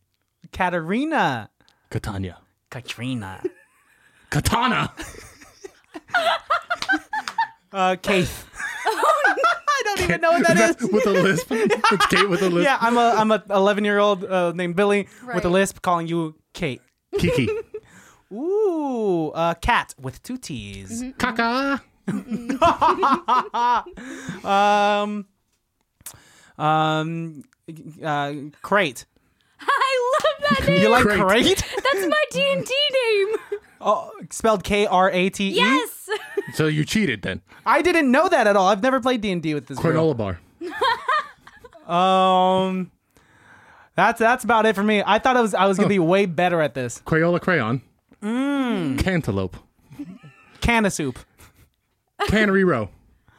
Speaker 2: Katarina.
Speaker 4: Katanya.
Speaker 2: Katrina.
Speaker 4: Katana.
Speaker 2: Uh, Kate. I don't even know what that is.
Speaker 4: with a lisp. It's Kate with a lisp.
Speaker 2: Yeah, I'm a I'm a 11 year old uh, named Billy with a
Speaker 3: Right.
Speaker 2: lisp, calling you Kate.
Speaker 4: Kiki.
Speaker 2: Ooh, uh, cat with two T's.
Speaker 4: Kaka.
Speaker 2: Um, um, uh,
Speaker 3: Mm-hmm.
Speaker 2: crate.
Speaker 3: I love that name.
Speaker 2: You like crate?
Speaker 4: Crate.
Speaker 3: That's my D and D name.
Speaker 2: Oh, spelled K R A T E.
Speaker 3: Yes.
Speaker 4: So you cheated then.
Speaker 2: I didn't know that at all. I've never played D and D with this. girl.
Speaker 4: Granola bar.
Speaker 2: Um, that's that's about it for me. I thought I was I was gonna be way better at this.
Speaker 4: Crayola crayon. Mm. Cantaloupe.
Speaker 2: Can of soup,
Speaker 4: Cannery row.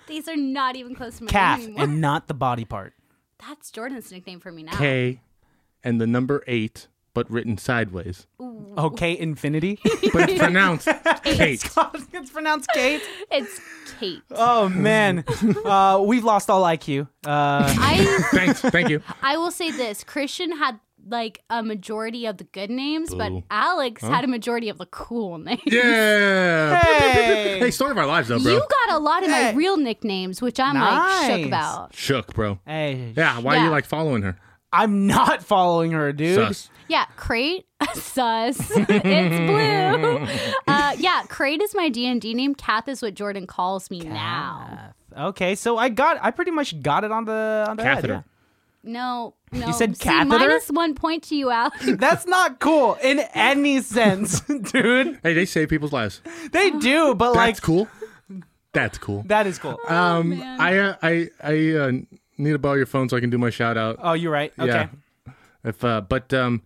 Speaker 3: These are not even close to my
Speaker 2: calf,
Speaker 3: name anymore.
Speaker 2: and not the body part.
Speaker 3: That's Jordan's nickname for me now.
Speaker 4: K and the number eight, but written sideways.
Speaker 2: Okay, infinity.
Speaker 4: But it's pronounced Kate.
Speaker 2: it's pronounced Kate.
Speaker 3: It's Kate.
Speaker 2: Oh man, uh, we've lost all IQ. Uh,
Speaker 3: I
Speaker 4: Thanks. Thank you.
Speaker 3: I will say this: Christian had like a majority of the good names, but
Speaker 4: Boo.
Speaker 3: Alex had a majority of the cool names.
Speaker 4: Yeah.
Speaker 2: hey,
Speaker 4: Hey, story of our lives though, bro.
Speaker 3: You got a lot of my
Speaker 2: Hey.
Speaker 3: real nicknames, which I'm like
Speaker 2: Nice.
Speaker 3: shook about.
Speaker 4: Shook, bro.
Speaker 2: hey,
Speaker 4: Yeah, why are
Speaker 3: Yeah.
Speaker 4: you like following her?
Speaker 2: I'm not following her, dude.
Speaker 4: Sus.
Speaker 3: Yeah, crate, sus, it's blue. Uh, yeah, crate is my D and D name. Kath is what Jordan calls me now.
Speaker 2: Okay, so I got I pretty much got it on the on the head,
Speaker 4: Catheter.
Speaker 2: yeah.
Speaker 3: No, no.
Speaker 2: said
Speaker 3: See,
Speaker 2: catheter?
Speaker 3: minus one point to you, Alex.
Speaker 2: That's not cool in any sense, dude.
Speaker 4: Hey, they save people's lives.
Speaker 2: They do, but
Speaker 4: That's
Speaker 2: like
Speaker 4: cool. That's cool.
Speaker 2: that is cool.
Speaker 3: Oh,
Speaker 4: um, I uh, I I uh, need to borrow your phone so I can do my shout out.
Speaker 2: Oh, you're right. Okay.
Speaker 4: Yeah. If uh, but um,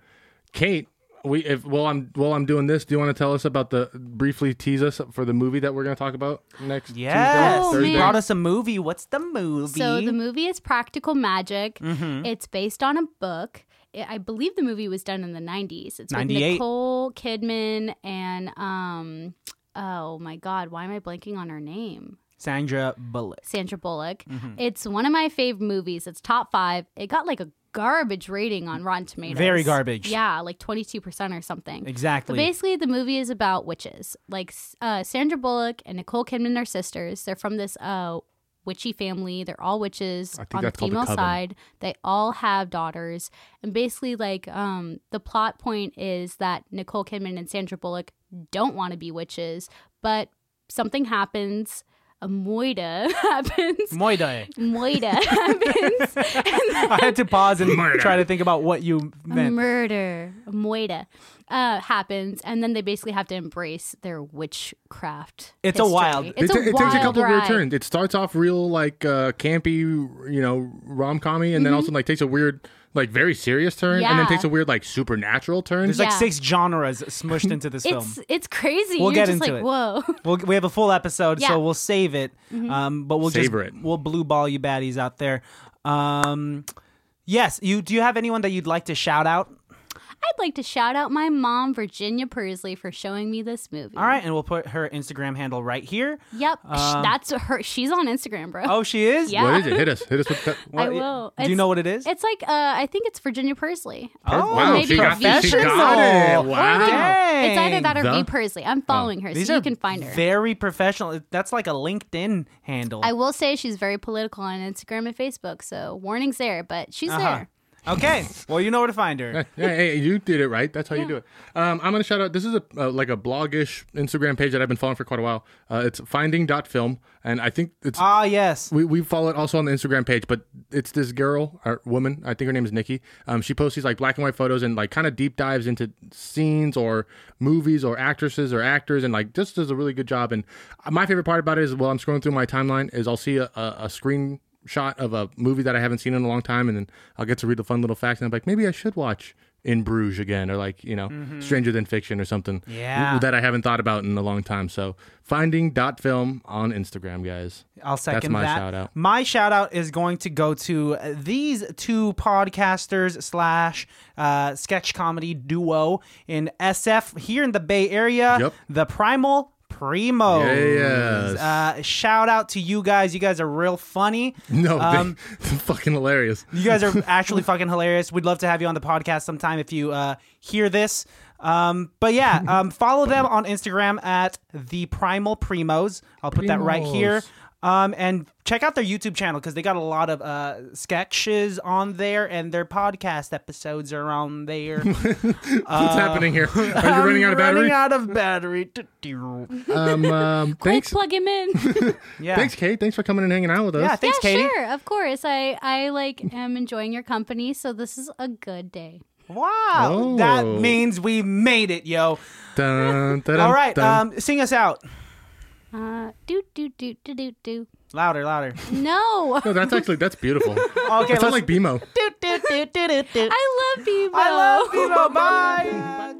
Speaker 4: Kate, we if while I'm while I'm doing this, do you want to tell us about the briefly tease us for the movie that we're going to talk about next?
Speaker 2: Yes,
Speaker 3: Oh,
Speaker 4: Tuesday,
Speaker 2: he
Speaker 3: man.
Speaker 2: brought us a movie. What's the movie?
Speaker 3: So the movie is Practical Magic.
Speaker 2: Mm-hmm.
Speaker 3: It's based on a book. I I believe the movie was done in the 90s. It's with
Speaker 2: 98.
Speaker 3: Nicole Kidman and um oh my god, why am I blanking on her name?
Speaker 2: Sandra Bullock.
Speaker 3: Sandra Bullock.
Speaker 2: Mm-hmm.
Speaker 3: It's one of my fave movies. It's top 5. It got like a garbage rating on Rotten Tomatoes.
Speaker 2: Very garbage.
Speaker 3: Yeah, like 22% or something.
Speaker 2: Exactly.
Speaker 3: But basically, the movie is about witches. Like uh, Sandra Bullock and Nicole Kidman are sisters. They're from this uh, witchy family. They're all witches
Speaker 4: think
Speaker 3: on the
Speaker 4: that's called a
Speaker 3: female
Speaker 4: coven.
Speaker 3: side. They all have daughters. And basically, like um, the plot point is that Nicole Kidman and Sandra Bullock don't want to be witches, but something happens. A moida happens.
Speaker 2: Moida.
Speaker 3: Moida happens.
Speaker 2: I had to pause and
Speaker 4: Murder.
Speaker 2: try to think about what you
Speaker 3: a
Speaker 2: meant.
Speaker 3: murder, a moida, uh, happens, and then they basically have to embrace their witchcraft.
Speaker 2: It's a
Speaker 3: history.
Speaker 2: wild-
Speaker 4: It,
Speaker 3: It's
Speaker 4: ta-
Speaker 3: a
Speaker 4: it
Speaker 3: wild
Speaker 4: takes a couple
Speaker 3: ride.
Speaker 4: of weird turns. It starts off real like uh, campy, you know, rom commy, and then also like takes a weird, like very serious turn, and then
Speaker 3: Mm-hmm. Yeah.
Speaker 4: takes a weird like supernatural turn.
Speaker 2: There's like
Speaker 3: Yeah.
Speaker 2: six genres smushed into this film.
Speaker 3: It's it's crazy.
Speaker 2: We'll get
Speaker 3: You're just
Speaker 2: into
Speaker 3: like,
Speaker 2: it.
Speaker 3: whoa.
Speaker 2: We'll, we have a full episode,
Speaker 3: Yeah. Mm-hmm.
Speaker 2: so we'll save it. Um, but we'll
Speaker 4: Savor
Speaker 2: just
Speaker 4: it.
Speaker 2: we'll blue ball you baddies out there. Um, yes, you. Do you have anyone that you'd like to shout out?
Speaker 3: I'd like to shout out my mom, Virginia Persley, for showing me this movie.
Speaker 2: All right, and we'll put her Instagram handle right here.
Speaker 3: Yep. Sh- That's her. She's on Instagram, bro.
Speaker 2: Oh, she is.
Speaker 3: Yeah.
Speaker 4: what is it? Hit us. Hit us with that.
Speaker 3: I will.
Speaker 2: Do you
Speaker 3: It's-
Speaker 2: know what it is?
Speaker 3: It's like uh, I think it's Virginia Persley.
Speaker 2: Oh,
Speaker 4: wow,
Speaker 3: maybe Oh,
Speaker 4: she got, she got it.
Speaker 2: professional.
Speaker 4: Wow.
Speaker 2: Dang. Oh,
Speaker 3: It's either that or
Speaker 4: The-
Speaker 3: V Persley. I'm following her,
Speaker 2: These
Speaker 3: so
Speaker 2: are
Speaker 3: you can find her.
Speaker 2: Very professional. That's like a LinkedIn handle.
Speaker 3: I will say she's very political on Instagram and Facebook, so warnings there, but she's
Speaker 2: Uh-huh.
Speaker 3: there.
Speaker 2: Okay. Well, you know where to find her.
Speaker 4: Yeah, hey, you did it right. That's how you do it. Um, I'm gonna shout out. This is a uh, like a blogish Instagram page that I've been following for quite a while. Uh, it's finding.film, and I think it's
Speaker 2: Ah, yes.
Speaker 4: we, we follow it also on the Instagram page, but it's this girl or woman. I think her name is Nikki. Um, she posts these like black and white photos and like kind of deep dives into scenes or movies or actresses or actors, and like just does a really good job. And my favorite part about it is while I'm scrolling through my timeline is I'll see a, a, a screen shot of a movie that I haven't seen in a long time, and then I'll get to read the fun little facts, and I'm like, maybe I should watch. In Bruges again, or like you know, Stranger Than Fiction, or something
Speaker 2: Yeah.
Speaker 4: that I haven't thought about in a long time. So, finding dot film on Instagram, guys.
Speaker 2: I'll second
Speaker 4: my
Speaker 2: that.
Speaker 4: shout out.
Speaker 2: My shout out is going to go to uh, these two podcasters slash uh, sketch comedy duo in SF here in the Bay Area.
Speaker 4: Yep.
Speaker 2: The Primal Primos.
Speaker 4: Yes.
Speaker 2: Uh, shout out to you guys. You guys are real funny.
Speaker 4: No, they-
Speaker 2: Um,
Speaker 4: they're fucking hilarious.
Speaker 2: You guys are actually fucking hilarious. We'd love to have you on the podcast sometime if you uh, hear this. Um, but yeah, um, follow them on Instagram at the Primal Primos. I'll put that right here.
Speaker 4: Primos.
Speaker 2: Um, and check out their YouTube channel because they got a lot of uh, sketches on there, and their podcast episodes are on there.
Speaker 4: What's happening here? Are you running out of battery?
Speaker 2: uh, Running out of battery.
Speaker 4: Um, um,
Speaker 3: Quick,
Speaker 4: thanks,
Speaker 3: plug him in.
Speaker 2: yeah.
Speaker 4: thanks, Kate. Thanks for coming and hanging out with us.
Speaker 2: Yeah. Thanks,
Speaker 3: yeah,
Speaker 2: Katie.
Speaker 3: sure. Of course. I, I like am enjoying your company, so this is a good day.
Speaker 2: Wow. That
Speaker 4: Oh.
Speaker 2: means we made it, yo.
Speaker 4: Dun, da-dum,
Speaker 2: All right.
Speaker 4: dum.
Speaker 2: Um, sing us out
Speaker 3: Uh, do do do do do do.
Speaker 2: louder, louder.
Speaker 3: No,
Speaker 4: no, that's actually that's beautiful. It's
Speaker 2: Okay. let's
Speaker 4: not like BMO.
Speaker 2: do, do, do, do, do, do.
Speaker 3: I love Bebo.
Speaker 2: I love you. Bye.
Speaker 1: oh,